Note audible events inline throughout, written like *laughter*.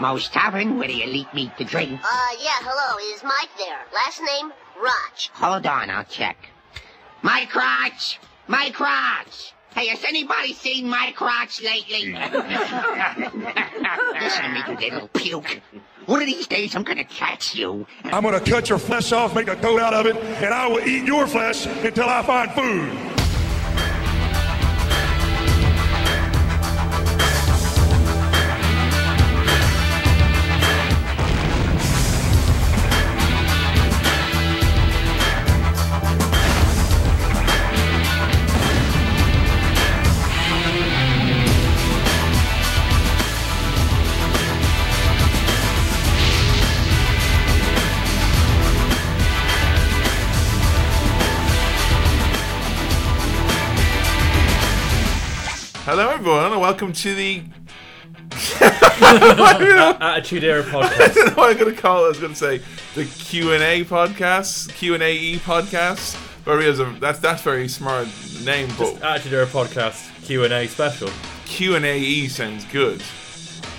Most Tavern, where the elite meet to drink. Uh, yeah, hello. Is Mike there? Last name, Roch. Hold on, I'll check. My crotch! My crotch! Hey, has anybody seen my crotch lately? *laughs* Listen to me, you little puke. One of these days I'm gonna catch you. I'm going to cut your flesh off, make a coat out of it, and I will eat your flesh until I find food. Hello, everyone, and welcome to the. *laughs* Attitude Era podcast. I don't know what I'm going to call it. I was going to say the Q and A podcast, Q and A E podcast. But it was a, that's that's very smart name, uh, but Attitude Era podcast Q and A special. Q and A E sounds good.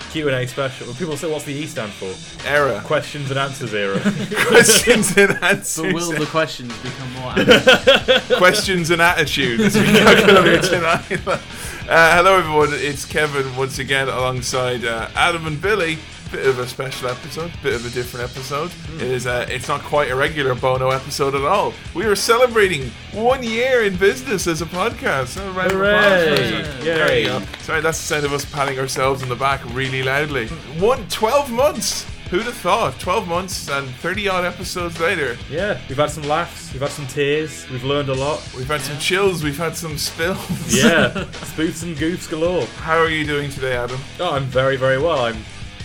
Q and A special. When people say, "What's the E stand for?" Error. *laughs* Questions and answers era. Questions and So will answers. the questions become more *laughs* answers? Questions and attitude. That's what *laughs* we're gonna do tonight. *laughs* Uh, hello, everyone. It's Kevin once again alongside uh, Adam and Billy. Bit of a special episode, bit of a different episode. It is. Uh, it's not quite a regular Bono episode at all. We are celebrating one year in business as a podcast. A round of applause for Hooray! us. Yay. There you go. Sorry, that's the sound of us patting ourselves on the back really loudly. One, 12 months. Who'd have thought? 12 months and 30 odd episodes later. yeah, we've had some laughs, we've had some tears, we've learned a lot. We've had some chills, we've had some spills. *laughs* Yeah, spoofs and goofs galore. How are you doing today, Adam? Oh, I'm very, very well. I'm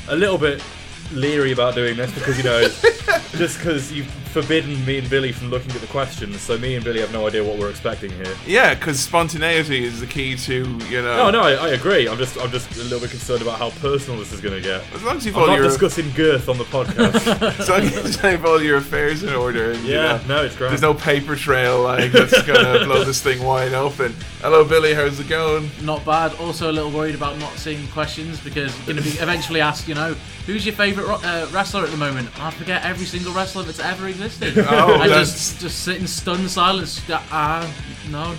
a little bit leery about doing this because you know, just because you've forbidden me and Billy from looking at the questions, so me and Billy have no idea what we're expecting here. Oh, Yeah, because spontaneity is the key to, you know. No, no, I, I agree. I'm just, I'm just a little bit concerned about how personal this is going to get. As long as you've I'm all not your, discussing girth on the podcast. as long as you've all your affairs in order. And, you yeah, know, no, it's great. There's no paper trail like that's gonna *laughs* blow this thing wide open. Hello, Billy. How's it going? Not bad. Also a little worried about not seeing questions because you're going to be eventually asked, you know, who's your favourite ro- uh, wrestler at the moment? And I forget every single wrestler that's ever *laughs* existed. Oh, I that's just just sit in stunned silence. Ah, uh, *laughs* no.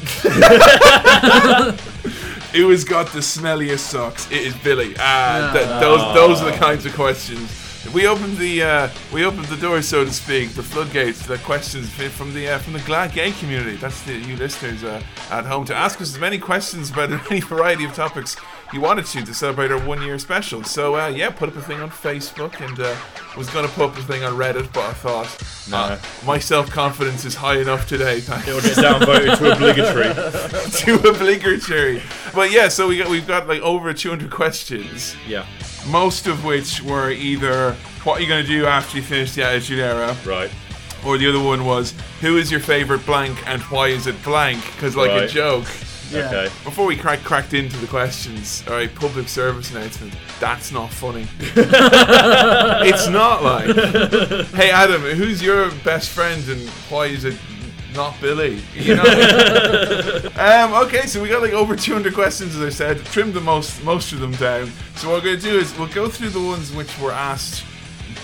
who has got the smelliest socks? It is Billy. Ah, th- those those are the kinds of questions. We opened the uh, we opened the door, so to speak, the floodgates, the questions fi- from the uh, from the glad gay community. That's the you listeners uh, at home to ask us as many questions about *laughs* any variety of topics you wanted to to celebrate our one year special. So uh, yeah, put up a thing on Facebook and uh, was going to put up a thing on Reddit, but I thought uh, my self confidence is high enough today. Thanks It'll get downvoted to obligatory. *laughs* to obligatory. But yeah, so we got we've got like over 200 questions, *laughs* Yeah, most of which were either what are you going to do after you finish the Attitude Era, right. or the other one was who is your favorite blank and why is it blank? Because like a Right. joke. Yeah. Okay. Before we crack, cracked into the questions, all right, public service announcement. That's not funny. it's not like. Hey, Adam, who's your best friend and why is it not Billy? You know. um, okay, so we got like over 200 questions, as I said. Trimmed the most most of them down. So what we're gonna do is we'll go through the ones which were asked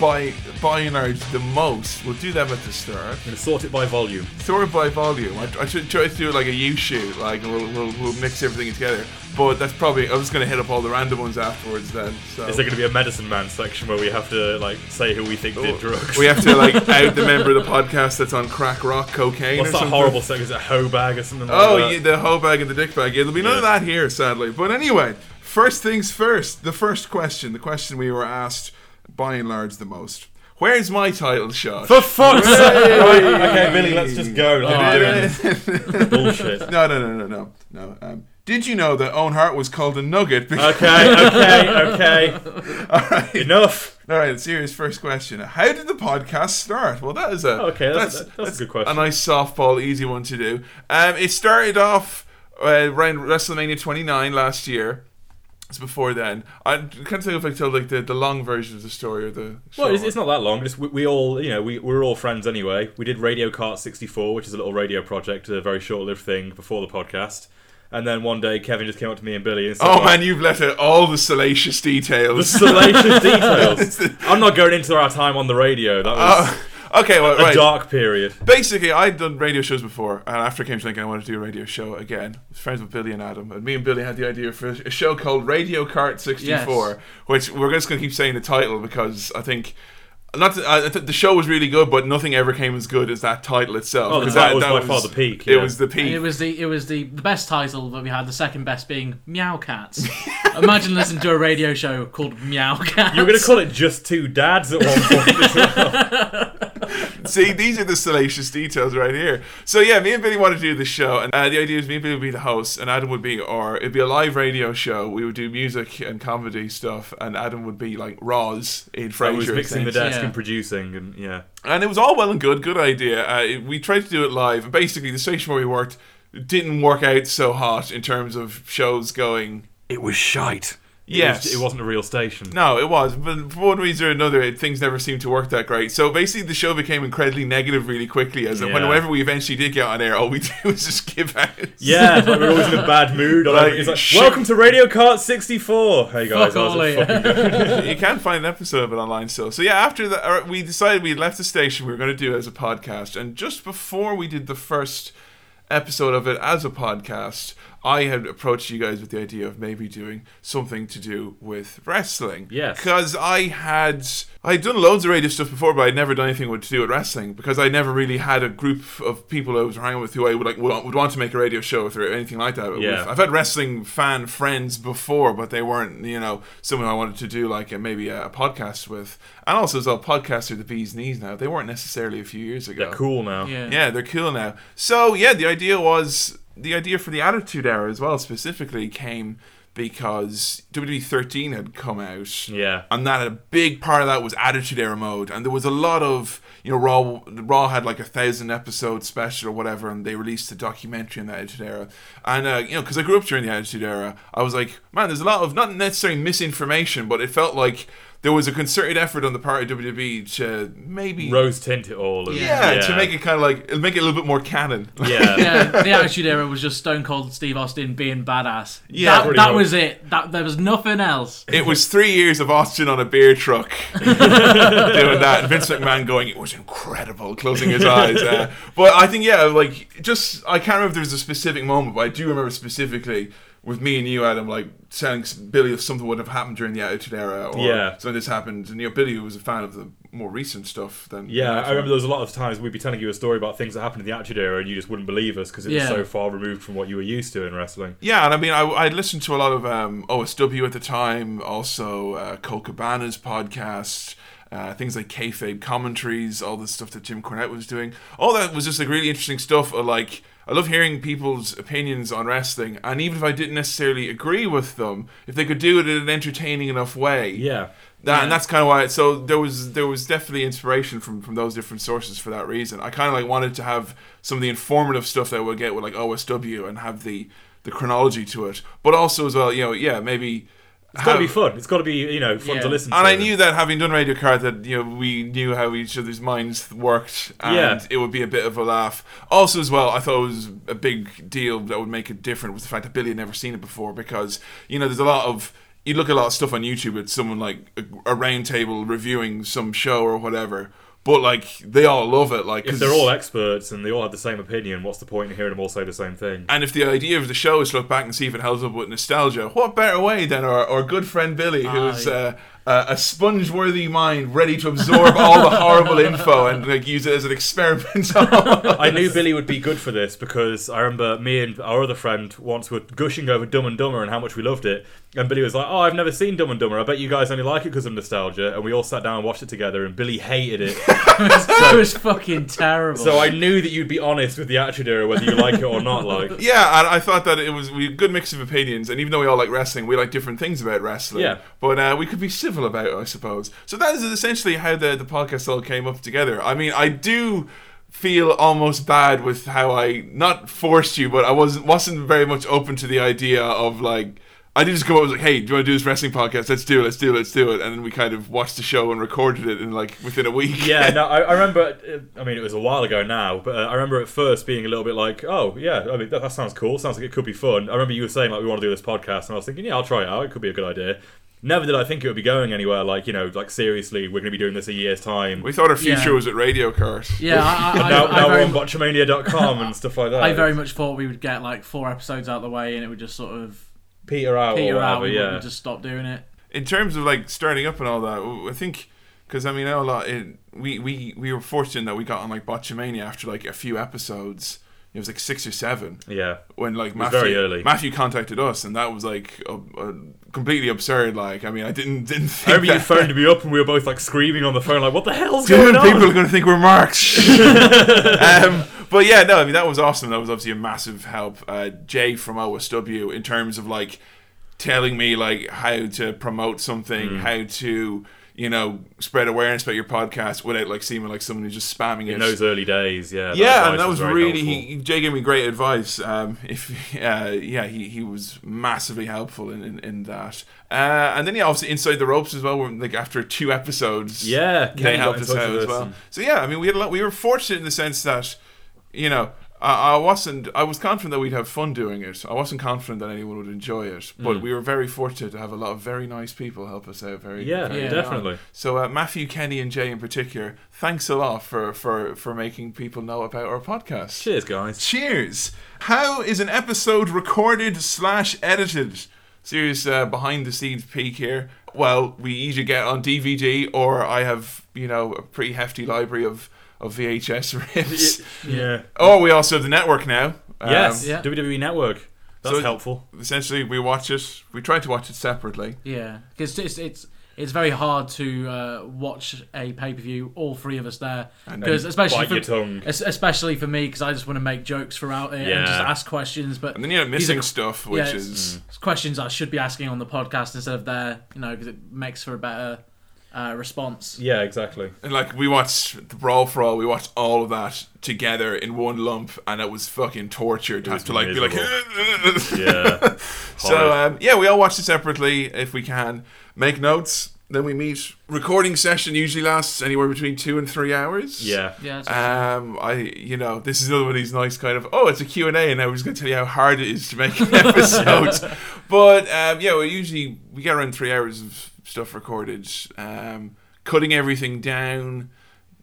by by and large the most. We'll do them at the start. I'm gonna sort it by volume. Sort it by volume. I, I should try to do like a U shoot, like and we'll, we'll, we'll mix everything together. But that's probably I'm just gonna hit up all the random ones afterwards then. So Is there gonna be a medicine man section where we have to like say who we think did drugs? we have to *laughs* like out the member of the podcast that's on crack rock cocaine. What's or that something. horrible section? Is it hoe bag or something? Like Oh, that? yeah, the hoe bag and the dick bag. Yeah, there'll be none of Yeah. that here, sadly. But anyway, first things first. The first question, the question we were asked by and large the most. Where's my title shot? For fuck's sake! Right, okay, Billy, let's just go. Like, Oh, we're doing this *laughs* bullshit. no, no, no, no, no, no. Um, did you know that Owen Hart was called a nugget? Because, *laughs* Okay, okay, okay. *laughs* all right. Enough. All right, serious first question. How did the podcast start? Well, that is a Okay, that's- that's a good question. A nice softball, easy one to do. Um, it started off uh, around WrestleMania 29 last year. It's before then. I can't think if I told like the, the long version of the story or the. Well, short it's, it's not that long. Just we, we all, you know, we we're all friends anyway. We did Radio Kart 64, which is a little radio project, a very short-lived thing before the podcast. And then one day, Kevin just came up to me and Billy and said, Oh like, man, you've let out all the salacious the details. salacious details. I'm not going into our time on the radio. That was Uh, *laughs* okay, well, a right. dark period. Basically, I'd done radio shows before, and after I came to Lincoln, I wanted to do a radio show again. I was friends with Billy and Adam, and me and Billy had the idea for a show called Radio Kart 64, Yes. which we're just going to keep saying the title because I think. Not that- I I think the show was really good, but nothing ever came as good as that title itself. Oh, the 'cause title was by far the peak, It yeah. was the peak. It was the it was the, the best title that we had. The second best being Meow Cats. Imagine listening to a radio show called Meow Cats. You're going to call it just two dads at one point. See, these are the salacious details right here. So yeah, me and Billy wanted to do this show, and uh, the idea is me and Billy would be the host, and Adam would be, or it'd be a live radio show. We would do music and comedy stuff, and Adam would be like Roz in I Frasier. was and mixing the things. desk Yeah. and producing, and yeah. And it was all well and good, good idea. Uh, it- we tried to do it live, and basically the station where we worked didn't work out so hot in terms of shows going. It was shite. Yes, It, was, not a real station. No, it was, but for one reason or another, it, things never seemed to work that great. So basically, the show became incredibly negative really quickly. As that Yeah. whenever we eventually did get on air, all we *laughs* did was just give out. Yeah, it's like we were always in a bad mood. Like, it's like, shit. welcome to Radio Kart 64. Hey guys, *laughs* Fuck I was all a of you. *laughs* fucking you can find an episode of it online still. So yeah, after that, or we decided we left the station. We were going to do it as a podcast, and just before we did the first episode of it as a podcast, I had approached you guys with the idea of maybe doing something to do with wrestling. Yes. because I had I'd done loads of radio stuff before, but I'd never done anything with, to do with wrestling because I never really had a group of people I was hanging with who I would like would, would want to make a radio show with or anything like that. Yeah. With- I've had wrestling fan friends before, but they weren't, you know, someone I wanted to do like a, maybe a, podcast with. And also, as well, podcasts are the bee's knees now. They weren't necessarily a few years ago. cool now. Yeah. Yeah, they're cool now. So yeah, the idea was the idea for the Attitude Era as well specifically came because WWE 13 had come out. Yeah. And that a big part of that was Attitude Era mode, and there was a lot of you know Raw Raw had like a thousand episode special or whatever, and they released a documentary in the Attitude Era. And uh, you know, because I grew up during the Attitude Era, I was like, man, there's a lot of not necessarily misinformation, but it felt like. There was a concerted effort on the part of WWE to maybe Rose tint it all. and- yeah, to make it kind of like it'll make it a little bit more canon. *laughs* Yeah. yeah, the Attitude Era was just Stone Cold Steve Austin being badass. Yeah, that, pretty that much. was it. That there was nothing else. *laughs* It was three years of Austin on a beer *laughs* truck doing that, and Vince McMahon going, "It was incredible," closing his eyes. Uh, but I think, yeah, like just I can't remember if there was a specific moment, but I do remember specifically with me and you, Adam, like telling Billy if something would have happened during the Attitude Era, or Yeah. something this happened. And you know, Billy was a fan of the more recent stuff. Then Yeah, I remember there was a lot of times we'd be telling you a story about things that happened in the Attitude Era, and you just wouldn't believe us because it was Yeah. so far removed from what you were used to in wrestling. Yeah, and I mean, I, I listened to a lot of um, OSW at the time, also uh, Cole Cabana's podcast, uh, things like kayfabe commentaries, all the stuff that Jim Cornette was doing. All that was just like really interesting stuff. uh, Like, I love hearing people's opinions on wrestling, and even if I didn't necessarily agree with them, if they could do it in an entertaining enough way, Yeah, that, and that's kind of why. So there was there was definitely inspiration from from those different sources for that reason. I kind of like wanted to have some of the informative stuff that I would get with like OSW and have the the chronology to it, but also as well, you know, yeah, maybe. it's got to have- be fun. It's got to be you know fun Yeah. to listen. Um, and to. I knew that having done Radio Card, that you know we knew how each other's minds worked, and Yeah. it would be a bit of a laugh. Also, as well, I thought it was a big deal that would make it different was the fact that Billy had never seen it before because you know there's a lot of you look at a lot of stuff on YouTube with someone like a, a round table reviewing some show or whatever, but like they all love it, like if 'cause- they're all experts and they all have the same opinion, what's the point in hearing them all say the same thing? And if the idea of the show is to look back and see if it holds up with nostalgia, what better way than our, our good friend Billy, who's uh, uh, a sponge-worthy mind ready to absorb all the horrible info and like use it as an experiment? *laughs* on- I knew Billy would be good for this because I remember me and our other friend once were gushing over Dumb and Dumber and how much we loved it. And Billy was like, "Oh, I've never seen Dumb and Dumber. I bet you guys only like it because of nostalgia." And we all sat down and watched it together, and Billy hated it. *laughs* It was fucking terrible. so I knew that you'd be honest with the Attitude Era, whether you like it or not. Like, yeah, and I thought that it was we had a good mix of opinions, and even though we all like wrestling, we like different things about wrestling. Yeah. but uh, we could be civil about it, I suppose. So that is essentially how the the podcast all came up together. I mean, I do feel almost bad with how I not forced you, but I wasn't wasn't very much open to the idea of like. I did just go up and was like, hey, do you want to do this wrestling podcast? Let's do it, let's do it, let's do it. And then we kind of watched the show and recorded it in like within a week. *laughs* Yeah, no, I, I remember. uh, I mean, it was a while ago now, but uh, I remember at first being a little bit like, "Oh, yeah, I mean, that, that sounds cool. Sounds like it could be fun." I remember you were saying like, "We want to do this podcast," and I was thinking, "Yeah, I'll try it out. It could be a good idea." Never did I think it would be going anywhere. Like, you know, like seriously, we're going to be doing this a year's time. We thought our future Yeah. was at Radio Cart. Yeah, I, I, now, *laughs* I, now I, we're on very, botchamania.com and stuff like that. I very much thought we would get like four episodes out of the way, and it would just sort of Peter out, or peter whatever, out. We yeah. would just stop doing it. in terms of like starting up and all that, w- I think because I mean, a lot. It, we we we were fortunate that we got on like Botchamania after like a few episodes. It was like six or seven. Yeah. When like was Matthew, very early. Matthew contacted us, and that was like a, a completely absurd. Like, I mean, I didn't didn't *laughs* think *laughs* I remember you that- phoned me up and we were both like screaming on the phone, like, "What the hell's Dude, going on?" people are going to think we're *laughs* marks. um, but yeah, no, I mean that was awesome. That was obviously a massive help. Uh, Jay from OSW in terms of like telling me like how to promote something, Mm. how to you know spread awareness about your podcast without like seeming like someone who's just spamming it. in those early days, yeah. yeah, and advice that was very really helpful. he, Jay gave me great advice. Um, if uh, yeah, he, he was massively helpful in in, in that. Uh, and then yeah, obviously inside the ropes as well. When, like after two episodes, Yeah, they Kenny got helped in us touch out with as us well. and- So yeah, I mean, we had a lot. We were fortunate in the sense that, you know, I, I wasn't. I was confident that we'd have fun doing it. I wasn't confident that anyone would enjoy it. Mm. But we were very fortunate to have a lot of very nice people help us out. Very Yeah, very Yeah. definitely. So uh, Matthew, Kenny, and Jay in particular, thanks a lot for for for making people know about our podcast. Cheers, guys. Cheers. How is an episode recorded slash edited? Serious uh, behind the scenes peek here. Well, we either get on DVD or I have you know a pretty hefty library of of *laughs* VHS rips. Yeah. Or Oh, we also have the network now. Um, Yes, Yeah. WWE E Network. That's So- helpful. Essentially, we watch it. We try to watch it separately. Yeah, because it's it's it's very hard to uh, watch a pay per view. All three of us there, because especially bite for, your tongue. es- especially for me, because I just want to make jokes throughout it Yeah. and just ask questions. But And then you know these are missing *laughs* stuff, which yeah, it's- Mm. is it's questions I should be asking on the podcast instead of there, you know, because it makes for a better uh, response. Yeah, exactly. and like we watched the brawl for all. We watched all of that together in one lump, and it was fucking torture to have to like be *laughs* like. *laughs* Yeah. So um, yeah, we all watch it separately if we can. Make notes, then we meet. Recording session usually lasts anywhere between two and three hours. yeah. Yeah, that's Um, I, you know, this is another one of these nice kind of oh, it's a Q and A, and I was going to tell you how hard it is to make an episode. but um, yeah, we usually we get around three hours of stuff recorded. Um, cutting everything down,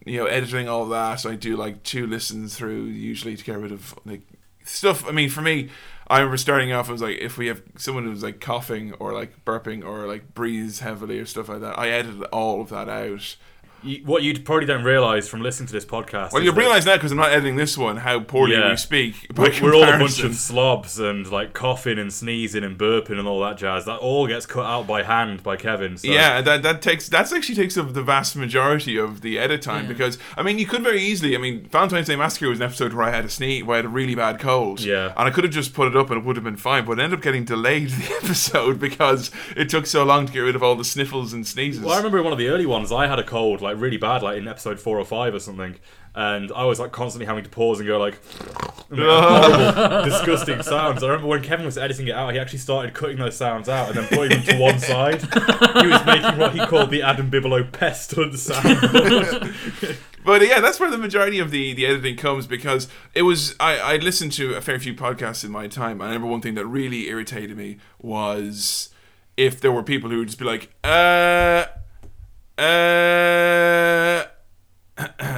you know, editing all that. I do like two listens through usually to get rid of like stuff. I mean, for me, I remember starting off. I was like, if we have someone who's like coughing or like burping or like breathes heavily or stuff like that, I edited all of that out. You- what you probably don't realize from listening to this podcast. Well, is you that realise now because I'm not editing this one how poorly Yeah. we speak. By We're, we're all a bunch comparison. of slobs and like coughing and sneezing and burping and all that jazz. That all gets cut out by hand by Kevin. So. Yeah, that that takes that's actually takes up the vast majority of the edit time Yeah. because I mean you could very easily I mean Valentine's Day Massacre was an episode where I had a sneeze where I had a really bad cold Yeah. and I could have just put it up and it would have been fine but it ended up getting delayed *laughs* the episode because it took so long to get rid of all the sniffles and sneezes. Well, I remember in one of the early ones, I had a cold, like really bad, like in episode four or five or something, and I was like constantly having to pause and go like, *laughs* and make horrible, disgusting sounds. I remember when Kevin was editing it out, he actually started cutting those sounds out and then putting them to one side. He was making what he called the Adam Bigelow pest hunt *laughs* sound. But yeah, that's where the majority of the, the editing comes because it was I, I listened to a fair few podcasts in my time, and I remember one thing that really irritated me was if there were people who would just be like, uh, uh, *clears throat*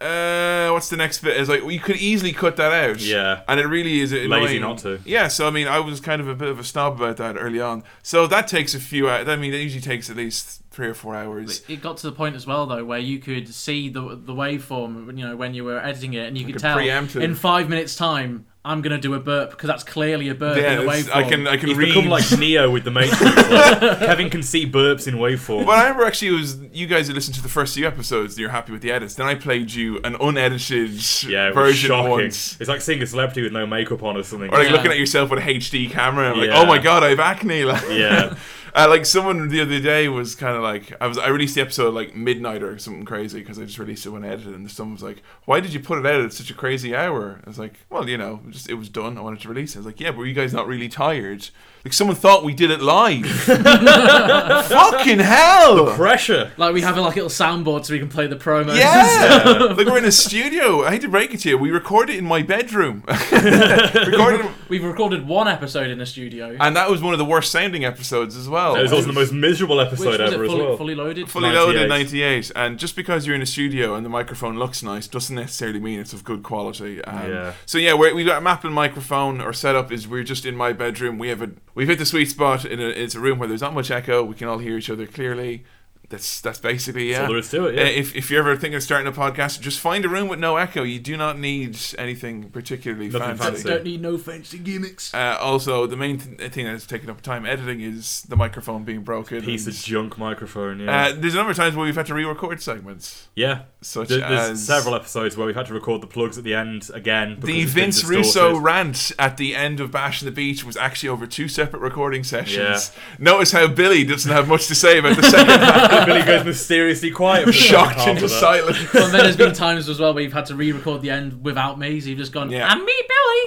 uh, what's the next bit? It's like well, you could easily cut that out. Yeah. and it really is annoying. not to. Yeah, so I mean, I was kind of a bit of a snob about that early on. So that takes a few. hou- I mean, it usually takes at least three or four hours. It got to the point as well though where you could see the the waveform, you know, when you were editing it, and you could a tell preemptive. in five minutes time I'm gonna do a burp because that's clearly a burp Yeah, in the it's- waveform. I can I can He's read become *laughs* like Neo with the Matrix. Like, Kevin can see burps in waveform. But I remember actually it was you guys had listened to the first few episodes and you're happy with the edits. Then I played you an unedited yeah, it was version shocking. *laughs* once. It's like seeing a celebrity with no makeup on or something. Or like Yeah. looking at yourself with a HD camera and like, Yeah. oh my god, I have acne. *laughs* Like, Yeah. Uh, like someone the other day was kind of like I was I released the episode like midnight or something crazy because I just released it when edited and someone was like, "Why did you put it out at such a crazy hour?" I was like, "Well, you know, just it was done. I wanted to release it." I was like, "Yeah, but were you guys not really tired?" Like someone thought we did it *laughs* live. Fucking hell! *laughs* Pressure. Like we have a like little soundboard so we can play the promos. Yeah, uh, like we're in a studio. I hate to break it to you, we recorded it in my bedroom. *laughs* recorded, *laughs* We've recorded one episode in the studio. and that was one of the worst sounding episodes as well. It was also the most miserable which was episode it ever as fully, well. fully loaded? fully loaded 98. 98 and just because you're in a studio and the microphone looks nice doesn't necessarily mean it's of good quality um, Yeah. so yeah we're, we've got a map and microphone our setup is we're just in my bedroom we have a we've hit the sweet spot in a, it's a room where there's not much echo we can all hear each other clearly that's that's basically yeah. all there is to it, yeah. Uh, If, if you're ever thinking of starting a podcast, just find a room with no echo. You do not need anything particularly Nothing fancy. fancy. Don't need no fancy gimmicks. Uh, also, the main th- thing that's taken up time editing is the microphone being broken. Piece of and- junk microphone. Yeah. uh, there's a number of times where we've had to re-record segments. yeah. such There- there's as- several episodes where we've had to record the plugs at the end again. because The it's been Vince distorted. Russo rant at the end of Bash the Beach was actually over two separate recording sessions. Yeah. Notice how Billy doesn't have much to say about the second *laughs* half. Billy goes mysteriously *laughs* quiet. For the second half Shocked of into that. silence. And then there's been times as well where you've had to re-record the end without me, so you've just gone, Yeah. and me,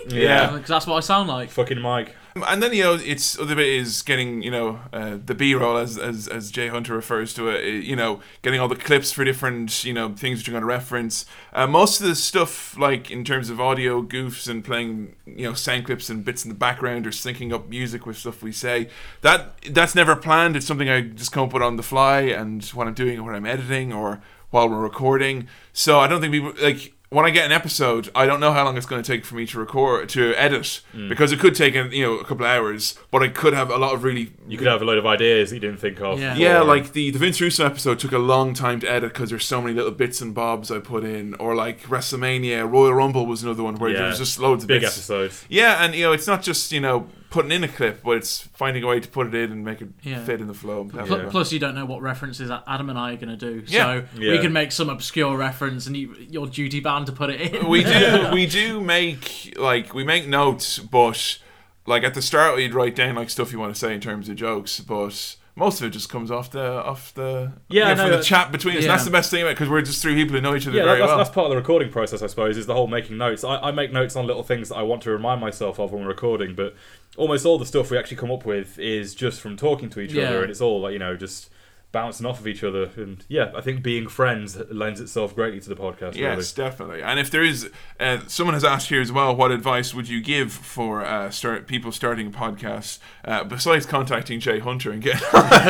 Billy. Yeah. because that's what I sound like. Fucking Mike. And then you know, it's other bit is getting you know uh, the B roll as, as as Jay Hunter refers to it. You know, getting all the clips for different you know things that you're going to reference. Uh, most of the stuff like in terms of audio goofs and playing you know sound clips and bits in the background or syncing up music with stuff we say. That that's never planned. It's something I just come up with on the fly and when I'm doing it, when I'm editing or while we're recording. So I don't think people like when I get an episode, I don't know how long it's going to take for me to record to edit Hmm. because it could take you know a couple of hours, but I could have a lot of really You could have a load of ideas that you didn't think of. Yeah. yeah, Or- like the, the Vince Russo episode took a long time to edit because there's so many little bits and bobs I put in, or like WrestleMania, Royal Rumble was another one where Yeah. there was just loads of big bits. episodes. Yeah, and you know it's not just you know putting in a clip, but it's finding a way to put it in and make it Yeah. fit in the flow. and Pl- whatever. Plus, you don't know what references Adam and I are going to do, Yeah. so Yeah. we can make some obscure reference, and you, your duty bound to put it *laughs* in. we do we do make like we make notes but like at the start you'd write down like stuff you want to say in terms of jokes but most of it just comes off the off the Yeah, no, from the that- chat between us yeah. and that's the best thing about because we're just three people who know each other Yeah, that- very that's, well that's part of the recording process, I suppose, is the whole making notes. I, I make notes on little things that I want to remind myself of when we're recording, but almost all the stuff we actually come up with is just from talking to each Yeah. other, and it's all like you know just bouncing off of each other. And yeah, I think being friends lends itself greatly to the podcast. Yes, definitely. And if there is, uh, someone has asked here as well, what advice would you give for uh, start, people starting podcasts uh, besides contacting Jay Hunter and getting, *laughs*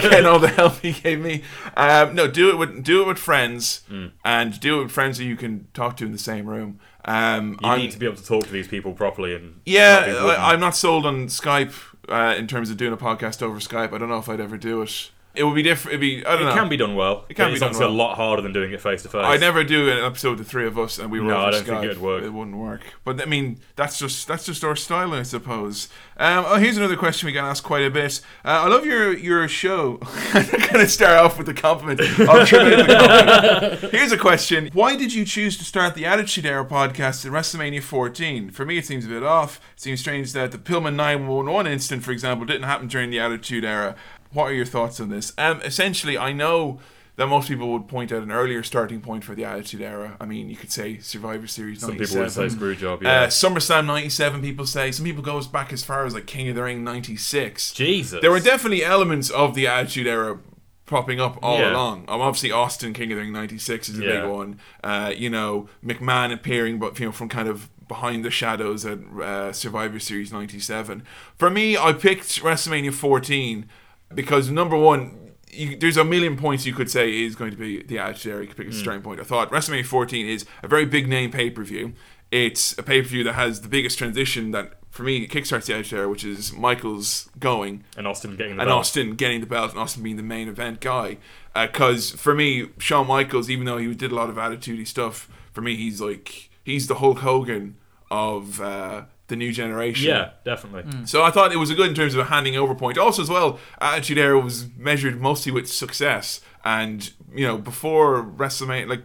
getting all the help he gave me? Um, no, do it with do it with friends Hmm. and do it with friends that you can talk to in the same room. Um, really. you I'm- need to be able to talk to these people properly. And not be yeah, wooden. like, I'm not sold on Skype uh, in terms of doing a podcast over Skype. I don't know if I'd ever do it. It would be different. It'd be I don't it know. can be done well. It can be it's done obviously well. a lot harder than doing it face to face. I never do an episode with the three of us, and we were No, over I don't think Skype. it'd work. It wouldn't work. But I mean, that's just that's just our style, I suppose. Um, oh, here's another question we get asked quite a bit. Uh, I love your your show. *laughs* I'm gonna start off with the compliment. I'll trip it with the *laughs* compliment. Here's a question: Why did you choose to start the Attitude Era podcast at WrestleMania 14? For me, it seems a bit off. It seems strange that the Pillman 911 incident, for example, didn't happen during the Attitude Era. What are your thoughts on this? Um, essentially, I know that most people would point at an earlier starting point for the Attitude Era. I mean, you could say Survivor Series. Some people would say 97. screw job. Yeah. Uh, SummerSlam 97, people say. Some people go as back as far as like King of the Ring 96. Jesus. There were definitely elements of the Attitude Era popping up all Yeah. along. Um, obviously, Austin King of the Ring 96 is a Yeah. big one. Uh, you know, McMahon appearing, but you know, from kind of behind the shadows at uh, Survivor Series 97. For me, I picked WrestleMania 14 because number one, you, there's a million points you could say is going to be the Attitude Era. You could Mm. pick a starting point. I thought WrestleMania 14 is a very big name pay per view. It's a pay per view that has the biggest transition that, for me, kickstarts the Attitude Era, which is Michaels going and Austin getting the and belt. Austin getting the belt and Austin being the main event guy. Because for me, Shawn Michaels, even though he did a lot of attitude stuff, for me, he's like he's the Hulk Hogan of uh, the new generation. Yeah, definitely. So I thought it was good in terms of a handing over point. Also, as well, Attitude Era was measured mostly with success, and you know before WrestleMania, like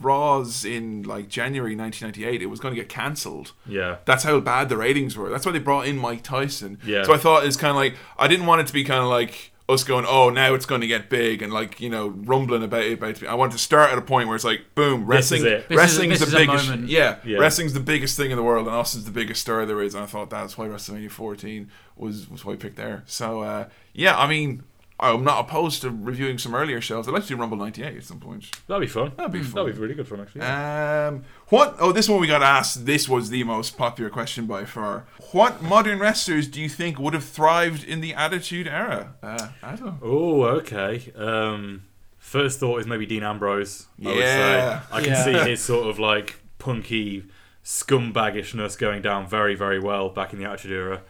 Raws in like January 1998, it was going to get cancelled. Yeah. That's how bad the ratings were. That's why they brought in Mike Tyson. Yeah. So I thought it's kind of like I didn't want it to be kind of like us going, oh, now it's going to get big and like you know rumbling about it. About it. I wanted to start at a point where it's like, boom, This wrestling, is it. This is- wrestling's this is the a biggest, moment. yeah, Yeah. wrestling's the biggest thing in the world, and Austin's the biggest star there is. And I thought that's why WrestleMania 14 was was why I picked there. So uh, yeah, I mean. I'm not opposed to reviewing some earlier shows. I'd like to do Rumble 98 at some point. That'd be fun. That'd be fun. That'd be really good fun actually. Um, what? Oh, this one we got asked. This was the most popular question by far. What modern wrestlers do you think would have thrived in the Attitude Era? Uh, I don't. know. Oh, okay. Um, first thought is maybe Dean Ambrose. I would Yeah. say I can Yeah. see his sort of like punky scumbaggishness going down very, very well back in the Attitude Era.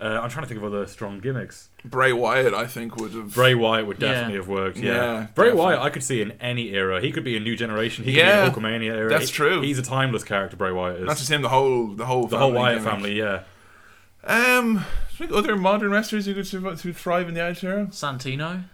Uh, I'm trying to think of other strong gimmicks. Bray Wyatt, I think, would have. Bray Wyatt would definitely Yeah. have worked. Yeah, Yeah, Bray definitely. Wyatt, I could see in any era. He could be a New Generation. He could Yeah, be in Hulkamania era. that's He- true. He's a timeless character. Bray Wyatt is. That's just him. The whole, the whole, the whole Wyatt gimmick. family. Yeah. Um, I think other modern wrestlers who could survive, who thrive in the Attitude Era. *laughs* Santino.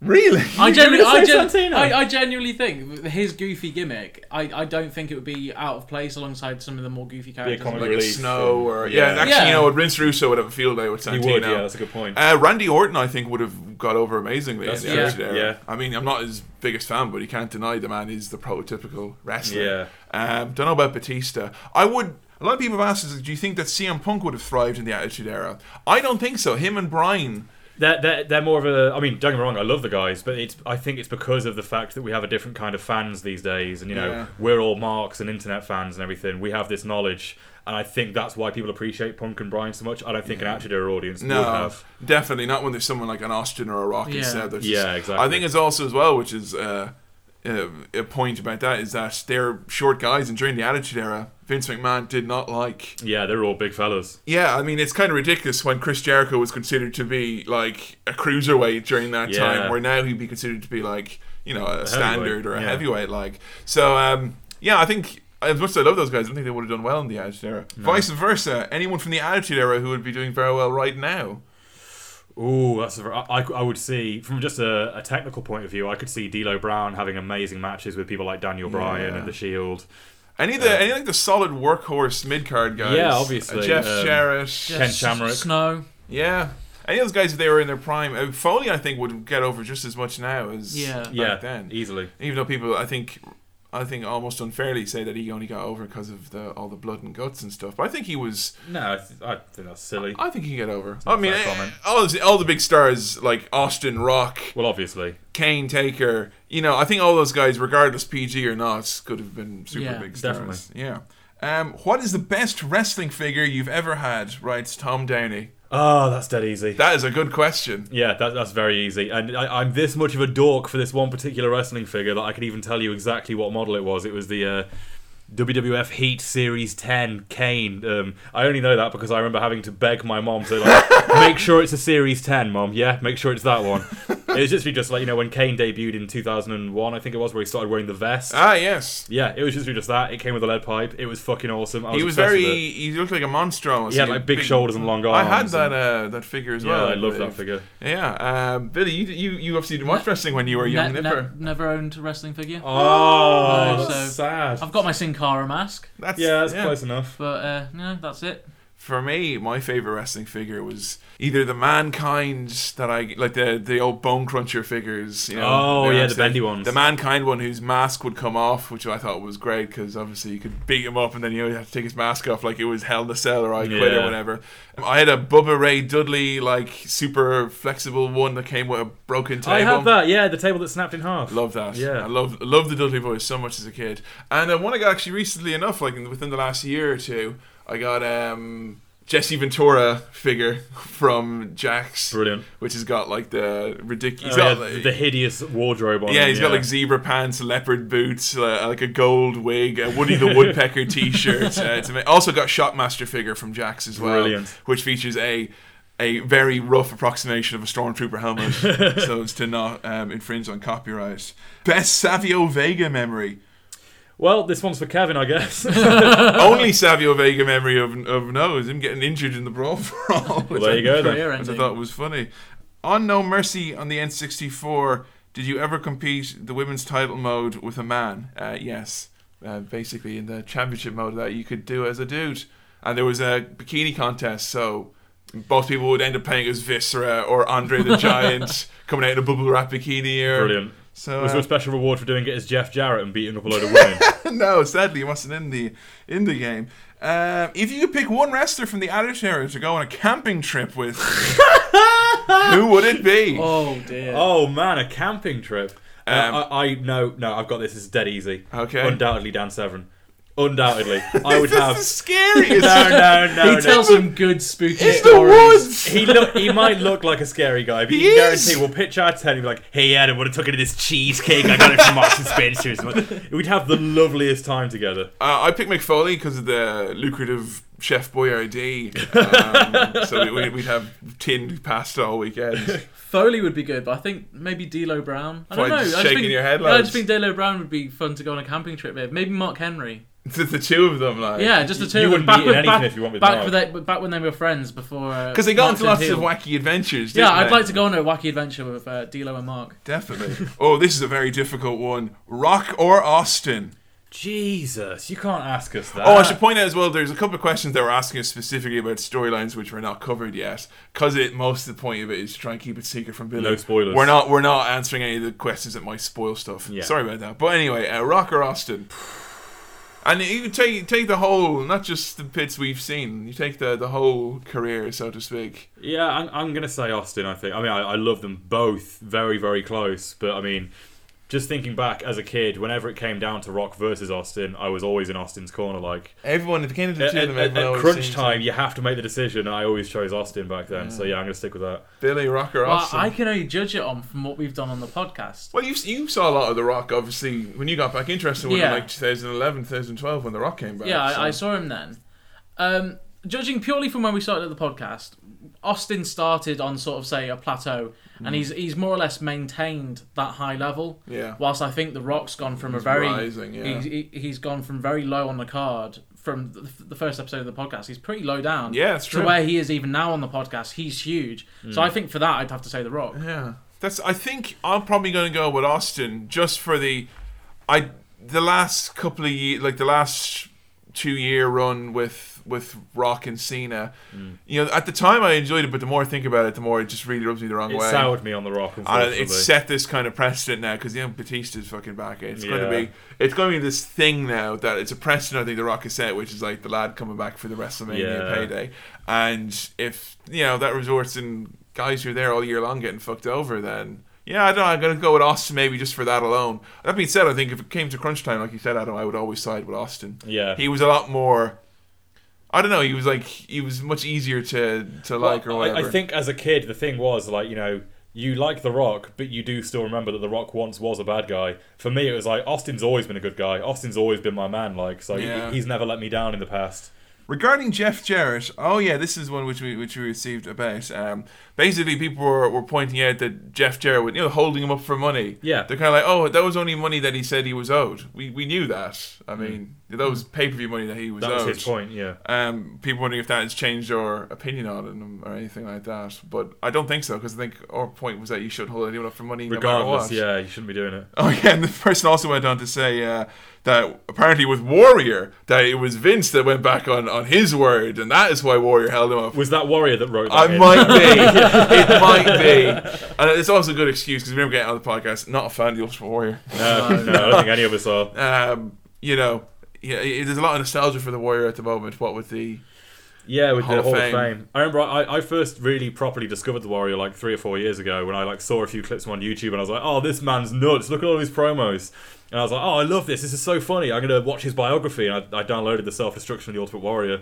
Really? I genuinely, gonna I, say gen- Santino? I, I genuinely think his goofy gimmick. I, I don't think it would be out of place alongside some of the more goofy characters. comic like Relief a snow and- or yeah. yeah. Actually, you Yeah. know, what, Vince Russo would have a field day with He Santino. would. Yeah, that's a good point. Uh, Randy Orton, I think, would have got over amazingly. That's in the true, Attitude Era. yeah. I mean, I'm not his biggest fan, but you can't deny the man is the prototypical wrestler. Yeah. Um, don't know about Batista. I would. A lot of people have asked us, do you think that CM Punk would have thrived in the Attitude Era? I don't think so. Him and Brian. They're, they're, they're more of a. I mean, don't get me wrong, I love the guys, but it's. I think it's because of the fact that we have a different kind of fans these days, and you know, Yeah. we're all marks and internet fans and everything. We have this knowledge, and I think that's why people appreciate Punk and Brian so much. I don't think an actual Era audience No, would have. definitely not when there's someone like an Austin or a Rock Yeah. instead. That's Yeah, just- exactly. I think it's also as well, which is uh, uh, a point about that, is that they're short guys, and during the Attitude Era, Vince McMahon did not like Yeah, they're all big fellas. Yeah, I mean it's kind of ridiculous when Chris Jericho was considered to be like a cruiserweight during that Yeah. time, where now he'd be considered to be like you know a, standard or a yeah. heavyweight. Like so, um, yeah, I think as much as I love those guys, I don't think they would have done well in the Attitude Era. Vice versa, anyone from the Attitude Era who would be doing very well right now. Ooh, that's. A, I, I would see from just a, a technical point of view, I could see D'Lo Brown having amazing matches with people like Daniel Bryan Yeah. and the Shield. Any of the any like the solid workhorse mid card guys. Yeah, Uh, obviously, Jeff um, Jarrett. Ken Shamrock. Snow. Yeah. Any of those guys, if they were in their prime, uh, Foley, I think, would get over just as much now as Yeah. back Yeah, then. easily. even though people I think I think almost unfairly say that he only got over because of the all the blood and guts and stuff. But I think he was. No, I, th- I think that's silly. I think he got over. I mean, fair eh, comment. all the, all the big stars like Austin, Rock, well, obviously. Kane, Taker. You know, I think all those guys, regardless PG or not, could have been super Yeah, big stars. Yeah. Um, what is the best wrestling figure you've ever had? Writes Tom Downey. Oh, that's dead easy. That is a good question. Yeah, that, that's very easy. And I, I'm this much of a dork for this one particular wrestling figure that I can even tell you exactly what model it was. It was the uh, WWF Heat Series 10 Kane. Um, I only know that because I remember having to beg my mom to *laughs* like make sure it's a Series 10, mom. Yeah, make sure it's that one. it was just just like you know when Kane debuted in 2001, I think it was, where he started wearing the vest. Ah, yes. yeah, it was just just that. It came with a lead pipe. It was fucking awesome. I was He was obsessed with very. it. He looked like a monster. He had like big, shoulders and long I arms. had that and- uh, that figure as yeah, well. I love that believe. figure. Yeah, um, Billy, you, you you obviously didn't watch wrestling when you were a young Ne- ne- nipper. never owned a wrestling figure. Oh, No, that's so- sad. I've got my Sin Cara mask, That's yeah, that's close enough. but uh, no, that's it. For me, my favorite wrestling figure was either the mankind that I like the the old bone cruncher figures. You know, Oh, they're yeah, the obviously- bendy ones. The mankind one whose mask would come off, which I thought was great because obviously you could beat him up and then you only have to take his mask off like it was Hell in a Cell or I Quit or Yeah. whatever. I had a Bubba Ray Dudley like super flexible one that came with a broken table. I have that. Yeah, the table that snapped in half. Love that. Yeah. I love love the Dudley Boys so much as a kid. And uh, one I got actually recently enough, like in- within the last year or two, I got um Jesse Ventura figure *laughs* from Jax. Brilliant. Which has got like the ridiculous. Oh, yeah, the hideous wardrobe on. yeah, him, he's got like zebra pants, leopard boots, uh, like a gold wig, a Woody the *laughs* Woodpecker T-shirt. Uh, it's ama- also got Shockmaster figure from Jax as well, Brilliant. which features a a very rough approximation of a stormtrooper helmet, *laughs* so as to not um, infringe on copyright. Best Savio Vega memory. Well, this one's for Kevin, *laughs* I guess. *laughs* Only Savio Vega memory of of no is him getting injured in the brawl for all. well, there you go then. Career which I ending. thought was funny. On No Mercy on the N64, did you ever compete the women's title mode with a man? Uh, yes. uh, basically in the championship mode that you could do as a dude. And there was a bikini contest, so both people would end up playing as Viscera or Andre *laughs* the Giant coming out in a bubble wrap bikini. Or, Brilliant. So Was uh, your special reward for doing it is Jeff Jarrett and beating up a load *laughs* of women? no, sadly, he wasn't in the in the game. Um, if you could pick one wrestler from the Attitude Era to go on a camping trip *laughs* with, who would it be? Oh dear. oh man, a camping trip. Uh, Um, I, I no no, I've got this. It's dead easy. Okay. Undoubtedly, Dan Severn. Undoubtedly, *laughs* I would this have. is *laughs* scary. No no *laughs* no. he no. tells some good spooky It's the stories. woods. He look. He might look like a scary guy, but He you can is. guarantee we'll pitch our tent and be like, "Hey, Adam, would have took into this cheesecake I got it from Marks and Spencer's." And like, We'd have the loveliest time together. Uh, I picked McFoley because of the lucrative Chef *laughs* Boyardee. Um, so we- we, we'd have tinned pasta all *laughs* weekend. Foley would be good, but I think maybe D'Lo Brown. I Why don't know. just I shaking think, your head, yeah, I lads? just think D'Lo Brown would be fun to go on a camping trip with. Maybe Mark Henry. the, the two of them, like Yeah, just the you two of them. wouldn't be Back, eating with, anything back, if you went with back, Mark. with they, back when they were friends before. uh, because they got into lots of wacky adventures. Yeah, didn't I'd they? like to go on a wacky adventure with uh, D'Lo and Mark. definitely. oh, this is a very difficult one. Rock or Austin? Jesus, you can't ask us that. Uh, Oh, I should point out as well. There's a couple of questions that were asking us specifically about storylines which were not covered yet, because it most of the point of it is to try and keep it secret from Billy. No spoilers. We're not we're not answering any of the questions that might spoil stuff. Yeah. Sorry about that. But anyway, uh, Rock or Austin. And you take take the whole, not just the bits we've seen. You take the the whole career, so to speak. Yeah, I'm, I'm gonna say Austin. I think. I mean, I, I love them both very, very close. But I mean, just thinking back as a kid, whenever it came down to Rock versus Austin, I was always in Austin's corner. Like Everyone, it came to the at, two of them. at- at everyone always crunch seems time, to- you have to make the decision. and I always chose Austin back then. So yeah, I'm gonna stick with that. Billy Rock or Well, Austin. I can only judge it on from what we've done on the podcast. Well, you, you saw a lot of The Rock, obviously, when you got back interested when Yeah. like 2011, 2012, when The Rock came back. Yeah, so- I, I saw him then. Um, judging purely from when we started the podcast, Austin started on sort of say a plateau, and he's he's more or less maintained that high level. Mm. Yeah. Whilst I think The Rock's gone from a very rising, yeah. he's, he, he's gone from very low on the card from the, the first episode of the podcast. He's pretty low down. Yeah, it's true. Mm. To where he is even now on the podcast, he's huge. So I think for that, I'd have to say The Rock. Yeah, that's. I think I'm probably going to go with Austin just for the, I the last couple of years, like the last two year run with with Rock and Cena. You know, at the time I enjoyed it, but the more I think about it, the more it just really rubs me the wrong It way. soured me on the Rock. And Unfortunately, Uh, it's set this kind of precedent now because you know Batista's fucking back. It's going to Yeah. be it's going to be this thing now that it's a precedent. I think the Rock has set, which is like the lad coming back for the WrestleMania Yeah. payday. And if you know that resorts in guys who are there all year long getting fucked over, then yeah, I don't. know. I'm going to go with Austin maybe just for that alone. That being said, I think if it came to crunch time, like you said, Adam, I would always side with Austin. Yeah. he was a lot more. I don't know. He was like he was much easier to to like or Well, whatever. I, I think as a kid, the thing was like you know you like The Rock, but you do still remember that The Rock once was a bad guy. For me, it was like Austin's always been a good guy. Austin's always been my man. Like so, he- Yeah. he's never let me down in the past. Regarding Jeff Jarrett, oh yeah, this is one which we which we received about. Um, basically, people were, were pointing out that Jeff Jarrett, was, you know, holding him up for money. Yeah. they're kind of like, oh, that was only money that he said he was owed. We we knew that. I mean, that was pay per view money that he was Mm. That owed. was his point. Yeah. Um, people wondering if that has changed our opinion on him or anything like that, but I don't think so because I think our point was that you should hold anyone up for money, Regardless, no matter what. yeah, you shouldn't be doing it. Oh yeah, and the person also went on to say uh, that apparently with Warrior that it was Vince that went back on, on his word, and that is why Warrior held him up. Was that Warrior that wrote *laughs* that? I in? might be, *laughs* it might *laughs* be, and it's also a good excuse because we remember getting on the podcast. Not a fan of the Ultimate Warrior. No, no, I don't think any of *laughs* us are. Um, you know, yeah, it, there's a lot of nostalgia for the Warrior at the moment. What with the Yeah, with Hall the of Hall Fame. of Fame. I remember I, I first really properly discovered the Warrior like three or four years ago when I like saw a few clips on YouTube and I was like, oh, this man's nuts. Look at all his promos. And I was like, oh, I love this. This is so funny. I'm gonna watch his biography. And I, I downloaded the Self Destruction of the Ultimate Warrior.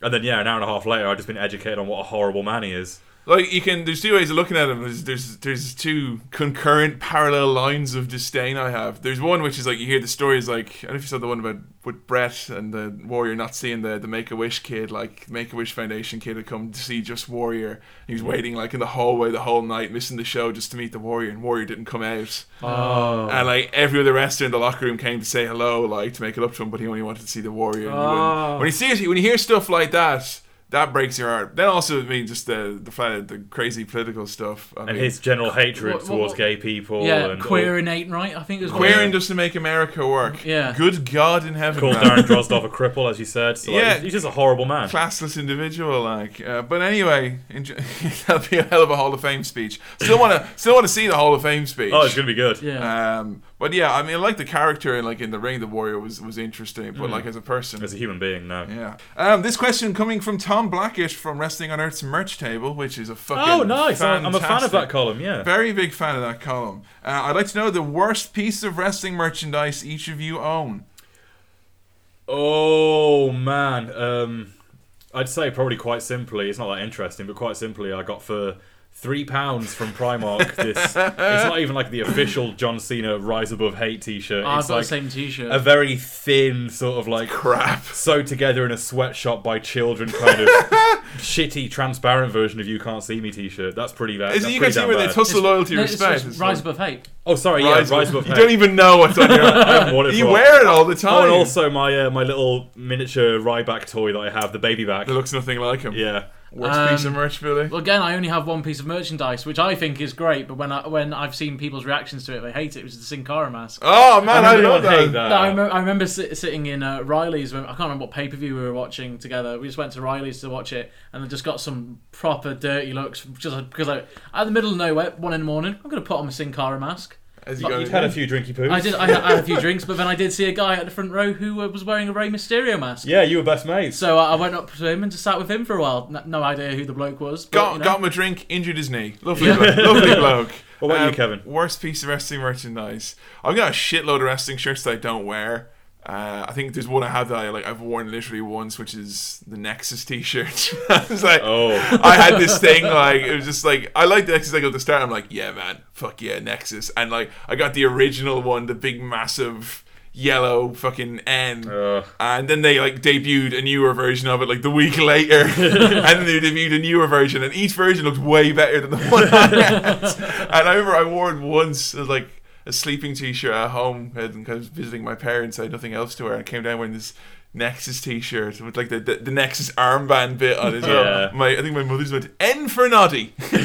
And then yeah, an hour and a half later, I've just been educated on what a horrible man he is. like you can. There's two ways of looking at him. There's there's, there's two concurrent parallel lines of disdain I have. There's one which is like you hear the stories like I don't know if you saw the one about with Brett and the Warrior not seeing the the Make a Wish kid like Make a Wish Foundation kid had come to see just Warrior. He was waiting like in the hallway the whole night, missing the show just to meet the Warrior, and Warrior didn't come out. Oh. And like every other wrestler in the locker room came to say hello, like to make it up to him, but he only wanted to see the warrior. and he wouldn't. Oh. When he sees, when you hear stuff like that, that breaks your heart. Then also, I mean, just the the fact that the crazy political stuff. I and mean, his general hatred What- what- towards what- gay people. yeah, and queer innate right. I think it was called. queering just to make America work. Yeah. Good God in heaven. *laughs* Called man. Darren Drozdov a cripple, as you said. So, like, Yeah. he's just a horrible man. classless individual like uh, but anyway enjoy- *laughs* that'll be a hell of a hall of fame speech still want *laughs* to still want to see the hall of fame speech Oh, it's gonna be good. Yeah. um but yeah i mean like the character in like in the ring the warrior was was interesting but like as a person Mm. As a human being, no. yeah um this question coming from tom blackish from wrestling on earth's merch table which is a fucking Oh, nice! I'm- I'm a fan of fantastic- that column. Yeah. very big fan of that column uh, i'd like to know the worst piece of wrestling merchandise each of you own Oh man, um, I'd say probably quite simply. It's not that interesting, but quite simply, I got for three pounds from *laughs* Primark. this it's not even like the official John Cena Rise Above Hate T-shirt. Oh, Ah, I've it's got like the same T-shirt. a very thin sort of like crap sewed together in a sweatshop by children *laughs* kind of shitty transparent version of "You Can't See Me" T-shirt. That's pretty bad. is that's it you pretty can see damn where they bad. tussle loyalty No, it's respect just It's Rise like- Above Hate. Oh, sorry, yeah, Rise Rise, Above- Above. You Hate. don't even know what's on *laughs* your. I haven't worn it you for a while. wear it all the time. Oh, and also my uh, my little miniature Ryback toy that I have, the baby back. It looks nothing like him. Yeah. Worst piece Um, of merch, Billy. Well, again, I only have one piece of merchandise, which I think is great. But when I, when I've seen people's reactions to it, they hate it. It was the Sin Cara mask. oh man, I, Does anyone love that. hate that? No, I, remember, I remember sit, sitting in uh, Riley's. When, I can't remember what pay per view we were watching together. We just went to Riley's to watch it, and I just got some proper dirty looks just because I, out of the middle of nowhere, one in the morning, I'm gonna put on my Sin Cara mask. As you go You've in. had a few drinky poos. I did. I, had- I had a few drinks, but then I did see a guy at the front row who uh, was wearing a Rey Mysterio mask. Yeah, you were best mates. So uh, I I went up to him and just sat with him for a while. N- No idea who the bloke was. But, Got, you know. got him a drink, injured his *laughs* knee. Lovely, bloke. lovely bloke. Um, What about you, Kevin? Worst piece of wrestling merchandise. I've got a shitload of wrestling shirts that I don't wear. Uh, I think there's one I have that I like. I've worn literally once, which is the Nexus T-shirt. *laughs* I was like, Oh. I had this thing like it was just like I liked Nexus. Like at the start, I'm like, yeah, man, fuck yeah, Nexus. And like I got the original one, the big massive yellow fucking N. Ugh. And then they like debuted a newer version of it like the week later, and then they debuted a newer version, and each version looked way better than the one. I had. And I remember I wore it once as like a sleeping t-shirt at home, and I was visiting my parents. I had nothing else to wear, and I came down wearing this Nexus t-shirt with like the the, the Nexus armband bit on it. Yeah. well. My I think my mother's went N for *laughs* naughty, so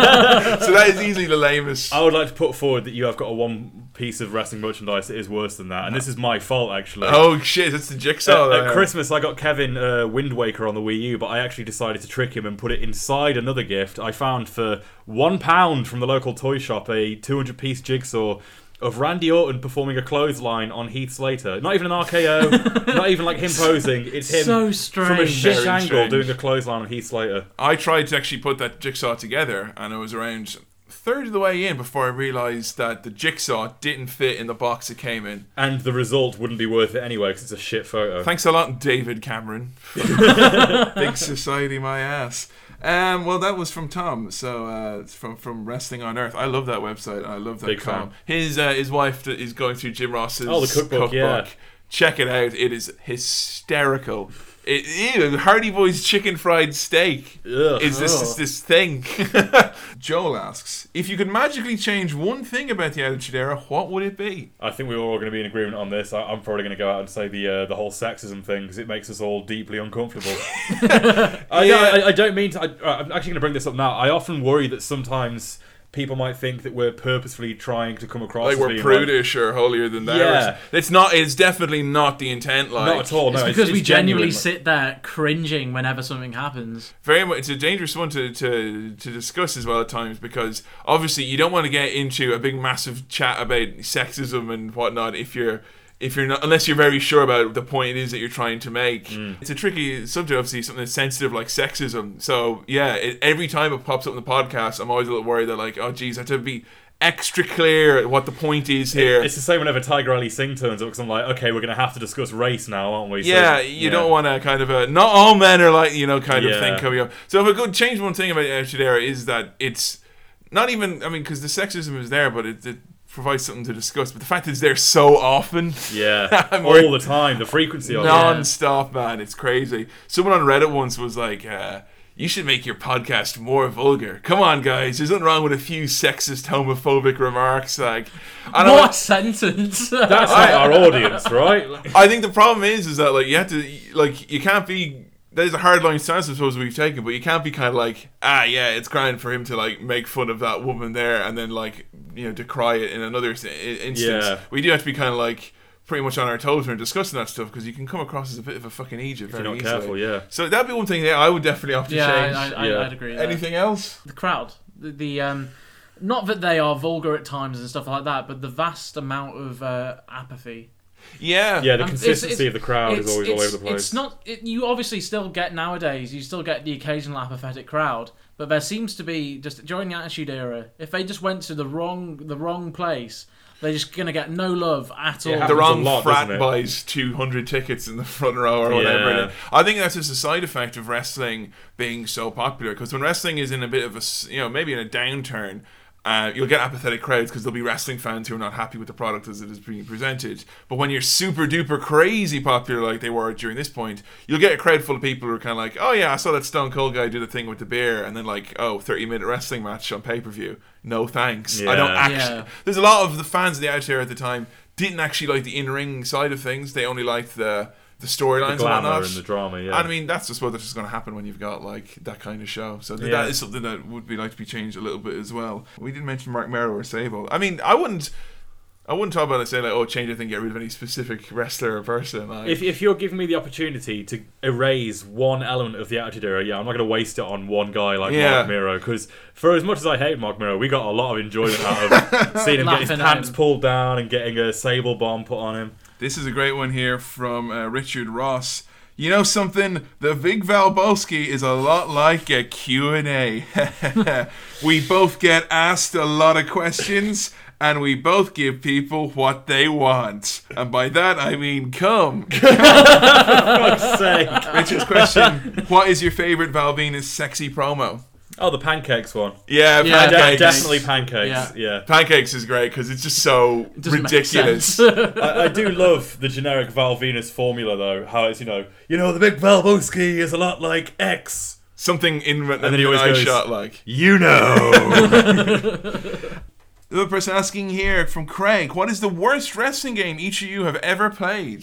that is easily the lamest. I would like to put forward that you have got a one piece of wrestling merchandise that is worse than that, and this is my fault actually. Oh shit! That's the jigsaw. At there. Christmas, I got Kevin uh, Wind Waker on the Wii U, but I actually decided to trick him and put it inside another gift. I found for one pound from the local toy shop a 200 piece jigsaw of Randy Orton performing a clothesline on Heath Slater. Not even an RKO, not even like him posing. It's him So from a strange. shit Very angle strange. doing a clothesline on Heath Slater. I tried to actually put that jigsaw together, and I was around a third of the way in before I realized that the jigsaw didn't fit in the box it came in. And the result wouldn't be worth it anyway because it's a shit photo. Thanks a lot, David Cameron. *laughs* Big society, my ass. Um, well, that was from Tom. So uh, it's from from Wrestling on Earth. I love that website. and I love that Big column. fan. His uh, his wife that is going through Jim Ross's Oh, the cookbook, yeah. Check it out. It is hysterical. It, ew, Hardy Boys chicken fried steak Ugh. is this Ugh. this, this thing. *laughs* Joel asks if you could magically change one thing about the Attitude Era, what would it be? I think we we're all going to be in agreement on this. I, I'm probably going to go out and say the uh, the whole sexism thing because it makes us all deeply *laughs* uncomfortable. I, Yeah. I, I don't mean to. I, I'm actually going to bring this up now. I often worry that sometimes people might think that we're purposefully trying to come across Like as we're being, prudish or holier than thou. Yeah. it's not. It's definitely not the intent. Like not at all. No, It's because it's we genuinely genuine. sit there cringing whenever something happens. very much it's a dangerous one to, to, to discuss as well at times because obviously you don't want to get into a big massive chat about sexism and whatnot if you're if you're not unless you're very sure about the point it is that you're trying to make Hmm. it's a tricky subject obviously something that's sensitive like sexism so yeah it, every time it pops up in the podcast i'm always a little worried that like oh geez i have to be extra clear at what the point is here It's the same whenever Tiger Ali Singh turns up because I'm like, okay, we're going to have to discuss race now, aren't we? So, Yeah, you don't want to kind of a not all men are like you know kind of Yeah. thing coming up. So if I could change one thing about the Attitude Era is that it's not even I mean because the sexism is there, but it, it provides something to discuss. But the fact that it's there so often, Yeah, *laughs* I'm all worried. the time. The frequency of it. non-stop, man, it's crazy. Someone on Reddit once was like. uh you should make your podcast more vulgar. Come on, guys. There's nothing wrong with a few sexist, homophobic remarks. Like, I What *laughs* a sentence! That's not our audience, right? *laughs* I think the problem is, is that like you have to like you can't be there's a hardline stance I suppose we've taken, but you can't be kind of like, ah, yeah, it's grand for him to like make fun of that woman there and then like you know decry it in another s- i- instance. Yeah. We do have to be kind of like pretty much on our toes when discussing that stuff because you can come across as a bit of a fucking Egypt if very not easily. careful, yeah. So that'd be one thing that I would definitely have to Yeah, change. I, I, yeah. I'd agree. there. Anything else? the crowd, the, the um, not that they are vulgar at times and stuff like that, but the vast amount of uh, apathy. Yeah. Yeah, the Um, it's- consistency it's- of the crowd is it's- always all it's- over the place. It's not. It, you obviously still get nowadays. You still get the occasional apathetic crowd, but there seems to be just during the Attitude Era, if they just went to the wrong the wrong place, they're just gonna get no love at all. the happens wrong a lot, doesn't frat it? buys 200 tickets in the front row or whatever. Yeah. And I think that's just a side effect of wrestling being so popular. Because when wrestling is in a bit of a, s- you know, maybe in a downturn, uh, you'll get apathetic crowds because there'll be wrestling fans who are not happy with the product as it is being presented. But when you're super duper crazy popular like they were during this point, you'll get a crowd full of people who are kind of like, oh yeah, I saw that Stone Cold guy do the thing with the beer, and then like, oh, 30 minute wrestling match on pay per view. No thanks. I don't Yeah. actually. Yeah. There's a lot of the fans of the Attitude Era at the time didn't actually like the in-ring side of things. They only liked the the storylines and glamour whatnot. and the drama, yeah. And I mean, that's I suppose that's just going to happen when you've got like that kind of show. So th- Yeah. that is something that would be like to be changed a little bit as well. We didn't mention Mark Merrow or Sable. I mean, I wouldn't. I wouldn't talk about it. Say like, oh, change a thing, get rid of any specific wrestler or person. Like, If, if you're giving me the opportunity to erase one element of the Attitude Era, yeah, I'm not going to waste it on one guy like Yeah. Mark Miro. Because for as much as I hate Mark Miro, we got a lot of enjoyment out *laughs* of seeing him get his Laughing at pants him. pulled down and getting a sable bomb put on him. This is a great one here from uh, Richard Ross. You know something? The Vig Valboski is a lot like a Q&A. *laughs* we both get asked a lot of questions and we both give people what they want. And by that I mean come. *laughs* Say, Richard's question, what is your favorite Val Venus sexy promo? oh, the pancakes one. Yeah, Yeah, Yeah, pancakes. definitely pancakes. Yeah. Pancakes is great because it's just so Doesn't make ridiculous. sense. *laughs* I, I do love the generic Val Venus formula though. How it's you know, you know, the big Valboski is a lot like X. Something in and then he always goes, shot like. You know. The person asking here from Craig, what is the worst wrestling game each of you have ever played?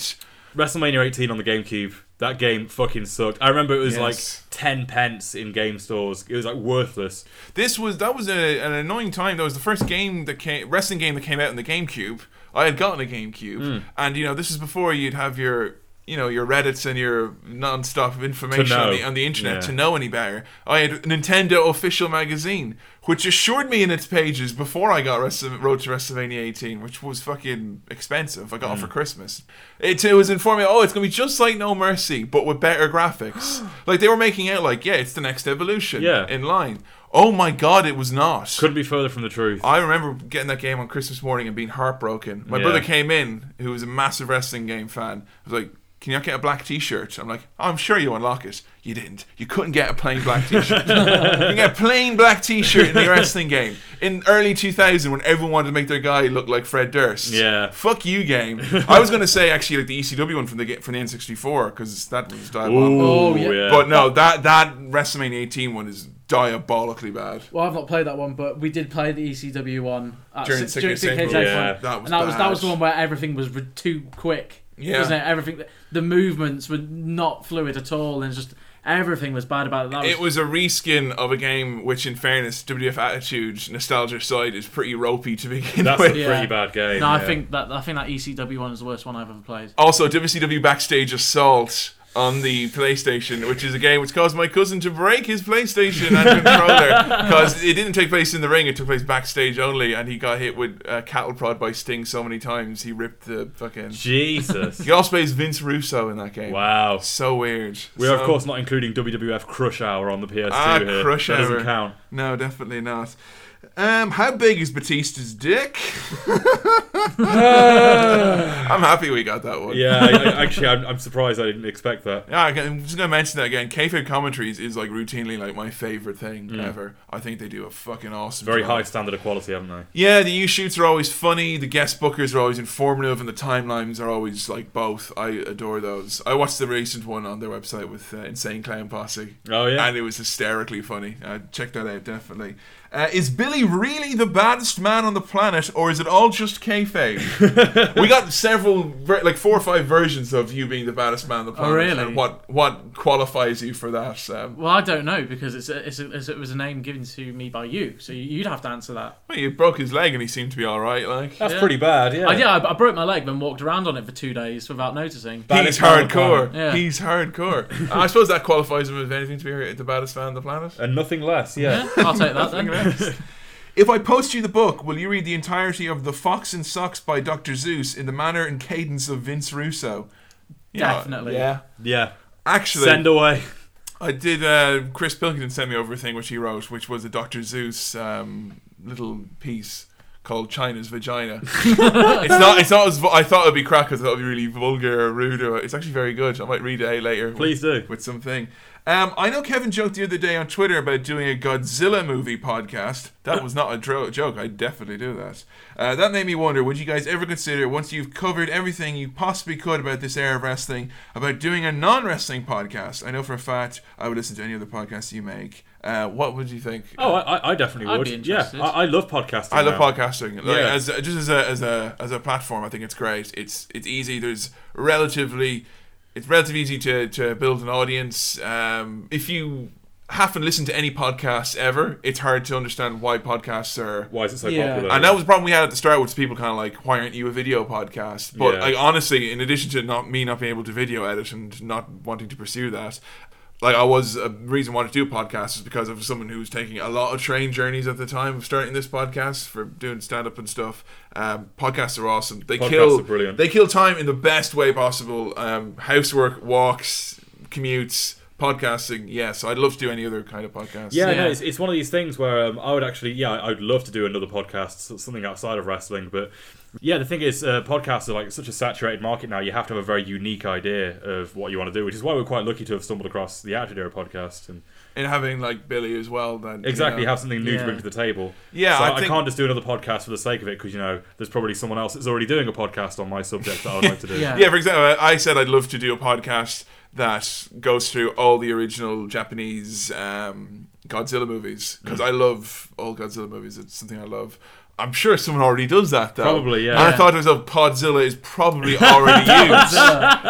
WrestleMania 18 on the GameCube. That game fucking sucked. I remember it was Yes. like 10 pence in game stores. It was like worthless. This was that was a, an annoying time. That was the first game that came wrestling game that came out in the GameCube. I had gotten a GameCube, Hmm. and you know this is before you'd have your you know your Reddit's and your non-stop information on know. the, on the internet Yeah. to know any better. I had Nintendo Official Magazine, which assured me in its pages before I got Wrestle- Road to WrestleMania 18, which was fucking expensive. I got it Hmm. for Christmas. It, it was informing, oh, it's gonna be just like No Mercy, but with better *gasps* graphics. like they were making out like, yeah, it's the next evolution Yeah. in line. Oh my god, it was not. Couldn't be further from the truth. I remember getting that game on Christmas morning and being heartbroken. My Yeah. brother came in, who was a massive wrestling game fan. I was like, "Can you not get a black T-shirt?" I'm like, "I'm sure you unlock it." You didn't. You couldn't get a plain black *laughs* T-shirt. you can get a plain black T-shirt in the wrestling game in early 2000 when everyone wanted to make their guy look like Fred Durst. Yeah. Fuck you, *laughs* game. I was gonna say actually like the ECW one from the ga- from the N64 because that was diabolical. Oh, yeah. But no, that that WrestleMania 18 one is diabolically bad. Well, I've not played that one, but we did play the ECW one at, During si- during Sick and Sick and Sick. Safe one. Yeah. That was and that was bad. that was the one where everything was re- too quick. Yeah. wasn't it? Everything, the movements were not fluid at all, and just everything was bad about it. That was, It was a reskin of a game which, in fairness, WF Attitude nostalgia side is pretty ropey to begin That's with. a pretty bad game. No, I yeah. think that I think that ECW one is the worst one I've ever played. Also, WCW Backstage Assault on the PlayStation, which is a game which caused my cousin to break his PlayStation and controller because it didn't take place in the ring; it took place backstage only, and he got hit with a cattle prod by Sting so many times he ripped the fucking. *laughs* Jesus. He also plays Vince Russo in that game. wow. So weird. We are, of So- course, not including WWF Crush Hour on the PS2 Ah, here. Crush that Hour. doesn't count. No, definitely not. Um, how big is Batista's *laughs* dick? I'm happy we got that one. Yeah, I, I- actually, I'm, I'm surprised I didn't expect that. Yeah, I can- I'm just gonna mention that again. Kayfabe commentaries is like routinely like my favorite thing ever. I think they do a fucking awesome. Mm. Very job. high standard of quality, haven't they? Yeah, the U shoots are always funny. The guest bookers are always informative, and the timelines are always like both. I adore those. I watched the recent one on their website with uh, Insane Clown Posse. Oh, yeah. and it was hysterically funny. Uh, check that out definitely. Uh, is Billy really the baddest man on the planet, or is it all just kayfabe? we got several, ver- like four or five versions of you being the baddest man on the planet, really? and what what qualifies you for that? Um, Well, I don't know because it's, a, it's, a, it's a- it was a name given to me by you, so you'd have to answer that. well, you broke his leg, and he seemed to be all right. Like That's pretty bad, yeah. Uh, yeah, I, I broke my leg and walked around on it for two days without noticing. he's Baddest man on the hardcore. planet. Yeah. He's hardcore. Uh, I suppose that qualifies him if anything to be the baddest man on the planet. And nothing less, yeah. I'll take *laughs* that then. If I post you the book, will you read the entirety of The Fox and Socks by Dr. Zeus in the manner and cadence of Vince Russo? You know, Definitely. yeah. yeah. Actually, Send away. I did. Uh, Chris Pilkington sent me over a thing which he wrote, which was a Dr. Zeus um, little piece called China's Vagina. *laughs* it's not. It's not as. Vu- I thought it'd be crackers. I thought it'd be really vulgar or rude. Or it's actually very good. I might read it out later. Please with, do. with something. Um, I know Kevin joked the other day on Twitter about doing a Godzilla movie podcast. That was not a dro- joke. I'd definitely do that. Uh, that made me wonder would you guys ever consider, once you've covered everything you possibly could about this era of wrestling, about doing a non wrestling podcast? I know for a fact I would listen to any other podcast you make. Uh, what would you think? Oh, I, I- I definitely I'd would. be interested. Yeah, I, I love podcasting. I love now. podcasting. Like, Yeah. as just as a as a as a platform, I think it's great. It's it's easy. There's relatively it's relatively easy to to build an audience. Um, if you haven't listened to any podcasts ever, it's hard to understand why podcasts are. Why is it so Yeah. popular? And that was the problem we had at the start, which people kind of like, why aren't you a video podcast? But Yeah. like honestly, in addition to not me not being able to video edit and not wanting to pursue that. Like I was a reason I wanted to do podcasts is because of someone who was taking a lot of train journeys at the time of starting this podcast for doing stand up and stuff. Um, podcasts are awesome. They Podcasts kill are brilliant. They kill time in the best way possible. Um, housework, walks, commutes, podcasting. Yeah, so I'd love to do any other kind of podcast. Yeah, Yeah. no, it's, it's one of these things where um, I would actually, yeah, I- I'd love to do another podcast, so- something outside of wrestling. But yeah, the thing is, uh, podcasts are like such a saturated market now. You have to have a very unique idea of what you want to do, which is why we're quite lucky to have stumbled across the Attitude Era podcast and and having like Billy as well. Then you exactly know. have something new Yeah. to bring to the table. Yeah, so I I, think- can't just do another podcast for the sake of it because you know there's probably someone else that's already doing a podcast on my subject that I'd like to do. *laughs* Yeah. Yeah, for example, I I said I'd love to do a podcast that goes through all the original Japanese um, Godzilla movies because Mm. I love all Godzilla movies. It's something I love. I'm sure someone already does that though. Probably, yeah. And I thought to myself, Podzilla is *laughs* probably already used.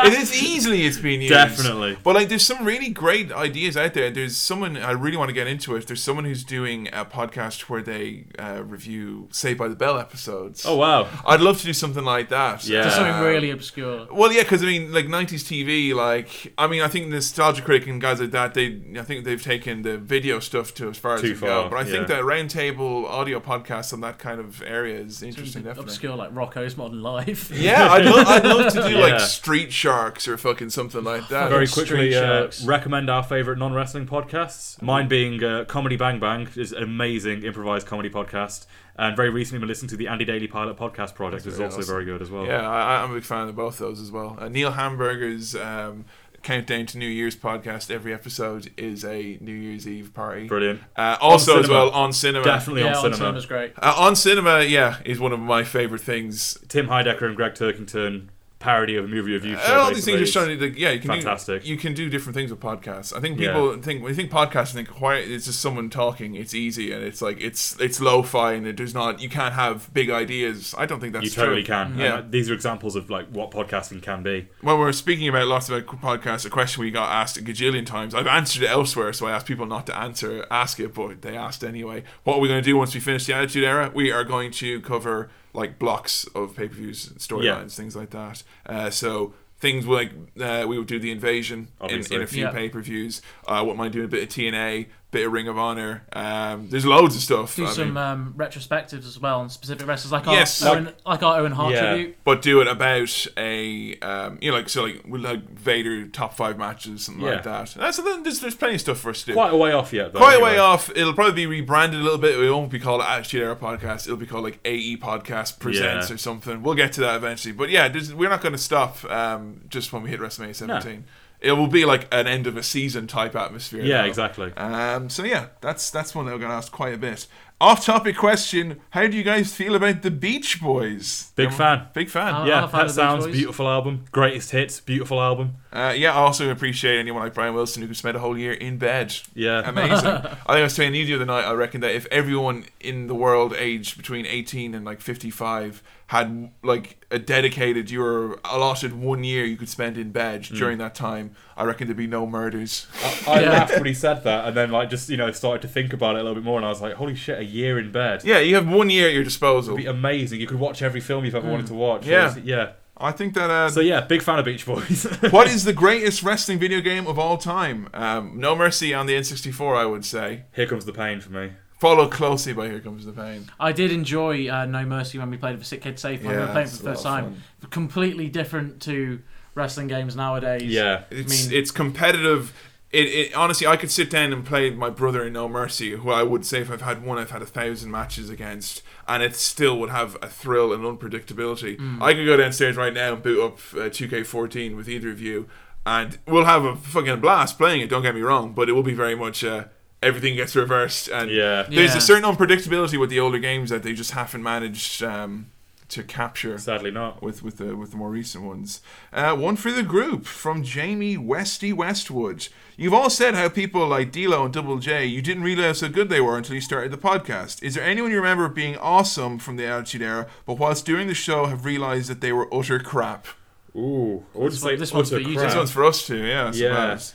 it is easily it's been used. Definitely. But like, there's some really great ideas out there. There's someone I really want to get into it. There's someone who's doing a podcast where they uh, review Saved by the Bell episodes. Oh wow. I'd love to do something like that. Yeah. Just something really obscure. Well, yeah, because I mean, like '90s TV, like I mean, I think Nostalgia Critic and guys like that, they, I think they've taken the video stuff to as far as Too you go. far, But I think yeah. that roundtable audio podcasts on that kind of area is interesting, definitely. Obscure like Rocco's Modern Life. Yeah, I'd, lo- I'd love to do Yeah. like Street Sharks or fucking something like that. very Street quickly uh, Sharks. recommend our favorite non-wrestling podcasts. Mm-hmm. Mine being uh, Comedy Bang Bang is an amazing improvised comedy podcast, and very recently been listening to the Andy Daily Pilot Podcast Project, which is also awesome. very good as well. Yeah, I, I'm a big fan of both those as well. Uh, Neil Hamburger's um, Countdown to New Year's podcast every episode is a New Year's Eve party. Brilliant. Uh, also, as cinema. well on cinema, Definitely *laughs* yeah on on cinema. cinema's great. Uh, on cinema, yeah, is one of my favorite things. Tim Heidecker and Greg Turkington parody of a movie review. Uh, show all these things basically. are showing you that yeah, you can Fantastic. Do, you can do different things with podcasts. I think Yeah. people think when you think podcasts, think why it's just someone talking. It's easy and it's like it's it's lo-fi and it does not. You can't have big ideas. I don't think that's You totally true. can. Yeah. And, uh, these are examples of like what podcasting can be. When we we're speaking about lots of podcasts, a question we got asked a gajillion times. I've answered it elsewhere, so I asked people not to answer ask it, but they asked anyway. What are we going to do once we finish the Attitude Era? We are going to cover like blocks of pay per views, storylines, things like that. Uh, so things like uh, we would do the invasion in, Obviously. in a few Yeah. pay per views. I uh, wouldn't mind doing a bit of TNA, bit of Ring of Honor. Um, there's loads of stuff. Do I some mean, um, retrospectives as well on specific wrestlers, like Yes, our like- Owen, like, our Owen Hart Yeah. tribute. but do it about a um, you know like so like we'll like Vader top five matches something like Yeah. that. That's so then there's, there's plenty of stuff for us to do. Quite a way off yet. Though, Quite a way anyway. off. It'll probably be rebranded a little bit. It won't be called Attitude Era Podcast. It'll be called like AE Podcast Presents Yeah. or something. We'll get to that eventually. But yeah, there's- we're not going to stop um, just when we hit WrestleMania 17. It will be like an end of a season type atmosphere. Yeah, now. exactly. Um, so yeah, that's that's one that we're going to ask quite a bit. Off topic question How do you guys feel about the Beach Boys? Big Um, fan. Big fan. Uh, I'm yeah, a fan that of Beach sounds Boys. beautiful album. Greatest hits, beautiful album. Uh, yeah, I also appreciate anyone like Brian Wilson who can spend a whole year in bed. Yeah. *laughs* *laughs* Amazing. I think I was telling you the other night, I reckon that if everyone in the world aged between 18 and like 55 had like a dedicated, you were allotted one year you could spend in bed Mm. during that time, I reckon there'd be no murders. *laughs* I Yeah. laughed when he said that, and then like just you know started to think about it a little bit more, and I was like, holy shit, a year in bed. yeah, you have one year at your disposal. It'd be amazing. You could watch every film you've ever wanted to watch. Mm. Yeah. yeah. I think that. Uh, So yeah, big fan of Beach *laughs* Boys. what is the greatest wrestling video game of all time? Um, no Mercy on the N64, I would say. Here comes the pain for me. Followed closely by Here Comes the Pain. I did enjoy uh, No Mercy when we played it for Sick Kid Safe when Yeah, we were playing it that's for a the first lot of time. Completely different to wrestling games nowadays. Yeah. It's I mean- it's competitive. It, it honestly, I could sit down and play my brother in No Mercy, who I would say if I've had one, I've had a thousand matches against, and it still would have a thrill and unpredictability. Mm. I could go downstairs right now and boot up uh, 2K14 with either of you, and we'll have a fucking blast playing it. Don't get me wrong, but it will be very much. Uh, Everything gets reversed, and Yeah. there's Yeah. a certain unpredictability with the older games that they just haven't managed um, to capture Sadly not. with with the with the more recent ones. Uh, one for the group from Jamie Westy Westwood. You've all said how people like D'Lo and Double J you didn't realize how good they were until you started the podcast. Is there anyone you remember being awesome from the Attitude Era, but whilst doing the show have realized that they were utter crap? Ooh, I would This say one- this one's utter for you, crap. This one's for us too, yeah. I Yeah. suppose.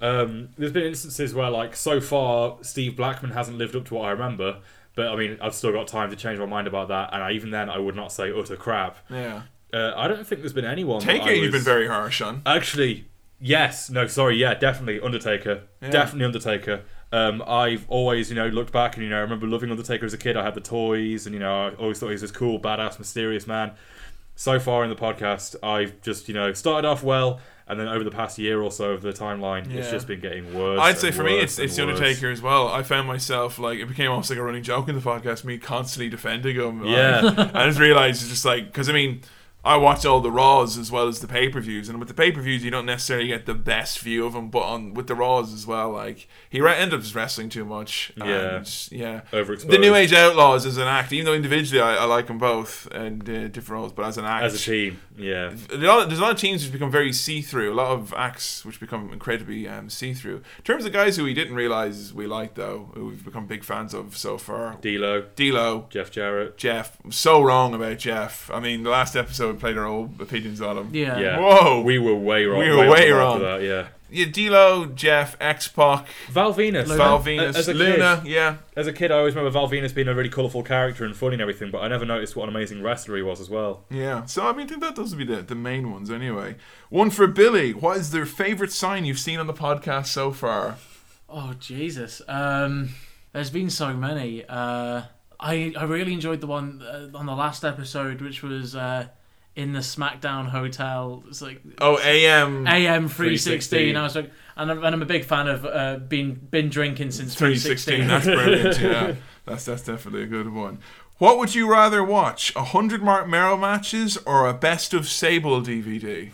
Um, there's been instances where, like, so far, Steve Blackman hasn't lived up to what I remember. But I mean, I've still got time to change my mind about that, and I, even then, I would not say utter crap. Yeah. Uh, I don't think there's been anyone. that Take I it. You've was- been very harsh on. Actually, yes. No, sorry. Yeah, definitely Undertaker. Definitely Undertaker. Um, I've always, you know, looked back and you know, I remember loving Undertaker as a kid. I had the toys, and you know, I always thought he was this cool, badass, mysterious man. So far in the podcast, I've just, you know, started off well, and then over the past year or so of the timeline, it's Yeah. just been getting worse. I'd say and for me, it's, worse and it's The worse. Undertaker as well. I found myself like it became almost like a running joke in the podcast. Me constantly defending him. like, Yeah. *laughs* I just realized it's just like because I mean, I watch all the Raws as well as the pay per views, and with the pay per views, you don't necessarily get the best view of him. But on with the Raws as well, like he re- ended up just wrestling too much. Yeah. and, yeah. Overexposed. The New Age Outlaws as an act, even though individually I, I like them both and uh, different roles, but as an act, As a team, yeah. a lot there's a lot of teams which become very see through, a lot of acts which become incredibly um, see through. In terms of guys who we didn't realize we like, though, who we've become big fans of so far D'Lo, D'Lo, Jeff Jarrett. Jeff. I'm so wrong about Jeff. I mean, the last episode we played our old opinions on him. Yeah. Yeah. Whoa. We were way wrong. We were off way after wrong. That, yeah. Yeah, D'Lo, Jeff, X Pac, Val Venus. Val Venus, As a kid. Luna. Yeah, As a kid, I always remember Val Venus being a really colourful character and funny and everything, but I never noticed what an amazing wrestler he was as well. yeah. So I mean, I think that those would be the, the main ones anyway. One for Billy. What is their favorite sign you've seen on the podcast so far? Oh Jesus! Um, there's been so many. Uh, I I really enjoyed the one uh, on the last episode, which was uh, in the SmackDown hotel. It's like Oh, AM. *laughs* AM three 316. sixteen. I was like, and I'm, and I'm a big fan of uh, been been drinking since 316. three sixteen. *laughs* That's brilliant. *laughs* Yeah, that's that's definitely a good one. What would you rather watch? A hundred Mark Merrill matches or a Best of Sable DVD?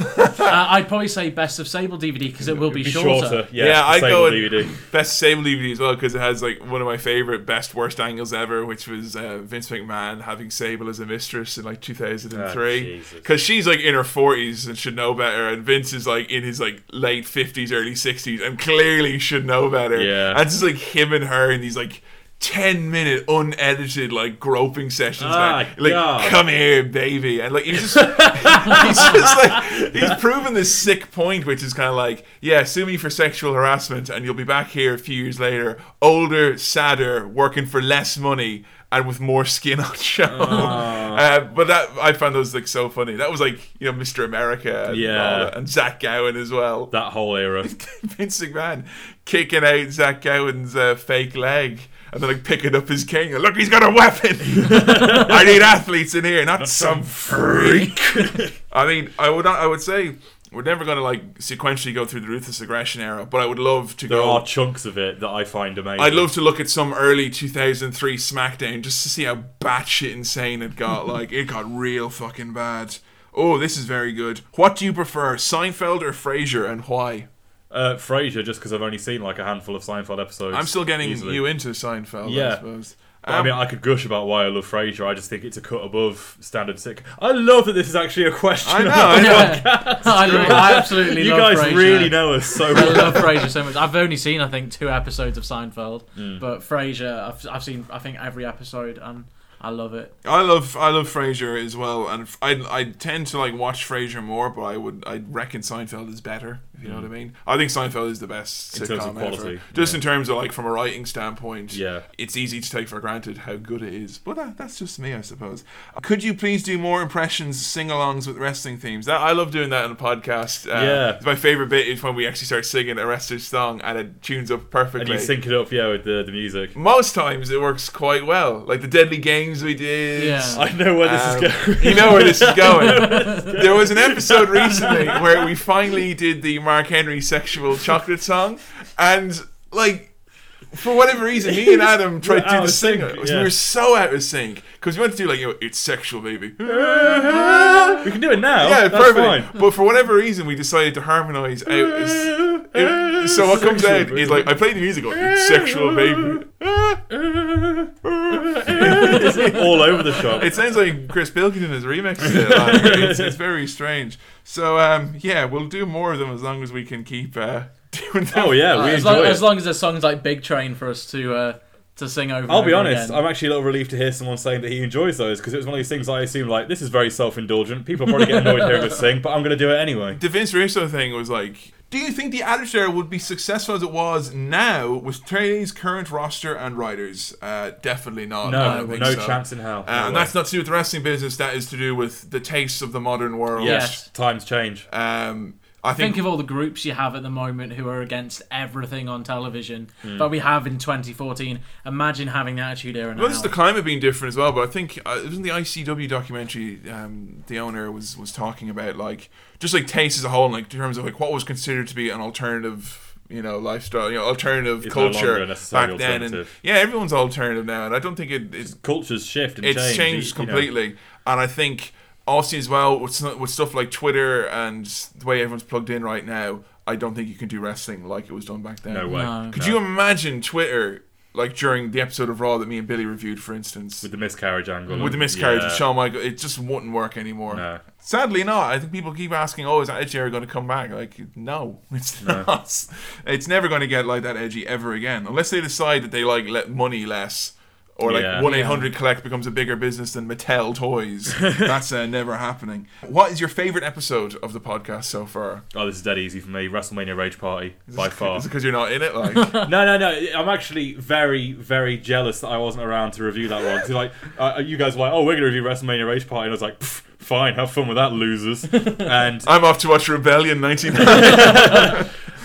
uh, I'd probably say best of Sable DVD because it will be, shorter. *laughs* Yeah, Yeah, I'd I'd go with- DVD. Best of Sable DVD as well because it has like one of my favorite best worst angles ever, which was uh, Vince McMahon having Sable as a mistress in like Ah, 2003 Jesus. because she's like in her 40s and should know better, and Vince is like in his like late 50s, early 60s, and clearly should know better. Yeah. and it's just like him and her in these like. 10 minute unedited like groping sessions Ah, man. like God. come here baby and like he's just he's just like he's proven this sick point, which is kind of like, yeah, sue me for sexual harassment, and you'll be back here a few years later, older, sadder, working for less money and with more skin on show. Uh, but that I found those like so funny. That was like you know Mr. America, and, Yeah. all that, and Zach Gowen as well. That whole era. *laughs* Vince McMahon kicking out Zach Gowen's uh, fake leg. And then like picking up his cane. Look, he's got a weapon. *laughs* I need athletes in here, not, some freak. *laughs* I mean, I would not, I would say we're never going to like sequentially go through the ruthless aggression era, but I would love to There go. are chunks of it that I find amazing. I'd love to look at some early 2003 SmackDown just to see how batshit insane it got. *laughs* like, it got real fucking bad. Oh, this is very good. What do you prefer, Seinfeld or Frasier, and why? uh, Frasier just because I've only seen like a handful of Seinfeld episodes. I'm still getting easily. you into Seinfeld, I Yeah. suppose. Um, But, I mean, I could gush about why I love Frasier. I just think it's a cut above standard sick. I love that this is actually a question. *laughs* I know, about I the know. podcast. I, love- I absolutely you love guys Frasier. really know us so I well. love Frasier so much. I've only seen, I think, two episodes of Seinfeld, Hmm. but Frasier, I've, I've seen, I think, every episode, and I love it. I love I love Frasier as well, and f- I I tend to like watch Frasier more, but I would I reckon Seinfeld is better. If you know what I mean? I think Seinfeld is the best Mm. In sitcom terms of quality, ever. Just in terms of like from a writing standpoint, Yeah. it's easy to take for granted how good it is. But that, that's just me, I suppose. Could you please do more impressions, sing-alongs with wrestling themes? That I love doing that in a podcast. Uh, Yeah. it's my favorite bit is when we actually start singing a wrestler's song and it tunes up perfectly. And you sync it up, yeah, with the, the music. Most times it works quite well, like the Deadly Games we did. Yeah. I know where this Um, is going. you *laughs* know where this is going. there was an episode recently where we finally did the Mark Henry sexual chocolate song, and like. For whatever reason, me and *laughs* Adam tried to out do the of sync, singer. yeah. We were so out of sync because we wanted to do like, you know, it's sexual, *laughs* baby. we can do it now. Yeah, That's perfect. fine. But for whatever reason, we decided to harmonize out. *laughs* as- it- so what comes Sexual, out is baby. like I play the music, going, it's sexual, *laughs* baby. It's all over the shop. It sounds like Chris Pilkington has *laughs* remixed it. Like, it's, it's very strange. So um, yeah, we'll do more of them as long as we can keep uh, *laughs* doing them. Uh, oh yeah, we as, enjoy long, it. as long as there's songs like Big Train for us to uh, to sing over. I'll be honest, I'm actually a little relieved to hear someone saying that he enjoys those because it was one of these things I assume like this is very self-indulgent. People probably get annoyed hearing us sing, but I'm going to do it anyway. The Vince Russo thing was like, do you think the Adder would be successful as it was now with today's current roster and writers? Uh, definitely not. I No, don't think no so. chance in hell. Uh, and that's not to do with the wrestling business. That is to do with the tastes of the modern world. yes. Times change. Um, I think, Think of all the groups you have at the moment who are against everything on television Hmm. that we have in 2014. Imagine having the attitude era now. Well, this is the climate being different as well, but I think uh, it was in the ICW documentary. Um, the owner was was talking about like just like taste as a whole, and, like in terms of like what was considered to be an alternative, you know, lifestyle, you know, alternative It's no longer culture a necessary back then, and alternative. yeah, everyone's alternative now, and I don't think it, it Cultures shift and it's change. changed you know. completely, and I think also as well with, s- with stuff like Twitter and the way everyone's plugged in right now. I don't think you can do wrestling like it was done back then. No way. No. Could you imagine Twitter like during the episode of Raw that me and Billy reviewed, for instance? With the miscarriage angle. with the and- miscarriage yeah. of Shawn Michaels, it just wouldn't work anymore. No. Sadly, not. I think people keep asking, "Oh, is Attitude Era going to come back?" Like, no, *laughs* it's not. It's never going to get like that edgy ever again, unless they decide that they like let money less, or Yeah. like one eight hundred collect becomes a bigger business than Mattel *laughs* toys. That's uh, never happening. What is your favorite episode of the podcast so far? Oh, this is dead easy for me. WrestleMania Rage Party by far. Is it because you're not in it? Like, *laughs* *laughs* No, no, no. I'm actually very, very jealous that I wasn't around to review that one. 'Cause, like, uh, you guys were like, "Oh, we're gonna review WrestleMania Rage Party," and I was like, "Pff, "Fine, have fun with that, losers." And I'm off to watch Rebellion 1990.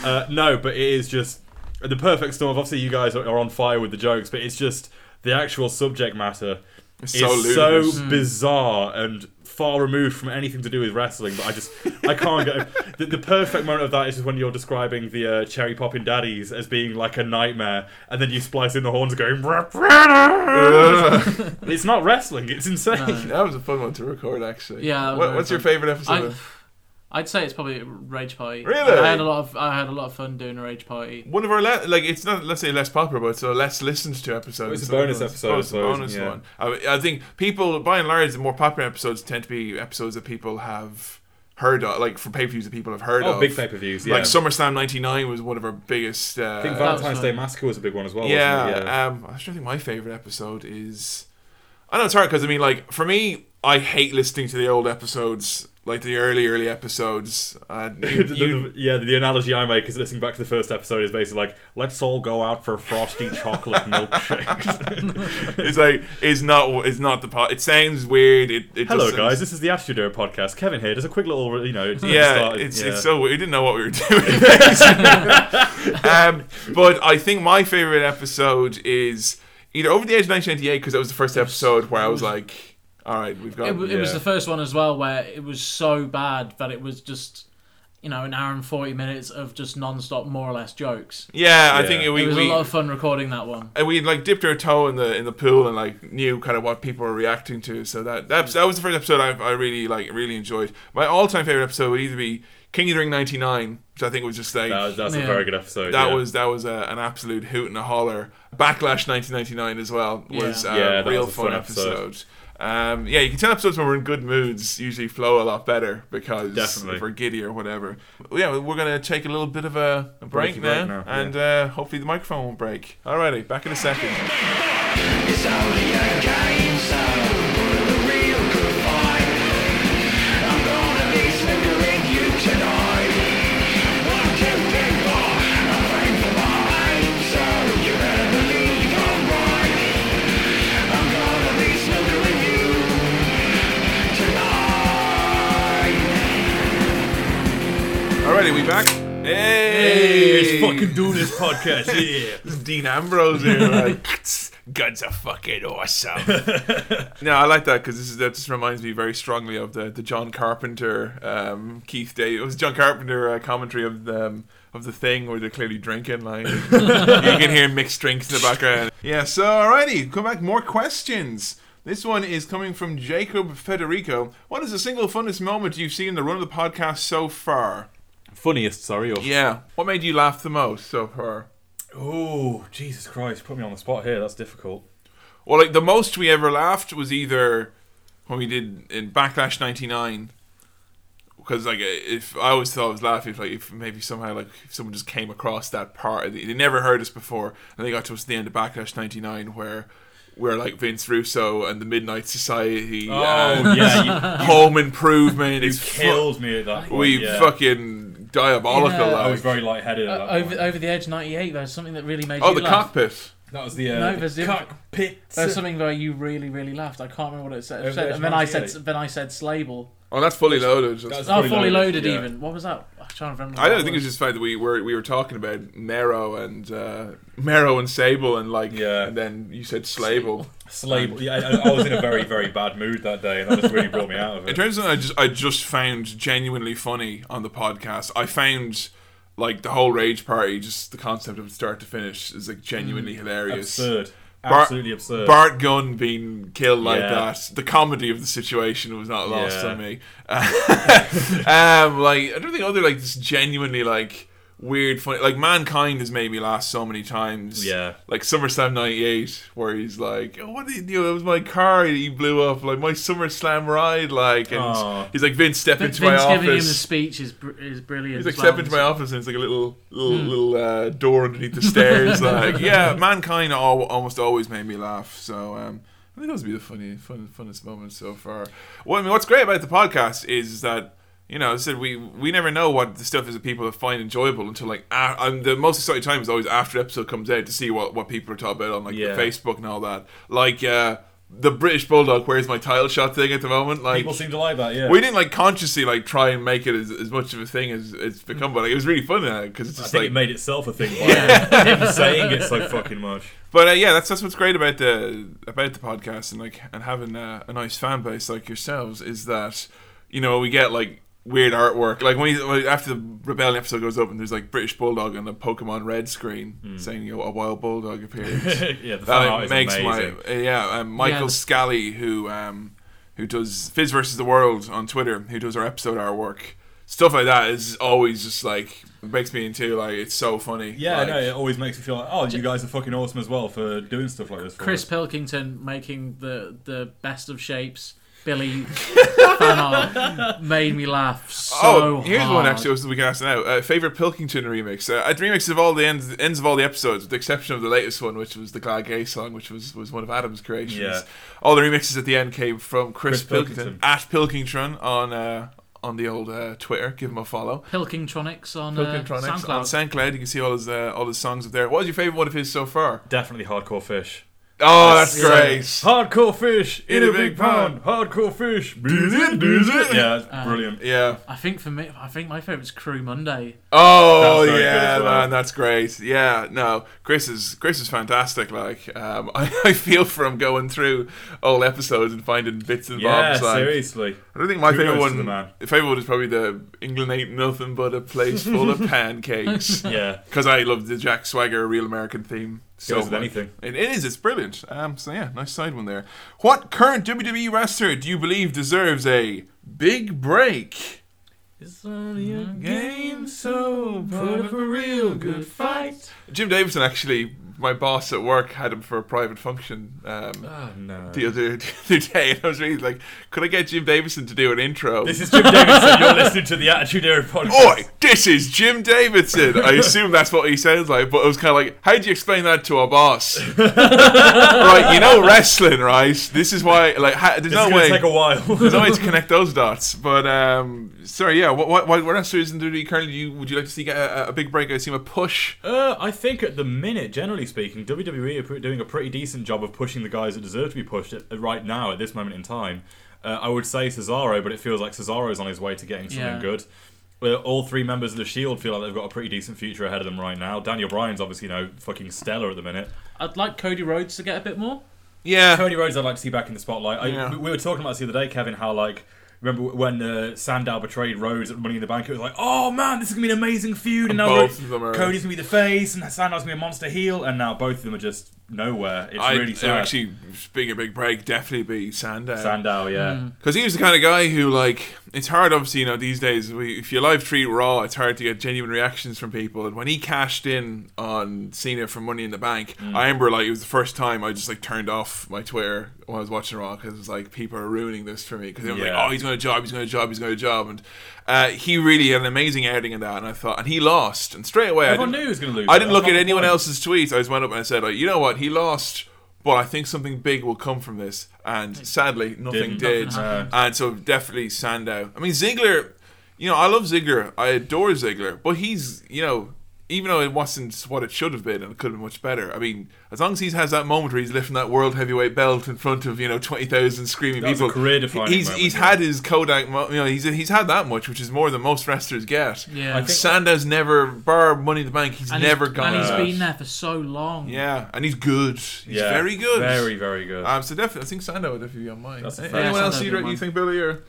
uh, no, but it is just the perfect storm. Obviously, you guys are, are on fire with the jokes, but it's just the actual subject matter is so so, ludicrous. Hmm. bizarre and far removed from anything to do with wrestling. But I just I can't get *laughs* the, the perfect moment of that is just when you're describing the uh, cherry popping daddies as being like a nightmare, and then you splice in the horns going. "Rah, rah, *laughs* rah." it's not wrestling. It's insane. that was a fun one to record, actually. Yeah, that was What, very what's your fun. favorite episode? I, of? I'd say it's probably Rage Party. Really? I had a lot of I had a lot of fun doing a Rage Party. one of our le- like it's not let's say less popular, but it's a less listened to episode. It's a Something bonus else. episode, Oh, I it's a suppose, bonus yeah. one. I, I think people, by and large, the more popular episodes tend to be episodes that people have heard of, like from pay per views that people have heard Oh, of. big pay-per-views, yeah. Like SummerSlam '99 was one of our biggest. Uh, I think Val- Valentine's Day Massacre was a big one as well. wasn't it? yeah, Um, I actually think my favorite episode is. I know it's hard because I mean, like for me, I hate listening to the old episodes, like the early, early episodes. *laughs* Uh, you- The- the- you- the- yeah, the analogy I make is listening back to the first episode is basically like, let's all go out for frosty *laughs* chocolate milkshakes. it's like it's not it's not the pot. It sounds weird. It, it Hello, just sounds- guys. This is the Astrodero podcast. Kevin here. Just a quick little, you know, it's- yeah, started- it's, yeah. it's so we didn't know what we were *laughs* doing. um, but I think my favorite episode is either Over the Edge 1988 because that was the first episode where I was like, all right, we've got. It, w- it was yeah. the first one as well where it was so bad that it was just, you know, an hour and 40 minutes of just non-stop more or less jokes. yeah, I think Yeah. we It was we, a lot of fun recording that one. and we like dipped our toe in the in the pool and like knew kind of what people were reacting to. So that that, that was the first episode I, I really like really enjoyed. My all time favorite episode would either be King of the Ring '99, which I think was just like That was, that's Yeah. a very good episode. that yeah. was that was a, an absolute hoot and a holler. Backlash 1999 as well was Yeah. a Yeah, that real was a fun, fun episode. episode. Um, yeah, you can tell episodes when we're in good moods usually flow a lot better because Definitely. if we're giddy or whatever. Well, yeah, we're gonna take a little bit of a, a break, break now, now, yeah. and uh, hopefully the microphone won't break. Alrighty, back in a second. Alrighty, we back. Hey, Hey, let's fucking do this podcast. *laughs* Yeah. Dean Ambrose here, like, guns are fucking awesome. *laughs* no, I like that because this is that just reminds me very strongly of the the John Carpenter, um, Keith Day. It was John Carpenter uh, commentary of the um, of the thing where they're clearly drinking. Like you can hear mixed drinks in the background. Yeah. So alrighty, come back more questions. This one is coming from Jacob Federico. What is the single funnest moment you've seen in the run of the podcast so far? Funniest, sorry. Or... Yeah. What made you laugh the most so far? Oh, Jesus Christ, put me on the spot here. That's difficult. Well, like the most we ever laughed was either when we did in Backlash '99, because like if I always thought I was laughing if like if maybe somehow like if someone just came across that part of the- they never heard us before and they got to us at the end of Backlash '99 where we're like Vince Russo and the Midnight Society, Oh, and yeah, *laughs* Home Improvement, you, you it's fu- *laughs* killed me at that point. we yeah. fucking diabolical. Yeah. I like. was very lightheaded at that Uh, over point. over the edge ninety eight. There's something that really made oh, you the laugh. cockpit. That was the, uh, No, the there's the- cockpit. There's something where you really really laughed. I can't remember what it said. Over the said Edge and then I said 98. then I said Slable. Oh, that's fully loaded. That's- That's Oh, Fully fully Loaded, loaded, yeah. even. What was that? I'm trying to remember. I what don't that think was. it's just the fact that we were we were talking about Mero and uh, Mero and Sable and like Yeah. and then you said Slable. Slable. Yeah, I, I was in a very, very bad mood that day, and that just really brought me out of It it. turns out I just I just found genuinely funny on the podcast. I found like the whole rage party, just the concept of start to finish is like genuinely hilarious. Absurd. Bar- Absolutely absurd. Bart Gunn being killed like Yeah. that. The comedy of the situation was not lost Yeah. on me. *laughs* um, like I don't think other like just genuinely like weird funny like mankind has made me laugh so many times. Yeah. Like SummerSlam '98, where he's like, oh, "What did you do? It was my car. He blew up. Like my SummerSlam ride. Like." And Aw. he's like, "Vince, step into Vince my giving him the office." speech is br- is brilliant. He's like as well. step into my office and it's like a little little Hmm. little uh, door underneath the *laughs* stairs. like yeah, mankind al- almost always made me laugh. So um, I think those would be the funny fun funnest moments so far. Well, I mean, what's great about the podcast is that. You know, as I said we we never know what the stuff is that people find enjoyable until like a I'm, the most exciting time is always after the episode comes out to see what, what people are talking about on like Yeah. the Facebook and all that. Like uh, the British Bulldog, where's my title shot thing at the moment? Like People seem to like that, yeah. we didn't like consciously like try and make it as, as much of a thing as it's become, but like, it was really fun because it's I just think like. it made itself a thing *laughs* by saying it so *laughs* fucking much. but uh, yeah, that's that's what's great about the about the podcast and like and having a, a nice fan base like yourselves is that you know we get like weird artwork like when, you, when- after the rebellion episode goes up and there's like British Bulldog and a Pokemon Red screen Hmm. saying you know, a wild bulldog appears. *laughs* yeah, the fan That art is makes amazing. my uh, yeah. Um, Michael Yeah. Scally, who um, who does Fizz versus the World on Twitter, who does our episode artwork, stuff like that is always just like makes me into like it's so funny. Yeah, like, no, it always makes me feel like, oh, you guys are fucking awesome as well for doing stuff like this. For Chris us. Pilkington making the the best of shapes. *laughs* Billy fan art made me laugh so Oh, here's one hard. actually so we can ask now. Uh, favorite Pilkington remix? Uh, I'd remixes of all the ends, ends of all the episodes, with the exception of the latest one, which was the Glad Gay song, which was, was one of Adam's creations. Yeah. All the remixes at the end came from Chris, Chris Pilkington, Pilkington. at Pilkington on uh, on the old uh, Twitter. Give him a follow. Pilkingtronics on uh, Pilkintronics SoundCloud. on SoundCloud. You can see all his uh, all his songs up there. What was your favorite one of his so far? Definitely hardcore fish. Oh, that's great. Hardcore fish in a a big big pond. pond. Hardcore fish. it, does it? Yeah, that's brilliant. Yeah. I think for me, I think my favorite's Crew Monday. Oh That's very good yeah, as well. man, that's great. Yeah, no, Chris is Chris is fantastic. Like, um, *laughs* I, I feel from going through old episodes and finding bits and Yeah, bobs. Like, seriously. I don't think my Kudos favorite to one. the man. The favorite one is probably the England ain't nothing but a place full *laughs* of pancakes. Yeah. because I love the Jack Swagger Real American theme. So Goes with much. anything. It, it is. It's brilliant. Um, so yeah, nice side one there. E What current WWE wrestler do you believe deserves a big break? It's only a game, so put up a real good fight. Jim Davidson actually, my boss at work had him for a private function um, Oh no. the other *laughs* the other day, and I was really like, could I get Jim Davidson to do an intro? This is Jim Davidson. You're listening to the Attitude Era podcast. Oi, this is Jim Davidson. I assume that's what he sounds like, but it was kind of like, how do you explain that to our *laughs* boss? right, you know wrestling, right? This is why, like, ha- there's It's no gonna way. take a while. *laughs* There's no way to connect those dots, but um, sorry, yeah. What what what else is in WWE currently? You would you like to see get a, a- a big break? I assume a push. Uh, I think at the minute, generally speaking, WWE are pr- doing a pretty decent job of pushing the guys that deserve to be pushed at, right now at this moment in time. Uh, I would say Cesaro, but it feels like Cesaro's on his way to getting something Yeah. good. Uh, all three members of the Shield feel like they've got a pretty decent future ahead of them right now. Daniel Bryan's obviously, you know, fucking stellar at the minute. I'd like Cody Rhodes to get a bit more. Yeah, Cody Rhodes, I'd like to see back in the spotlight. I, Yeah. we, we were talking about this the other day, Kevin. How like remember when uh, Sandow betrayed Rhodes at Money in the Bank? It was like, oh man, this is gonna be an amazing feud, and now both Rhodes- of them are- Cody's gonna be the face, and Sandow's gonna be a monster heel, and now both of them are just nowhere. It's I really sad. actually being a big break definitely be Sandow. Sandow, yeah. Because he was the kind of guy who, like, it's hard, obviously, you know, these days, we, if you live tweet Raw, it's hard to get genuine reactions from people. And when he cashed in on Cena for Money in the Bank, Mm. I remember, like, it was the first time I just, like, turned off my Twitter when I was watching Raw because it was like, people are ruining this for me. Because they were Yeah. like, oh, he's going to job, he's going to job, he's going to job. And uh, he really had an amazing outing in that. And I thought, and he lost. And straight away, I Everyone didn't- knew he was gonna lose. I didn't That's look not at the anyone point. else's tweets. I just went up and I said, like, you know what? He lost, but I think something big will come from this. And sadly, nothing Didn't. did. Nothing happened. and so definitely Sandow. I mean, Ziggler, you know, I love Ziggler. I adore Ziggler, but he's, you know, even though it wasn't what it should have been and it could have been much better, I mean, as long as he has that moment where he's lifting that world heavyweight belt in front of, you know, 20,000 screaming That was a people. career-defining he's moment, he's yeah. had his Kodak, mo- you know, he's, he's had that much, which is more than most wrestlers get. Yeah. I think- Sandow's never, bar Money in the Bank, he's And he's- never gone. And he's that. been there for so long. Yeah, and he's good. He's Yeah. very good. Very, very good. Um, so definitely, I think Sandow would definitely be on mine. That's a fact. Anyone Yeah, else Sandow you, would be you mine. think, Billy? Or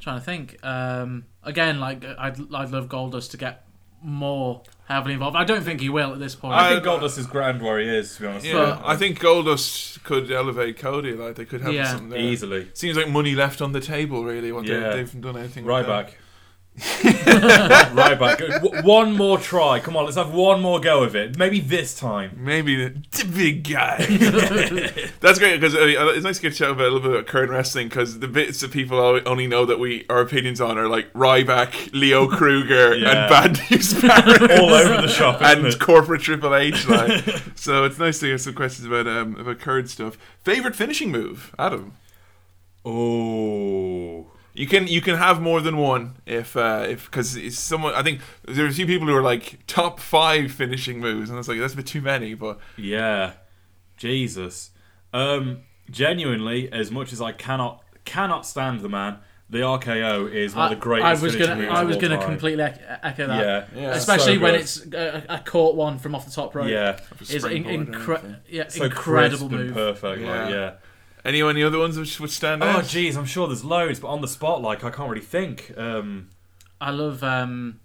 trying to think. Um, again, like I'd I'd love Goldust to get more heavily involved. I don't think he will at this point. I think Goldust is grand where he is, to be honest. Yeah, But- I think Goldust could elevate Cody. Like they could have Yeah. something there. easily. Seems like money left on the table. Really, what Yeah. they, they've done anything. with Ryback. *laughs* Ryback. W- one more try. Come on, let's have one more go of it. Maybe this time. that. Maybe the, *laughs* the big *laughs* guy. *laughs* That's great because uh, it's nice to get a chat about a little bit about current wrestling because the bits that people al- only know that we our opinions on are like Ryback, Leo Kruger, *laughs* Yeah. and Bad News *laughs* Barrett. All over the shop. isn't and it? corporate Triple *laughs* H. Like, so it's nice to get some questions about um, about current stuff. Favorite finishing move, Adam. Oh. You can you can have more than one if uh, if because someone I think there are a few people who are like top five finishing moves and it's like that's a bit too many but Yeah. Jesus. Um genuinely, as much as I cannot cannot stand the man, the RKO is one of the greatest. I was finishing gonna moves I of was all gonna time. completely e- echo that. Yeah. Yeah. Especially So when good. it's a, a caught one from off the top rope. Yeah. Is in, Springboard, incre- yeah, So incredible crisp and move. perfect, Yeah. like yeah. anyone any other ones which would stand Oh out? jeez, I'm sure there's loads, but on the spot like I can't really think. Um I love um,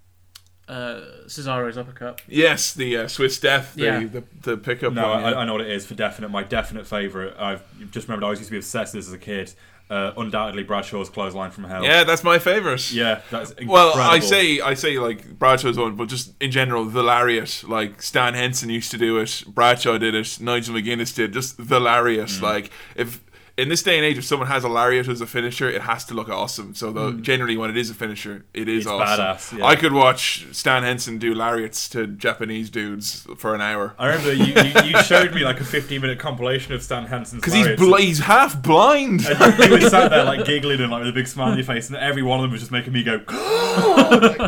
uh, Cesaro's uppercut. yes, the uh, Swiss Death, the Yeah. the, the pickup No, one. yeah. I, I know what it is for definite. My definite favorite. I've just remembered. I always used to be obsessed with this as a kid. Uh, undoubtedly, Bradshaw's clothesline from hell. yeah, that's my favorite. yeah, that's incredible. Well, I say I say like Bradshaw's one, but just in general, the lariat. Like Stan Henson used to do it, Bradshaw did it, Nigel McGuinness did. Just the lariat. Mm. Like if in this day and age, if someone has a lariat as a finisher, it has to look awesome. So though, generally, when it is a finisher, it is Mm. It's awesome. badass, yeah. I could watch Stan Henson do lariats to Japanese dudes for an hour I remember you, you, you showed me like a 15 minute compilation of Stan Hansen's because he's lariats. bl- he's half blind. And he was sat there like giggling and like with a big smile on your face, and every one of them was just making me go, *gasps*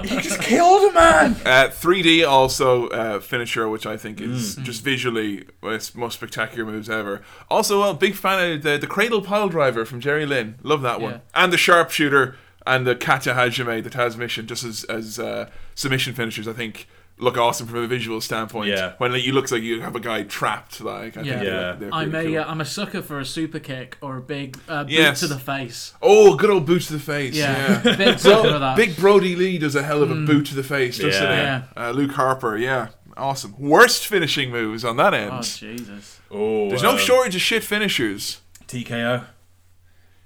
"He just killed a man!" Uh, 3D also uh, finisher, which I think is Mm. just visually one of the most spectacular moves ever. Also, well, big fan of the, the cradle pile driver from Jerry Lynn. Love that one. Yeah. And the sharpshooter and the kata hajime, the transmission, just as as uh, submission finishers, I think look awesome from a visual standpoint. Yeah. When like, you looks like you have a guy trapped, like I Yeah. think Yeah. they're, they're I'm a, pretty uh, cool. I'm a sucker for a super kick or a big uh, boot Yes. to the face. Oh, good old boot to the face. *laughs* Yeah, yeah. big sucker Bro- of that. Big Brody Lee does a hell of a boot to the face, doesn't Yeah. he? Uh, Luke Harper, yeah. Awesome. Worst finishing moves on that end. Oh Jesus! Oh, There's no um, shortage of shit finishers. TKO.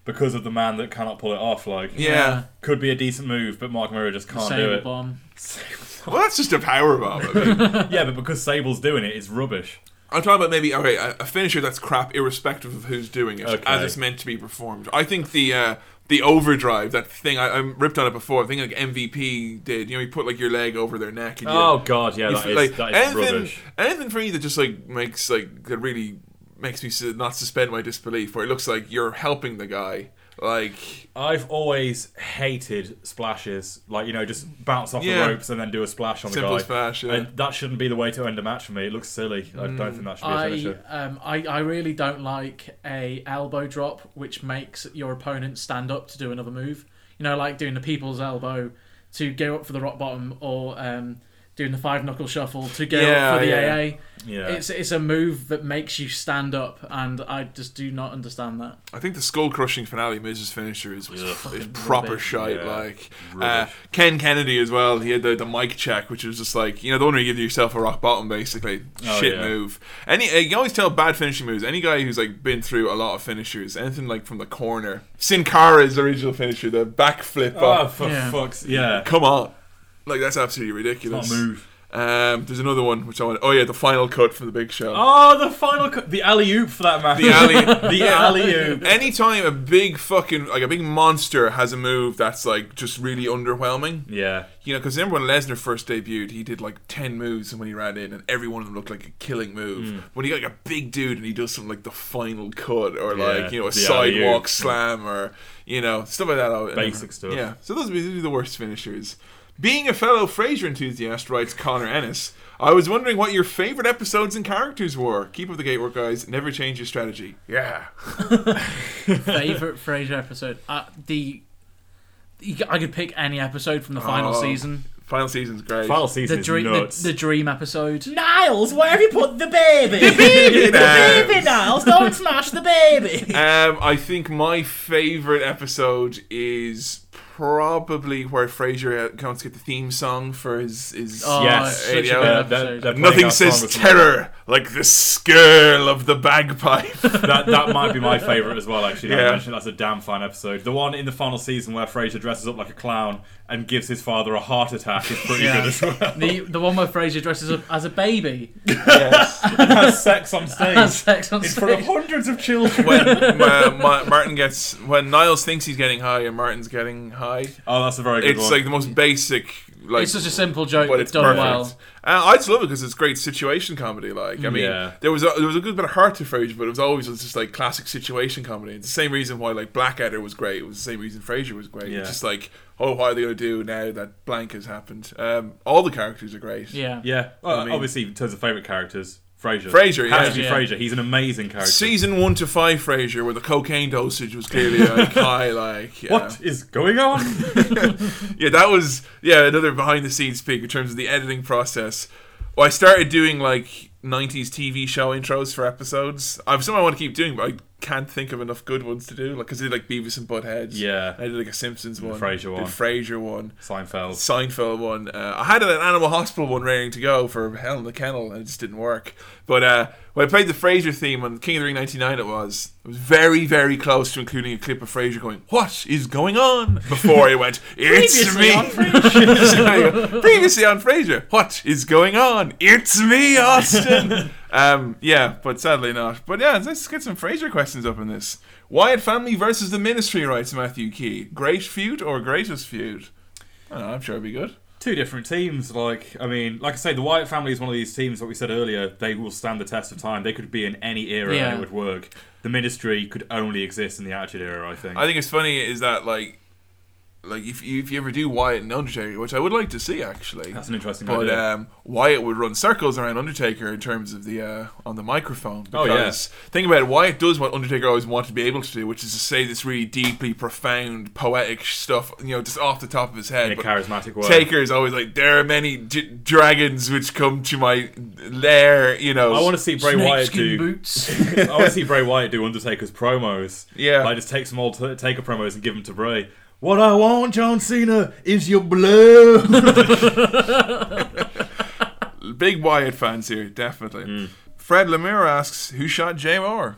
because of the man that cannot pull it off. Like, Yeah. could be a decent move, but Mark Murray just can't do Sable it. bomb. Well, that's just a power bomb. I mean, *laughs* yeah, but because Sable's doing it, it's rubbish. I'm talking about maybe okay, a, a finisher that's crap, irrespective of who's doing it, Okay. as it's meant to be performed. I think the uh, the overdrive, that thing I, I ripped on it before. I think like MVP did. You know, you put like your leg over their neck. And you- Oh god, yeah, you that feel is, like, that is anything, rubbish. anything for me that just like makes like that really makes me su- not suspend my disbelief, where it looks like you're helping the guy. Like I've always hated splashes, like you know, just bounce off Yeah. the ropes and then do a splash on Simple the guy. splash, yeah. And that shouldn't be the way to end a match for me. It looks silly. I don't think that should be a I, finisher. um, I I really don't like a elbow drop which makes your opponent stand up to do another move. You know, like doing the people's elbow to go up for the rock bottom, or um, doing the five knuckle shuffle to go Yeah, up for the yeah. AA. Yeah. It's it's a move that makes you stand up, and I just do not understand *laughs* that. I think the skull crushing finale, Miz's finisher is, was, is Fucking proper rubbish. shite. Yeah. Like uh, Rubbish. Ken Kennedy as well. He had the, the mic check, which was just like you know the one where you give yourself a rock bottom, basically Oh, shit yeah. move. Any uh, you can always tell bad finishing moves. Any guy who's like been through a lot of finishers, anything like from the corner. Sin Cara's original finisher, the backflip. Oh, Ah, off. for Yeah. fuck's yeah. Come on. Like that's absolutely ridiculous. Not move. Um, there's another one which I want. Oh yeah, the final cut from the Big Show. Oh, the final, cut the alley oop for that match. The alley. *laughs* the alley *laughs* oop. Anytime a big fucking like a big monster has a move that's like just really underwhelming, Yeah. you know, because remember when Lesnar first debuted, he did like ten moves and when he ran in, and every one of them looked like a killing move. Mm. When he got like a big dude and he does something like the final cut or Yeah, like you know a the sidewalk alley-oop. slam or you know stuff like that. I would- Basic stuff. Yeah, so those would be those are the worst finishers. Being a fellow Frasier enthusiast, writes Connor Ennis, I was wondering what your favorite episodes and characters were. Keep up the great work, guys. Never change your strategy. Yeah. favorite Frasier episode. Uh, the you- I could pick any episode from the final Oh. season. Final season's great. *laughs* Final season The is dream, the, nuts. the dream episode. Niles, where have you put the *laughs* baby? The baby, Niles. baby, Niles, don't smash the baby. Um, I think my favorite episode is probably where Frasier comes to get the theme song for his his. Oh, yes. Such a Yeah. good They're- episode. they're playing Nothing that says song with- terror like the skirl of the bagpipe. *laughs* that that might be my favourite as well. Actually, now you Yeah. mentioned it, that's a damn fine episode. The one in the final season where Fraser dresses up like a clown and gives his father a heart attack is pretty Yeah. good as well. *laughs* The the one where Frasier dresses up as a baby Has sex on stage has sex on in stage. front of hundreds of children. when uh, Ma- Martin gets when Niles thinks he's getting high and Martin's getting high. oh, that's a very good It's one. like the most basic. Like It's such a simple joke, but but it's done perfect. well. Uh, I just love it because it's great situation comedy. Like, I mean, Yeah. there was a, there was a good bit of heart to Frasier, but it was always just like classic situation comedy. It's the same reason why like Blackadder was great. It was the same reason Frasier was great. Yeah. It's just like, oh, what are they going to do now that blank has happened? Um, all the characters are great. Yeah. yeah, well, I mean- obviously in terms of favourite characters, Fraser. Frasier, yeah. has to be Yeah. Fraser. He's an amazing character. Season one to five, Frasier, where the cocaine dosage was clearly like high. Like, yeah. What is going *laughs* on? yeah, that was yeah another behind the scenes peek in terms of the editing process. Well, I started doing like '90s TV show intros for episodes. I've something I want to keep doing, but I can't think of enough good ones to do. Like, cause I did like Beavis and ButtHead. Yeah. I did like a Simpsons one, Frasier did one. Frasier one, Seinfeld. Seinfeld one. Uh, I had an Animal Hospital one raring to go for Hell in the Kennel, and it just didn't work. But uh, when I played the Frasier theme on King of the Ring '99, it was it was very very close to including a clip of Frasier going, "What is going on?" Before he went, "It's me." *laughs* Previously on Frasier, what is going on? It's me, Austin. um, yeah, but sadly not. But yeah, let's get some Frasier questions up in this. Wyatt family versus the ministry, writes Matthew Key. Great feud or greatest feud? I don't know, I'm sure it'd be good. Two different teams. Like I mean, like I say, the Wyatt family is one of these teams. What we said earlier, they will stand the test of time. They could be in any era Yeah. and it would work. The Ministry could only exist in the Attitude Era, I think. I think it's funny is that like, like if you, if you ever do Wyatt and Undertaker, which I would like to see actually. That's an interesting But idea. um, Wyatt would run circles around Undertaker in terms of the uh, on the microphone. Oh, Because yeah. think about it, Wyatt does what Undertaker always wanted to be able to do, which is to say this really deeply profound, poetic stuff, you know, just off the top of his head. in a But charismatic way. Taker is always like, there are many d- dragons which come to my lair, you know. I want to see Bray Wyatt Snakeskin do. *laughs* *laughs* boots. I want to see Bray Wyatt do Undertaker's promos. Yeah. like just take some old t- Taker promos and give them to Bray. What I want, John Cena, is your blood. *laughs* Big Wyatt fans here, definitely. Mm. Fred Lemire asks, who shot Jay Moore?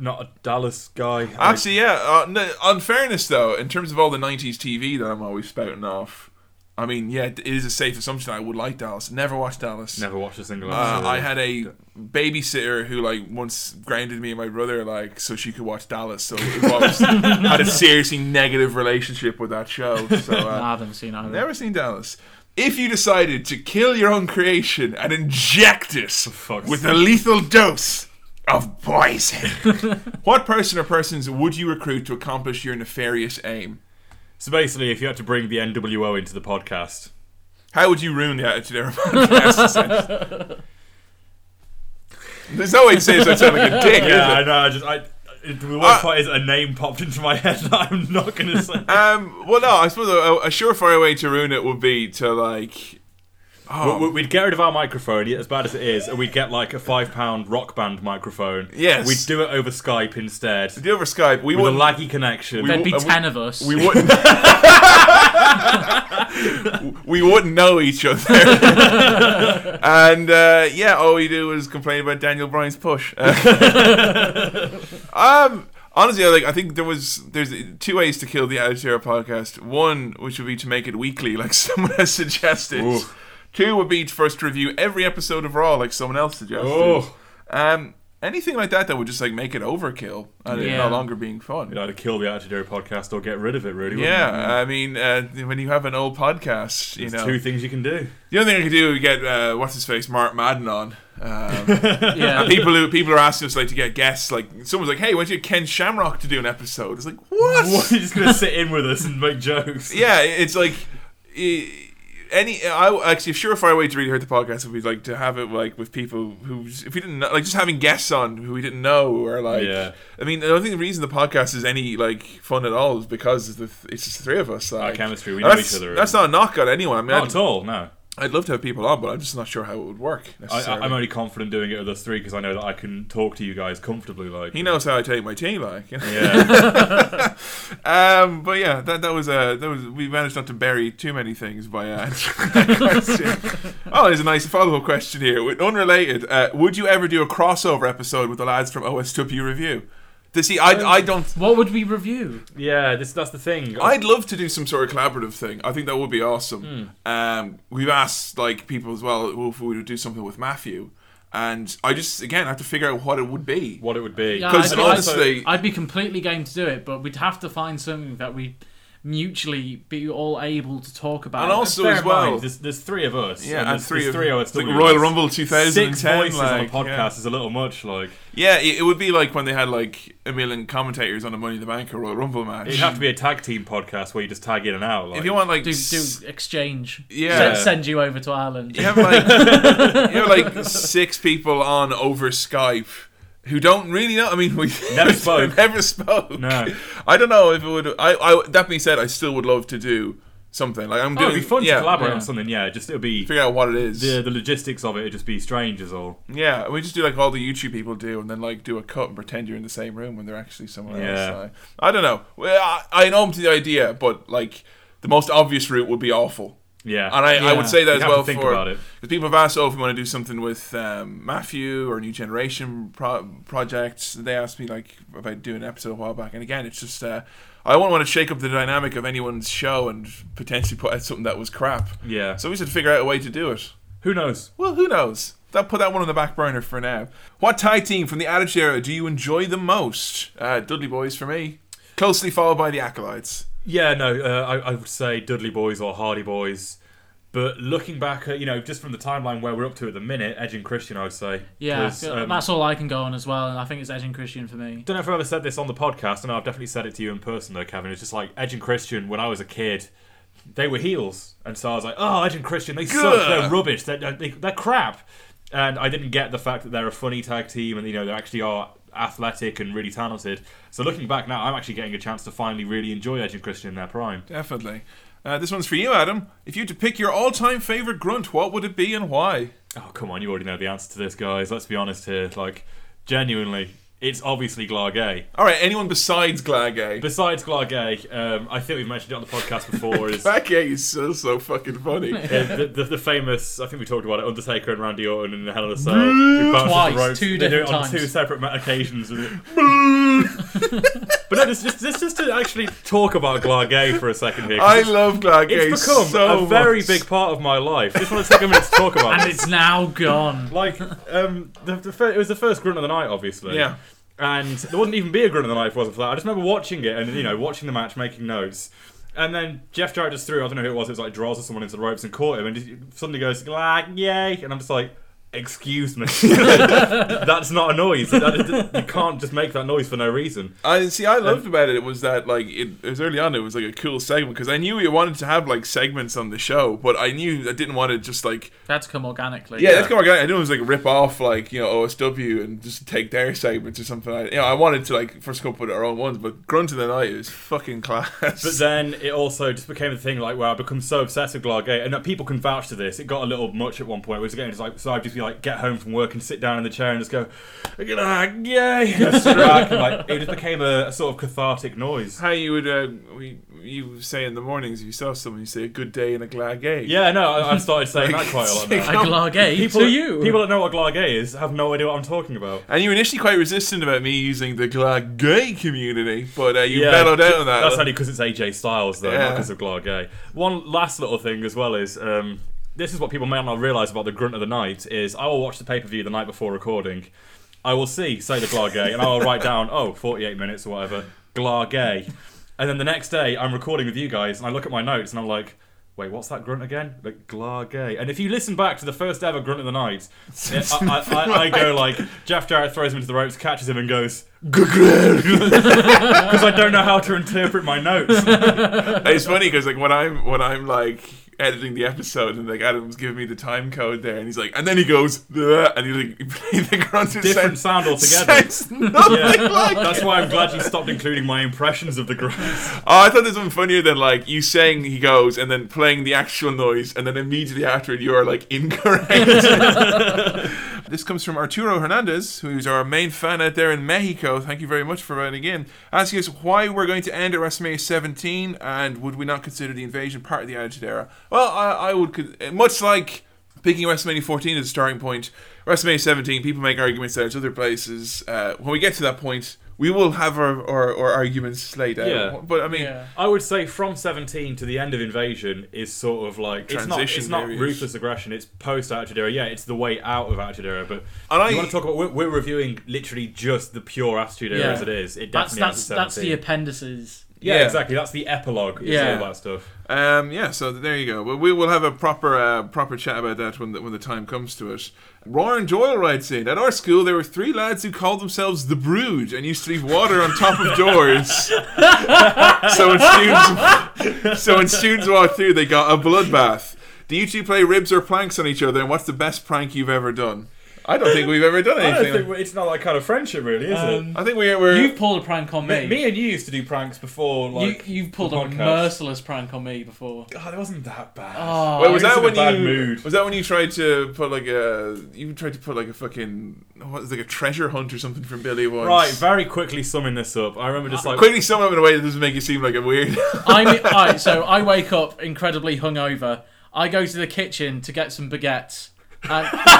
not a Dallas guy. Like, Actually, yeah. Uh, no, on fairness, though, in terms of all the '90s TV that I'm always spouting off, I mean, yeah, it is a safe assumption I would like Dallas. Never watched Dallas. never watched a single. Uh, episode. I had a babysitter who like once grounded me and my brother like so she could watch Dallas. So *laughs* it was, had a seriously negative relationship with that show. So uh, Nah, I haven't seen either. never seen Dallas. If you decided to kill your own creation and inject it fuck's with a lethal dose of *laughs* poison, what person or persons would you recruit to accomplish your nefarious aim? So basically, if you had to bring the NWO into the podcast, How would you ruin the Attitude Era podcast? essentially? There's no way to say it without sounding like a dick, yeah, I is it? know. I just, I, it, the worst Uh, part is a name popped into my *laughs* head that I'm *laughs* not gonna say. Um, well, no, I suppose a, a surefire way to ruin it would be to like. oh, We- we- We'd get rid of our microphone, as bad as it is, and we'd get like a five pound rock band microphone. Yes. We'd do it over Skype instead. With Do over Skype, we a would like. laggy connection. We- There'd be uh, we- ten of us. We wouldn't. *laughs* we wouldn't *laughs* know each other. and uh, yeah, all we do is complain about Daniel Bryan's *laughs* push. Uh, um, honestly, I, like I think there was there's two ways to kill the Attitude Era podcast. One, which would be to make it weekly, like *laughs* someone has suggested. Ooh. Two would be to first review every episode of Raw, like someone else suggested. Ooh. Um, anything like that that would just like make it overkill and it Yeah. no longer being fun. You'd either kill the Attitude Era podcast or get rid of it, really. wouldn't you? Yeah, I mean, uh, when you have an old podcast, you There's know, two things you *laughs* can do. the only thing I could do is get uh, what's his face, Mark Madden on. Um, *laughs* yeah. people who people are asking us like to get guests. Like someone's like, "Hey, why don't you get Ken Shamrock to do an episode?" It's like, what? *laughs* What? You're just going to sit in with us and make jokes. Yeah, it's like i any. I actually, a surefire way to really hurt the podcast would be like to have it like with people who, if we didn't know, like, just having guests on who we didn't know or like. Yeah. I mean, I don't think the reason the podcast is any like fun at all is because the th- it's just the three of us. Like, chemistry, we And know that's- each other. That's not a knock on anyone. I mean, Not I'd- at all, no. I'd love to have people on, but I'm just not sure how it would work. I, Necessarily. I, I'm only confident doing it with us three because I know that I can talk to you guys comfortably. Like, he knows how I take my tea, like. *laughs* yeah, um, but yeah, that that was uh, that was we managed not to bury too many things by uh, *laughs* answering that question. oh, there's a nice follow-up question here, with- unrelated. Uh, would you ever do a crossover episode with the lads from OSW Review? To see, I I don't. What would we review? yeah. This that's the thing. I'd love to do some sort of collaborative thing. I think that would be awesome. Hmm. Um, we've asked like people as well if we would do something with Matthew, and I just again have to figure out what it would be. what it would be. Yeah, Because I think I'd- honestly- I'd be completely game to do it, but we'd have to find something that we mutually be all able to talk about. And also Bear as in well, mind, there's, there's three of us. Yeah, and there's, three there's of- three it's like OSW. Royal Rumble 2010, Six voices on a like, podcast yeah. is a little much. Like Yeah, it, it would be like when they had like a million commentators on a Money in the Bank or Royal Rumble match. it'd have to be a tag team podcast where you just tag in and out. Like, if you want like do do s- exchange. Yeah. S- send you over to Ireland. you have like *laughs* you have like six people on over Skype who don't really know. I mean, we *laughs* Never spoke. never spoke. No. I don't know if it would. I, I that being said, I still would love to do something like I'm oh, doing. it'd be fun yeah, to collaborate yeah. on something. Yeah, just it'll be Figure out what it is. the, the logistics of it. It'd just be strange as all. Yeah, we just do like all the YouTube people do, and then like do a cut and pretend you're in the same room when they're actually somewhere Yeah. else. I, I don't know. Well, I, I'm open to the idea, but like the most obvious route would be awful. Yeah, And I, I Yeah. would say that as You'd have to well think for about it. because people have asked, oh, if we want to do something with um, Matthew or New Generation pro- projects. They asked me like about doing an episode a while back, and again, it's just uh, I wouldn't want to shake up the dynamic of anyone's show and potentially put out something that was crap. Yeah. So we should figure out a way to do it. who knows? Well, who knows? That put that one on the back burner for now. What tag team from the Attitude Era do you enjoy the most? Uh, Dudley Boys for me, closely followed by the Acolytes. Yeah, no, uh, I, I would say Dudley Boys or Hardy Boys. But looking back at, you know, just from the timeline where we're up to at the minute, Edge and Christian, I would say. Yeah, 'Cause, um, that's all I can go on as well. And I think it's Edge and Christian for me. don't know if I've ever said this on the podcast. and I've definitely said it to you in person, though, Kevin. It's just like Edge and Christian, when I was a kid, they were heels. And so I was like, oh, Edge and Christian, they suck. They're rubbish. They're, they, they're crap. And I didn't get the fact that they're a funny tag team and, you know, they actually are athletic and really talented. So looking back now, I'm actually getting a chance to finally really enjoy Edge and Christian in their prime. Definitely. Uh, this one's for you, Adam. If you had to pick your all-time favorite grunt, what would it be and why? Oh, come on, you already know the answer to this, guys. Let's be honest here. Like, genuinely, it's obviously Glargay. All right, anyone besides Glargay? Besides Glargay, um, I think we've mentioned it on the podcast *laughs* before, is uh, Glargay is so so fucking funny. *laughs* the, the, the famous, I think we talked about it, Undertaker and Randy Orton and the Hell in a Cell. who bounce off the Twice, ropes. two they do it different on times. two separate ma- occasions. with *laughs* it. *laughs* but no, this, this, this just to actually talk about Glargay for a second here. 'cause I it's- love Glargay it's become so a very much. big part of my life. Just want to take a minute to talk about *laughs* and it. it's now gone. Like, um, the, the fir- it was the first grunt of the night, obviously. Yeah. And there wouldn't even be a grunt of the night if it wasn't for that. I just remember watching it and, you know, watching the match, making notes. And then Jeff Jarrett just threw, I don't know who it was, it was like draws someone into the ropes and caught him and just suddenly goes, like, yay. And I'm just like, excuse me. *laughs* That's not a noise. That is- you can't just make that noise for no reason. I see. I loved about it. It was that like it, it was early on. It was like a cool segment because I knew we wanted to have like segments on the show, but I knew I didn't want to just like That's come organically. yeah, that's kind of organic. I knew it was like rip off like you know OSW and just take their segments or something. Like, you know, I wanted to like first come up with our own ones, but Grunt of the Night is fucking *laughs* class. But then it also just became the thing like where I become so obsessed with Glargate, and that people can vouch to this. It got a little much at one point. It was getting just like so I'd just be like get home from work and sit down in the chair and just go *laughs* Glargate. and sit back, and, like it just became a, a sort of cathartic noise. how you would uh, we you say in the mornings if you saw someone you say a good day and a glad gay. Yeah, no, I, I've started *laughs* saying that quite a *laughs* lot. Now. I glargay People, to you. people that know what Glargate is have no idea what I'm talking about. And you were initially quite resistant about me using the glad gay community, but uh, you battled ju- out on that. That's only because it's AJ Styles, though, not Yeah. because of Glargay. One last little thing as well is um, this is what people may not realise about the grunt of the night is I will watch the pay per view the night before recording. I will see say the Glargay and I will write down oh 48 minutes or whatever Glargay, and then the next day I'm recording with you guys and I look at my notes and I'm like. Wait, what's that grunt again? Like Glargay. And if you listen back to the first ever grunt of *laughs* the night, it, I, I, I, I go like Jeff Jarrett throws him into the ropes, catches him, and goes because I don't know how to interpret my notes. It's funny because like when I'm when I'm like editing the episode and like Adam's giving me the time code there and he's like and then he goes "Bleh," and he like *laughs* he played the grunted Different sound- sound altogether. *laughs* sounds nothing Yeah. like That's why I'm glad you stopped including my impressions of the grunts. oh I thought there's something funnier than like you saying he goes and then playing the actual noise and then immediately after it you're like incorrect this comes from Arturo Hernandez who's our main fan out there in Mexico thank you very much for writing in asking us why we're going to end at WrestleMania 17 and would we not consider the invasion part of the Attitude Era well I, I would con- much like picking WrestleMania 14 as a starting point WrestleMania 17 people make arguments that it's other places uh, when we get to that point we will have our, our, our arguments laid out Yeah. but I mean Yeah. I would say from 17 to the end of Invasion is sort of like it's not it's Transition not period. ruthless aggression. It's post Attitude Era. Yeah, it's the way out of Attitude Era. But And I- you want to talk about we're, we're reviewing literally just the pure Attitude Era Yeah. as it is. It that's definitely that's ends at that's the 17. appendices. yeah, Yeah. exactly. That's the epilogue. It's Yeah. all that stuff. Um, yeah, so there you go. But we will have a proper uh, proper chat about that when the, when the time comes to it. Ryan Doyle writes in: At our school, there were three lads who called themselves the Brood and used to leave water on top of doors. *laughs* so when students *laughs* so when students walked through, they got a bloodbath. Do you two play ribs or planks on each other? And what's the best prank you've ever done? I don't think we've ever done I anything. don't think it's not that kind of friendship, really, is Um, I think we were. You've pulled a prank on me. it? Me and you used to do pranks before, like you, you've pulled the a podcast. merciless prank on *laughs* me before. God, it wasn't that bad. Oh, Wait, was that I was in a when bad you mood. was that when you tried to put like a you tried to put like a fucking what was it, like a treasure hunt or something from Billy once? Right, very quickly summing this up. I remember just like Quickly sum up in a way that doesn't make you seem like a weird. I mean, alright, so I wake up incredibly hungover. I go to the kitchen to get some baguettes. *laughs*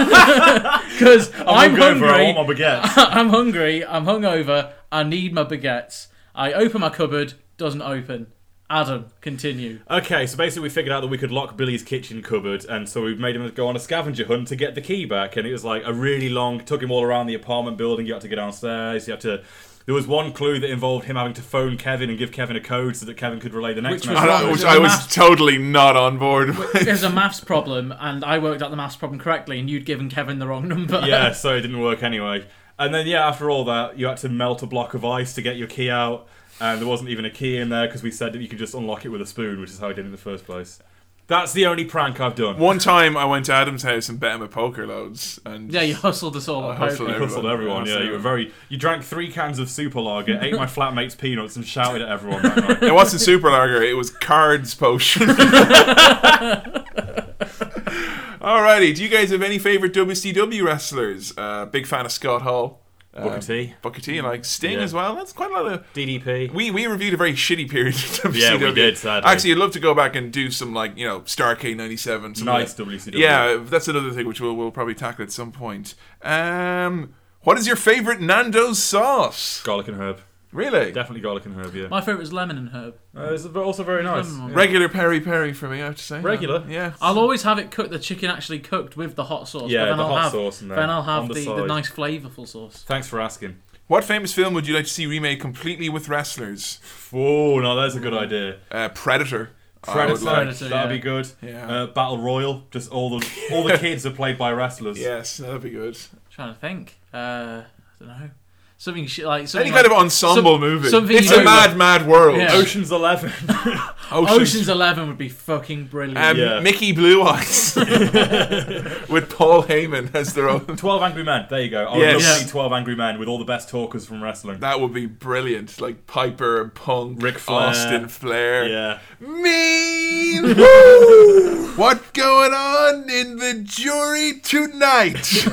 Because I'm, going for hungry. I want my baguettes. *laughs* I'm hungry. I'm hungover. I need my baguettes. I open my cupboard. Doesn't open. Adam, continue. okay, so basically we figured out that we could lock Billy's kitchen cupboard, and so we made him go on a scavenger hunt to get the key back. And it was like a really long. Took him all around the apartment building. You had to go downstairs. You had to. There was one clue that involved him having to phone Kevin and give Kevin a code so that Kevin could relay the next Which was message. wrong. which It's *laughs* I a was math- totally not on board. with. *laughs* There's a maths problem, and I worked out the maths problem correctly, and you'd given Kevin the wrong number. *laughs* yeah, so it didn't work anyway. And then yeah, after all that, you had to melt a block of ice to get your key out, and there wasn't even a key in there because we said that you could just unlock it with a spoon, which is how I did it in the first place. That's the only prank I've done. One time I went to Adam's house and bet him at poker loads, and Yeah, you hustled us all. I hope. hustled You hustled everyone. Yeah, you were very. You drank three cans of super lager, ate my flatmate's peanuts, and shouted at everyone that night. It wasn't super lager. It was cards *laughs* potion. Alrighty, do you guys have any favorite WCW wrestlers? *laughs* Uh, big fan of Scott Hall. Booker T, Booker T, like Sting Yeah. as well. That's quite a lot of. DDP. We, we reviewed a very shitty period *laughs* of WCW. Yeah, we did, sadly. Actually, I'd love to go back and do some, like, you know, Starcade 97. some Nice of that. WCW. Yeah, that's another thing which we'll, we'll probably tackle at some point. Um, what is your favorite Nando's sauce? garlic and herb. Really? Definitely garlic and herb. Yeah, My favourite is lemon and herb. uh, it's also very nice. Mm. Yeah. Regular peri peri for me, I have to say. Regular? Yeah. I'll always have it cooked, the chicken actually cooked with the hot sauce. Yeah, but then the I'll hot have, sauce and Then then I'll on have the the, the, side. nice flavourful sauce. Thanks for asking. What famous film would you like to see remade completely with wrestlers? Oh, no, that's a good idea. Uh, Predator. I would Predator, like. Predator, that'd be yeah. good. Yeah. Uh, Battle Royal, just all the *laughs* all the kids are played by wrestlers. Yes, that'd be good. trying to think. Uh, I don't know. Something sh- like something Any like- kind of ensemble some- movie. Something It's you a know- mad, mad world. Yeah. Ocean's Eleven. *laughs* Ocean's, Ocean's Eleven would be fucking brilliant. um, Yeah. Mickey Blue *laughs* Eyes *laughs* with Paul Heyman as their own. Twelve Angry Men. There you go. I would Yes. love to Yeah. see Twelve Angry Men with all the best talkers from wrestling. That would be brilliant. Like Piper and Punk, Ric Flair. Austin Flair. yeah. Mean. *laughs* Woo! what going on in the jury tonight?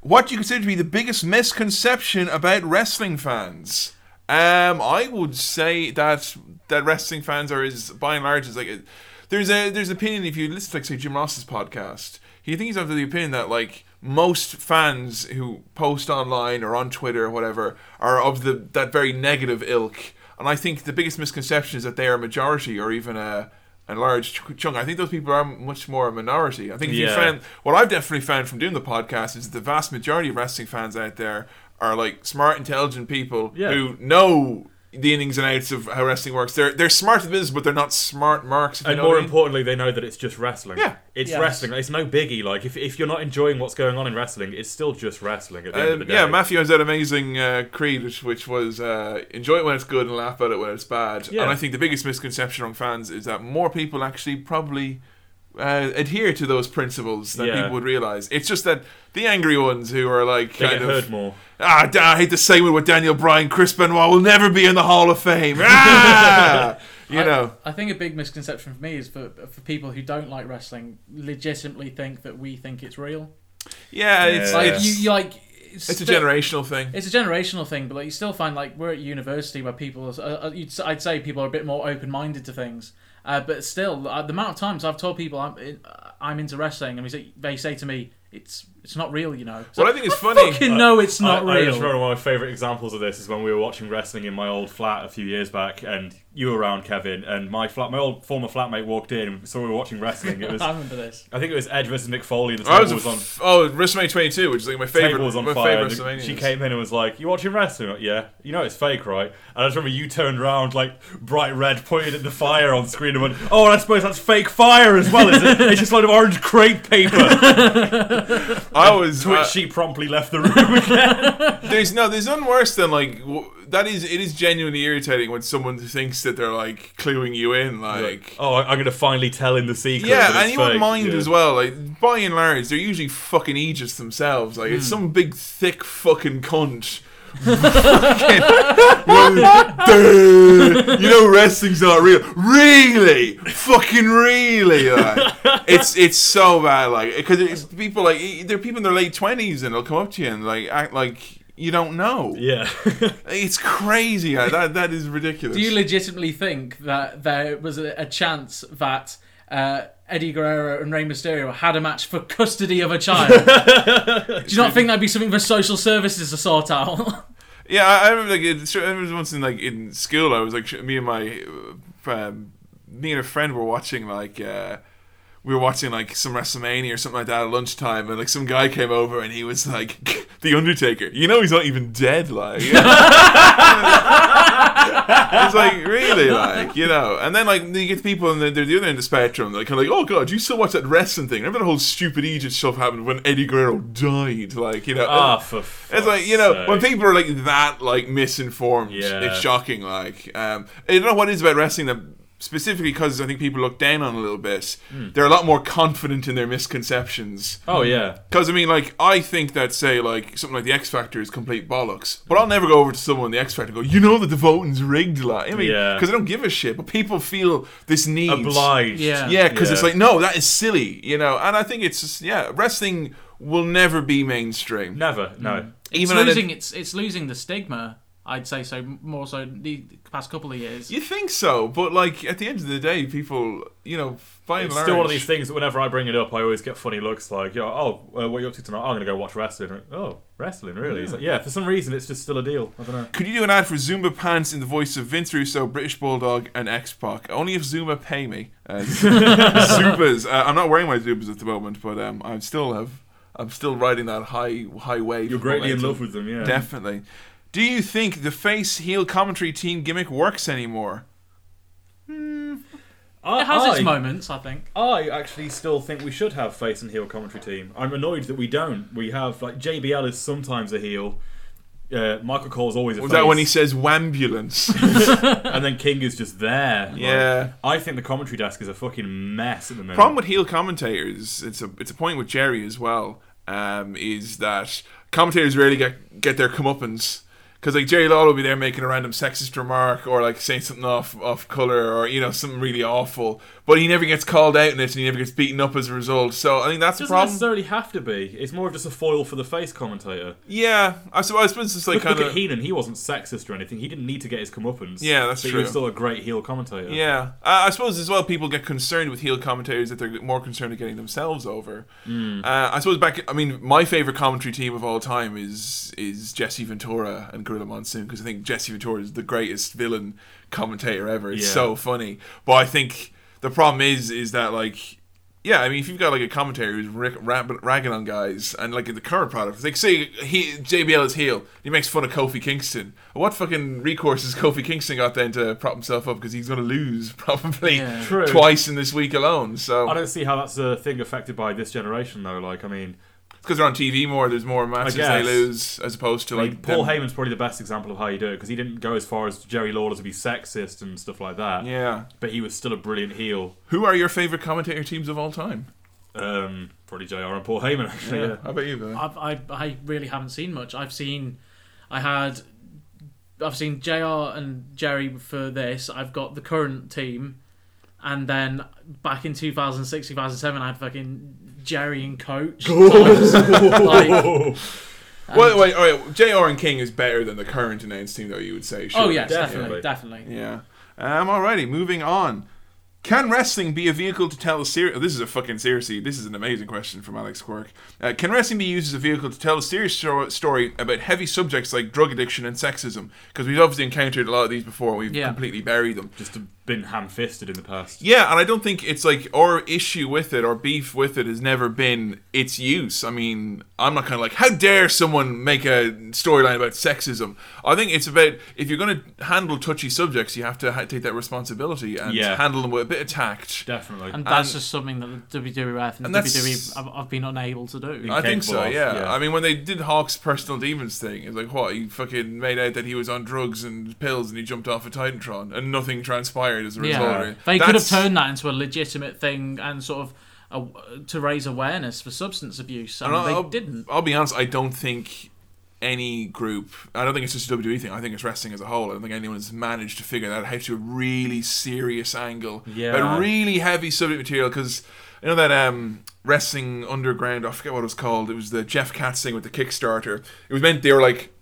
what do you consider to be the biggest misconception about wrestling fans? Um, I would say that that wrestling fans are as by and large as like a- there's a there's an opinion if you listen to like say Jim Ross's podcast, he thinks under the opinion that like most fans who post online or on Twitter or whatever are of the that very negative ilk. And I think the biggest misconception is that they are a majority or even a a large ch- chunk. I think those people are much more a minority. I think if you Yeah. found what I've definitely found from doing the podcast is that the vast majority of wrestling fans out there are like smart, intelligent people Yeah. who know the innings and outs of how wrestling works. They're they're smart at the business, but they're not smart marks. if you And know what more I mean. importantly, they know that it's just wrestling. Yeah. It's Yes. wrestling. It's no biggie. Like, if, if you're not enjoying what's going on in wrestling, it's still just wrestling at the end of Um, the day. yeah, Matthew has that amazing uh, creed, which, which was uh, enjoy it when it's good and laugh at it when it's bad. Yeah. And I think the biggest misconception on fans is that more people actually probably uh, adhere to those principles than Yeah. people would realize. It's just that the angry ones who are like They kind get of heard more. Ah, d- I hate to say it with Daniel Bryan, Chris Benoit will never be in the Hall of Fame. *laughs* Ah! you I- know. I, think a big misconception for me is for for people who don't like wrestling, legitimately think that we think it's real. Yeah, it's, Like, Like it's, you, you like. it's a sti- generational thing. It's a generational thing, but like you still find like we're at university where people, uh, uh, you'd, s- I'd say people are a bit more open-minded to things. Uh, but still, uh, the amount of times I've told people I'm in- uh, I'm into wrestling, and we say, they say to me, "It's it's not real," you know. So What I think is funny. fucking no, it's not Uh, I, I real. just remember one of my favourite examples of this is when we were watching wrestling in my old flat a few years back, and you were around, Kevin, and my flat, my old former flatmate walked in and saw we were watching wrestling. It *laughs* was, *laughs* I I remember this. think it was Edge versus Mick Foley. The I was, table was, a on. f- oh WrestleMania 22, which is like my favorite. Table was on my fire. favorite and WrestleMania. She came in and was like, "You watching wrestling? I'm like, yeah. You know it's fake, right?" And I just remember you turned around, like bright red, pointed at the fire on screen, and went, "Oh, and I suppose that's fake fire as well, is it? It's just a load of orange crepe *laughs* Uh, paper." I was. to which uh, she promptly left the room *laughs* again. there's no. There's none worse than like w- that. Is it is genuinely irritating when someone thinks that they're like cluing you in, like. oh, I- I'm gonna finally tell him the secret. that Yeah, it's and you wouldn't fake. mind Yeah. as well. Like by and large, they're usually fucking aegis themselves. Like Hmm. it's some big thick fucking *laughs* cunt. Fucking- *laughs* you know wrestling's not real. Really, fucking really. Like. It's it's so bad. Like because people like there are people in their late twenties and they'll come up to you and like act like you don't know. *laughs* Yeah. It's crazy. like, that that is ridiculous. Do you legitimately think that there was a, a chance that uh, Eddie Guerrero and Rey Mysterio had a match for custody of *laughs* a child? Do you not think that'd be something for social services to sort out? *laughs* Yeah, I, I remember like it, sure, there was once in like in school, I was like sh- me and my uh, um, me and a friend were watching like uh, we were watching like some WrestleMania or something like that at lunchtime, and like some guy came over and he was like *laughs* the Undertaker. You know, he's not even dead. Like. It's like really, like you know, and then like you get the people and they're, they're the other end of the spectrum. They're kind of like, oh god, you still watch that wrestling thing? Remember the whole stupid Egypt stuff happened when Eddie Guerrero died? Like you know, Ah, for fuck's it's like you know sake. when people are like that like misinformed Yeah. it's shocking like um i don't know what it is about wrestling that specifically because i think people look down on it a little bit Hmm. they're a lot more confident in their misconceptions Oh yeah. because i mean like i think that say like something like the x factor is complete bollocks but i'll never go over to someone in the x factor and go you know that the voting's rigged like i mean Yeah. because i don't give a shit but people feel this need Obliged. Yeah. yeah, because it's Yeah. like no, that is silly, you know. And I think it's just yeah, wrestling will never be mainstream. Never. No. it's even at a- losing its it's losing the stigma. I'd say so more so the past couple of years. You think so, but like at the end of the day, people, you know, by and It's large, still one of these things that whenever I bring it up, I always get funny looks like, you know, oh, uh, what are you up to tonight? Oh, I'm going to go watch wrestling. Oh, wrestling, really? It's like, yeah, for some reason, it's just still a deal. I don't know. Could you do an ad for Zumba pants in the voice of Vince Russo, British Bulldog, and X Pac? Only if Zumba pay me. Uh, *laughs* Zubas. Uh, I'm not wearing my Zubas at the moment, but um, I still have. I'm still riding that high high wave. You're of greatly in momentum. love with them, yeah. Definitely. Do you think the face heel commentary team gimmick works anymore? I, It has its I- moments, I think. I actually still think we should have face and heel commentary team. I'm annoyed that we don't. We have like JBL is sometimes a heel. Uh, Michael Cole's always a Was face, that when he says "wambulance"? *laughs* and then King is just there. Like, Yeah. I think the commentary desk is a fucking mess at the moment. problem with heel commentators it's a it's a point with Jerry as well um, is that commentators rarely get get their comeuppance because like Jerry Lawler will be there making a random sexist remark or like saying something off off color or you know something really awful but he never gets called out in it and he never gets beaten up as a result so I think that's the it doesn't problem necessarily have to be. It's more of just a foil for the face commentator. yeah I suppose I suppose it's like Look, kind look at of Heenan. He wasn't sexist or anything. He didn't need to get his comeuppance. Yeah, that's but He true. was still a great heel commentator. yeah I, I suppose as well people get concerned with heel commentators that they're more concerned with getting themselves over Uh, I suppose back. I mean, my favorite commentary team of all time is is Jesse Ventura and Gorilla Monsoon because I think Jesse Ventura is the greatest villain commentator ever. It's Yeah. so funny, but I think the problem is is that like. Yeah, I mean, if you've got like a commentator who's rick, rab- ragging on guys, and like in the current product, like say he JBL is heel, he makes fun of Kofi Kingston. What fucking recourse has Kofi Kingston got then to prop himself up because he's going to lose *laughs* probably Yeah. True. twice in this week alone? I So don't see how that's a thing affected by this generation though. Like, I mean, because they're on TV more, there's more matches they guess. lose as opposed to I like mean, Paul them- Heyman's probably the best example of how you do it because he didn't go as far as Jerry Lawler to be sexist and stuff like that. Yeah. But he was still a brilliant heel. Who are your favorite commentator teams of all time? Um, probably JR and Paul Heyman, actually. Yeah. How about you, Billy? I've, I I really haven't seen much. I've seen, I had, I've seen Jr. and Jerry for this. I've got the current team, and then back in 2006, 2007, I had fucking Jerry and Coach. So I was, like, oh, well, wait, all right. JR and King is better than the current announced team, though, you would say. oh surely. yes, Definitely. definitely, definitely. Yeah. Um, alrighty, moving on. Can wrestling be a vehicle to tell a serious? This is a fucking seriously. This is an amazing question from Alex Quirk. Uh, can wrestling be used as a vehicle to tell a serious sho- story about heavy subjects like drug addiction and sexism? Because we've obviously encountered a lot of these before. and We've Yeah. completely buried them. Just been ham fisted in the past. Yeah, and I don't think it's like our issue with it, our beef with it has never been its use. I mean, I'm not kind of like, how dare someone make a storyline about sexism? I think it's about if you're going to handle touchy subjects, you have to ha- take that responsibility and Yeah. handle them with a bit of tact. Definitely. And that's just something that the E WWF and, And that's- WWE have, have been unable to do. I think so, capable of, yeah. yeah. I mean, when they did Hawk's personal demons thing, it's like, what? He fucking made out that he was on drugs and pills and he jumped off a Titantron and nothing transpired as a result. Yeah, of it. they could That's- have turned that into a legitimate thing and sort of a, to raise awareness for substance abuse, and, And they I'll, didn't. I'll be honest. I don't think any group. I don't think it's just a WWE thing. I think it's wrestling as a whole. I don't think anyone's managed to figure that out to a really serious angle, Yeah. but really heavy subject material. Because you know that um, wrestling underground. I forget what it was called. It was the Jeff Katz thing with the Kickstarter. It was meant they were like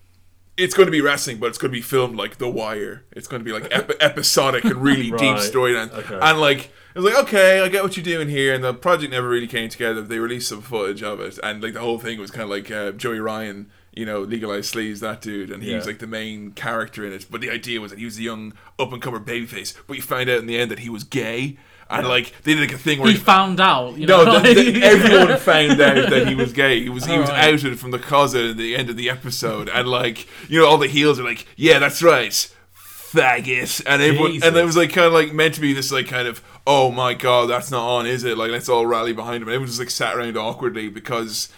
it's going to be wrestling, but it's going to be filmed like The Wire. It's going to be like epi- *laughs* episodic and really deep Right. storylines. Okay. And like, it was like, okay, I get what you're doing here. And the project never really came together. They released some footage of it, and like the whole thing was kind of like uh, Joey Ryan, you know, legalized sleeves, that dude, and he Yeah. was like the main character in it. But the idea was that he was a young up and comer babyface, but you find out in the end that he was gay. And like they did like a thing where He found out, you know. no, the, like- Oh, the- *laughs* everyone found out that he was gay. He was he was Alright. outed from the closet at the end of the episode, and like you know, all the heels are like, "Yeah, that's right, faggot," and everyone, and it was like kind of like meant to be this like kind of, "Oh my god, that's not on, is it?" Like let's all rally behind him. And everyone just like sat around awkwardly because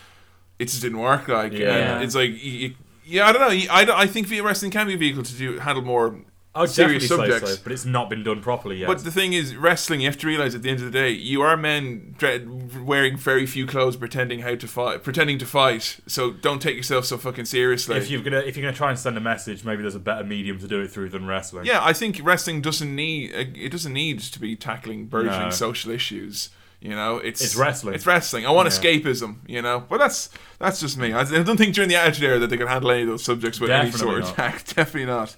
it just didn't work. Like Yeah. and it's like. You, you- yeah, I don't know. You- I, don't- I think via wrestling can be a vehicle to do handle more Oh, I would serious definitely subjects. say so, but it's not been done properly yet. But the thing is, wrestling, you have to realize at the end of the day, you are men dre- wearing very few clothes, pretending how to fight, pretending to fight. So don't take yourself so fucking seriously. if you're gonna if you're gonna try and send a message, maybe there's a better medium to do it through than wrestling. uh, yeah, I think wrestling doesn't need it doesn't need to be tackling burgeoning No. social issues. You know, it's It's wrestling. It's wrestling. I want escapism. You know, but that's that's just me. I, I don't think during the Attitude Era that they could handle any of those subjects with any Definitely sort of not. attack. *laughs* Definitely not.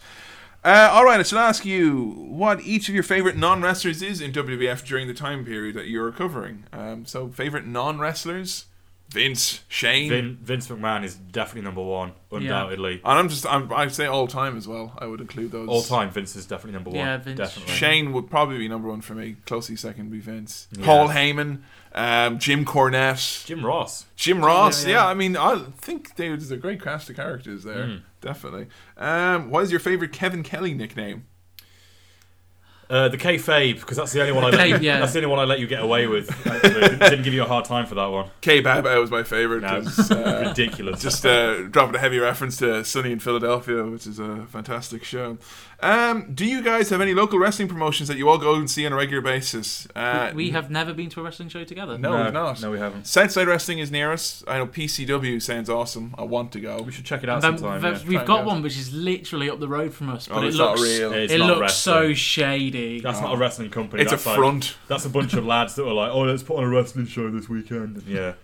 Uh, all right, I should ask you what each of your favorite non wrestlers is in WWF during the time period that you're covering. Um, so, favorite non wrestlers, Vince, Shane, Vin, Vince McMahon is definitely number one, undoubtedly. and I'm just I'm, I'd say all time as well. I would include those All time, Vince is definitely number one. Yeah, Vince. Definitely. Shane would probably be number one for me. Closely second would be Vince. Paul Heyman, um, Jim Cornette, Jim Ross. Jim Ross. Yeah, yeah. I mean, I think they- there's a great cast of characters there. Definitely. Um, what is your favorite Kevin Kelly nickname? Uh, the kayfabe, because that's the only one I let Kay- you, yeah. that's the only one I let you get *laughs* away with. actually. Didn't give you a hard time for that one. K Baba was my favorite. No, 'cause, uh, *laughs* ridiculous. just uh, dropping a heavy reference to Sunny in Philadelphia, which is a fantastic show. Um, do you guys have any local wrestling promotions that you all go and see on a regular basis? Uh, We have never been to a wrestling show together. no, we've not. no, we haven't. Southside Wrestling is near us. I know PCW sounds awesome. I want to go. We should check it out Then- sometime. then yeah. we've Try got and one which is literally up the road from us, but Oh, it it's looks not real. It's it not looks wrestling. so shady. That's not a wrestling Oh. company. It's a that's like- front. that's a bunch of lads that were like, "Oh, let's put on a wrestling show *laughs* this weekend." Yeah,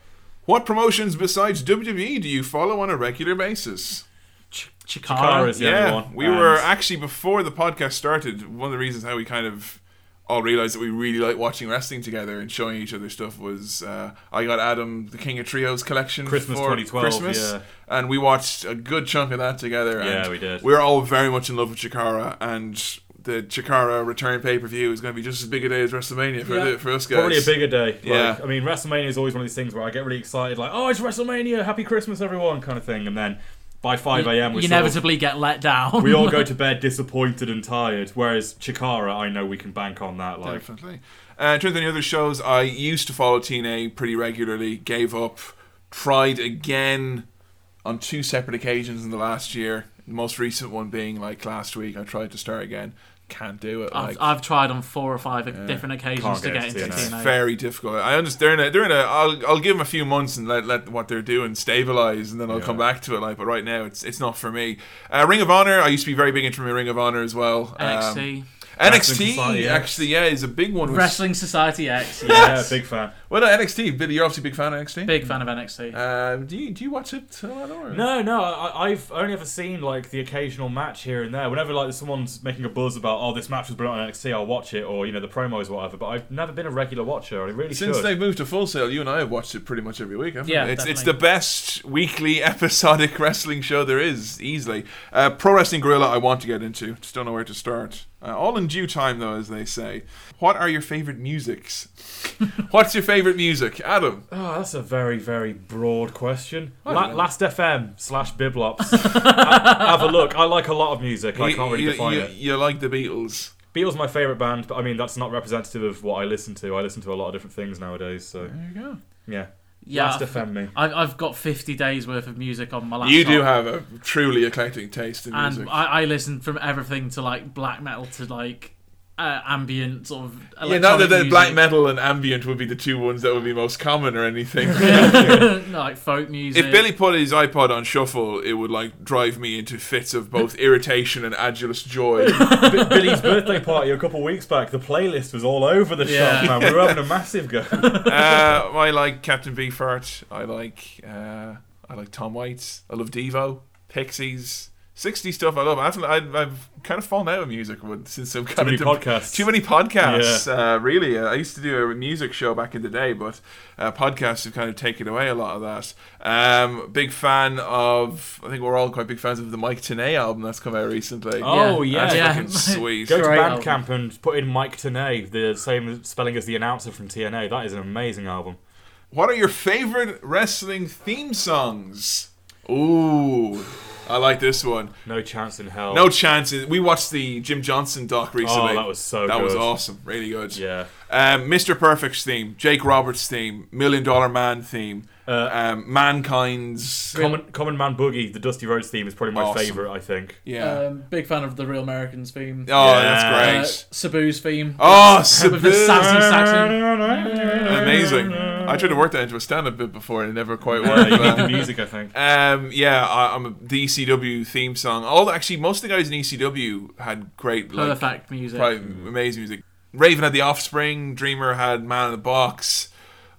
What promotions besides WWE do you follow on a regular basis? Ch- Cara Chikara. is the only one. we and were actually before the podcast started. One of the reasons how we kind of all realized that we really like watching wrestling together and showing each other stuff was uh, I got Adam the King of Trios collection Christmas for 2012, Christmas, yeah. and we watched a good chunk of that together. Yeah, and we did. We were all very much in love with Chikara and. The Chikara return pay per view is going to be just as big a day as WrestleMania for, Yeah. the, for us guys. probably a bigger day. Like, Yeah. I mean, WrestleMania is always one of these things where I get really excited, like, "Oh, it's WrestleMania! Happy Christmas, everyone!" kind of thing, and then by five a.m. we You sort of- inevitably get let down. we *laughs* all go to bed disappointed and tired. Whereas Chikara, I know we can bank on that. Like, Definitely. Uh, in terms of any other shows, I used to follow TNA pretty regularly, gave up, tried again on two separate occasions in the last year. The most recent one being like last week, I tried to start again. Can't do it. *laughs* I've, Like, I've tried on four or five different occasions Can't to get get into into TNA. TNA. very difficult. I understand. They're in a. They're in a I'll, I'll give them a few months and let, let what they're doing stabilize, and then I'll come back to it. Like, but right now, it's it's not for me. Uh, Ring of Honor. I used to be very big into Ring of Honor as well. Um, NXT. NXT Society, yeah. actually, yeah, is a big one. which- Wrestling Society X. Yeah. yeah, big fan. Well, no, NXT. Billy, you're obviously a big fan of NXT. Big fan of NXT. Um, do you do you watch it? Alan, or? No, no, I, I've only ever seen like the occasional match here and there. Whenever like someone's making a buzz about, oh, this match was brilliant on NXT, I'll watch it, or you know the promos, or whatever. But I've never been a regular watcher. I really Since should. they've moved to Full Sail, you and I have watched it pretty much every week. Haven't Yeah, we? it's it's the definitely. best weekly *laughs* episodic wrestling show there is, easily. Uh, Pro Wrestling Gorilla, I want to get into. Just don't know where to start. Uh, all in due time, though, as they say. What are your favorite *laughs* musics? What's your favorite music, Adam? Oh, that's a very, very broad question. La- know. Last FM *laughs* slash Biblops. Ha- have a look. I like a lot of music. I can't really you, define you- it. you like the Beatles? Beatles my favorite band, but I mean that's not representative of what I listen to. I listen to a lot of different things nowadays. So there you go. Yeah. yeah, Last I've- FM me. I've, I've got 50 days worth of music on my laptop. You do have a truly eclectic taste in music. And I, I listen from everything to like black metal to like uh, ambient sort of. yeah, not that the electronic black music. metal and ambient would be the two ones that would be most common or *laughs* anything. No, like folk music. If Billy put his iPod on shuffle, it would like drive me into fits of both irritation and adulous joy. B- *laughs* Billy's birthday party a couple weeks back, the playlist was all over the Yeah. shop, man. We were having a massive *laughs* go. uh, I like Captain Beefheart. I like uh, I like Tom Waits. I love Devo, Pixies. 60 stuff I love. I've, I've, I've kind of fallen out of music with- since I've got many into podcasts. Too many podcasts, uh, really. Uh, I used to do a music show back in the day, but uh, podcasts have kind of taken away a lot of that. Um, big fan of, I think we're all quite big fans of the Mike Tenay album that's come out recently. Oh yeah. That's Yeah. fucking *laughs* sweet. Go to Great Bandcamp and put in Mike Tenay, the same spelling as the announcer from TNA. That is an amazing album. What are your favorite wrestling theme songs? Ooh, I like this one. No chance in hell. No chances. We watched the Jim Johnson doc recently. Oh. that was so That was good. awesome. Really good. Yeah. Um, Mr. Perfect's theme, Jake Roberts' theme, Million Dollar Man theme, Uh, um, Mankind's. Um, Common, Common Man Boogie, the Dusty Rhodes theme is probably my Awesome. favourite, I think. Yeah. Um, big fan of the Real Americans theme. oh, uh, yeah. that's Uh, Sabu's theme. great. oh, *laughs* with the Sabu. sassy Saxon. Uh, Amazing. I tried to work that into a stand-up bit before and it never quite Uh, worked. you need but- the music, I think. Um, yeah, I, I'm a, the ECW theme song. All actually, most of the guys in ECW had great, like, Perfect music. probably amazing music. Raven had the Offspring. Dreamer had Man in the Box.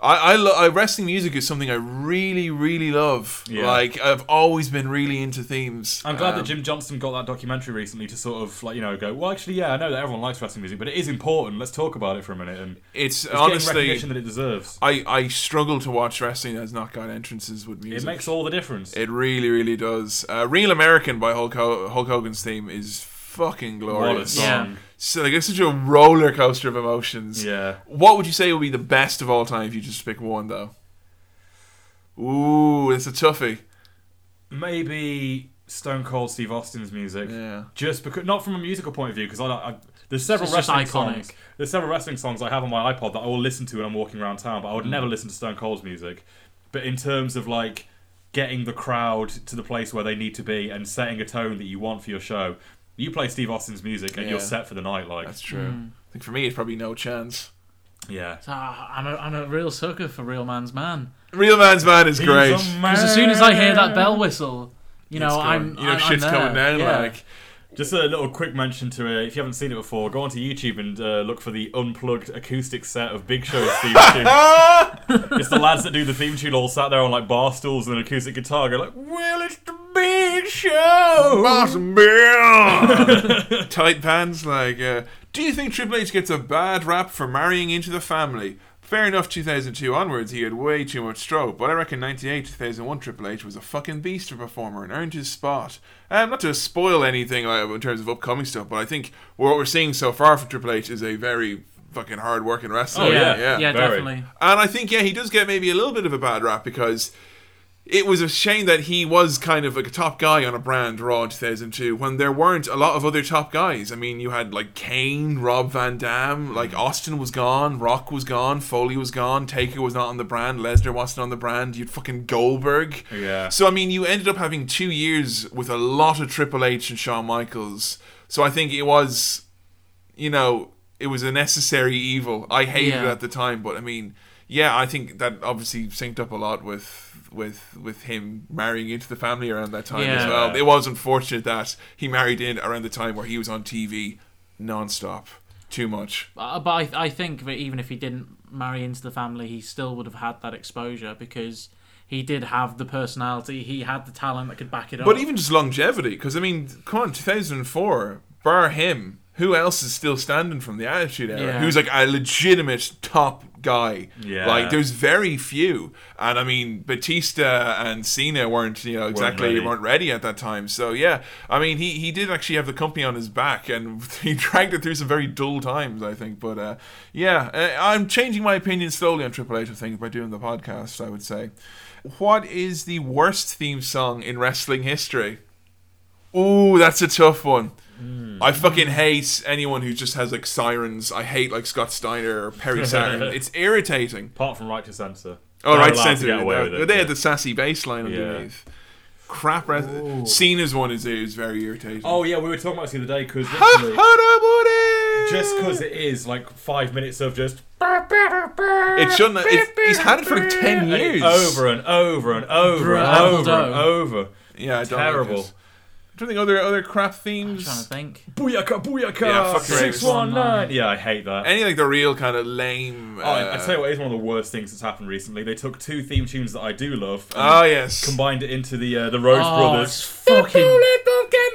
I, I, lo- I wrestling music is something I really, really love. Yeah. Like I've always been really into themes. I'm glad that Jim Johnston got that documentary recently to sort of like you know go well actually yeah I know that everyone likes wrestling music but it is important let's talk about it for a minute and It's, it's getting honestly, recognition that it deserves I, I struggle to watch wrestling that's not got entrances with it music. makes all the difference It really, really does. Uh, Real American by Hulk, Ho- Hulk Hogan's theme is fucking glorious. what a song So like it's such a roller coaster of emotions. yeah, What would you say would be the best of all time if you just pick one though? Ooh, it's a toughie. maybe Stone Cold Steve Austin's music Yeah. just because not from a musical point of view because I, I there's several It's just wrestling iconic. songs there's several wrestling songs I have on my iPod that I will listen to when I'm walking around town but Mm. I would never listen to Stone Cold's music but in terms of like getting the crowd to the place where they need to be and setting a tone that you want for your show you play Steve Austin's music and you're Yeah. set for the night like That's true. Hmm. I think for me, it's probably no chance. yeah Ah, I'm, a, I'm a real sucker for Real Man's Man. Real Man's Man is great. Because as soon as I hear that bell whistle, you know, It's going- I'm. you know, I'm, shit's I'm there. going down. Yeah. Like, Just a little quick mention to uh, if you haven't seen it before, go onto YouTube and uh, look for the unplugged acoustic set of Big Show's *laughs* theme tune. it's the lads that do the theme tune all sat there on like bar stools and an acoustic guitar, go like, "Well, it's the Big Show." awesome *laughs* beer. Tight pants. Like, uh, do you think Triple H gets a bad rap for marrying into the family? Fair enough, 2002 onwards, he had way too much stroke, but I reckon 98 2001 Triple H was a fucking beast of a performer and earned his spot. Um, not to spoil anything uh, in terms of upcoming stuff, but I think what we're seeing so far for Triple H is a very fucking hard working wrestler. Oh, yeah. yeah, very. definitely. And I think, yeah, he does get maybe a little bit of a bad rap because it was a shame that he was kind of like a top guy on a brand Raw in 2002 when there weren't a lot of other top guys. I mean, you had like Kane, Rob Van Dam, like Austin was gone, Rock was gone, Foley was gone, Taker was not on the brand, Lesnar wasn't on the brand, you'd fucking Goldberg. Yeah. So, I mean, you ended up having two years with a lot of Triple H and Shawn Michaels. So I think it was you know, it was a necessary evil. I hated it Yeah. at the time, but I mean, yeah, I think that obviously synced up a lot with with with him marrying into the family around that time as Yeah. well. It was unfortunate that he married in around the time where he was on TV nonstop. Too much. Uh, but I, I think that even if he didn't marry into the family, he still would have had that exposure because he did have the personality, he had the talent that could back it up. But even just longevity, because I mean, come on, 2004, bar him, who else is still standing from the Attitude Era? Yeah. Who's like a legitimate top guy? Yeah. Like, there's very few. And I mean, Batista and Cena weren't, you know, exactly ready. weren't ready at that time. So yeah, I mean, he he did actually have the company on his back, and *laughs* he dragged it through some very dull times, I think. But uh, yeah, uh, I'm changing my opinion slowly on Triple H of things by doing the podcast. I would say, what is the worst theme song in wrestling history? Ooh, that's a tough one. I fucking hate anyone who just has like sirens. I hate like Scott Steiner or Perry Saturn. it's irritating. Apart from Right to Censor. Oh, They're right, allowed to Sensitive. get away with it. they yeah. had the sassy bass line Yeah. underneath. Crap. Re- Cena's one is, is very irritating. Oh yeah, we were talking about this the other day *laughs* because just because it is like five minutes of just It shouldn't. It, he's had it for like ten and years. it's over and over and over and Bravo. over and over. Yeah, I don't Terrible. Like this. I'm trying to think other other crap I'm trying to themes. think. Booyaka, booyaka, Yeah, fuck six one nine. Yeah, I hate that. Any like the real kind of lame. Oh, I- uh, I tell you what is one of the worst things that's happened recently. They took two theme tunes that I do love and Ah, yes. combined it into the uh, the Rose Oh, it's Brothers. fucking. Don't get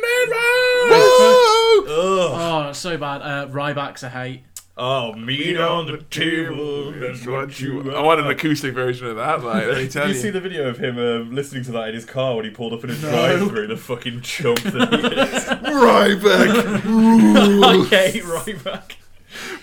me Woo! wrong. Ugh. Oh, it's so bad. Uh, Ryback's a hate. Oh, meat on the table. That's what you. I want an acoustic version of that. Like, let me tell Did you. you see the video of him uh, listening to that in his car when he pulled up in his drive-through? The fucking chump that he is. Ryback, I *laughs* *laughs* hate Ryback.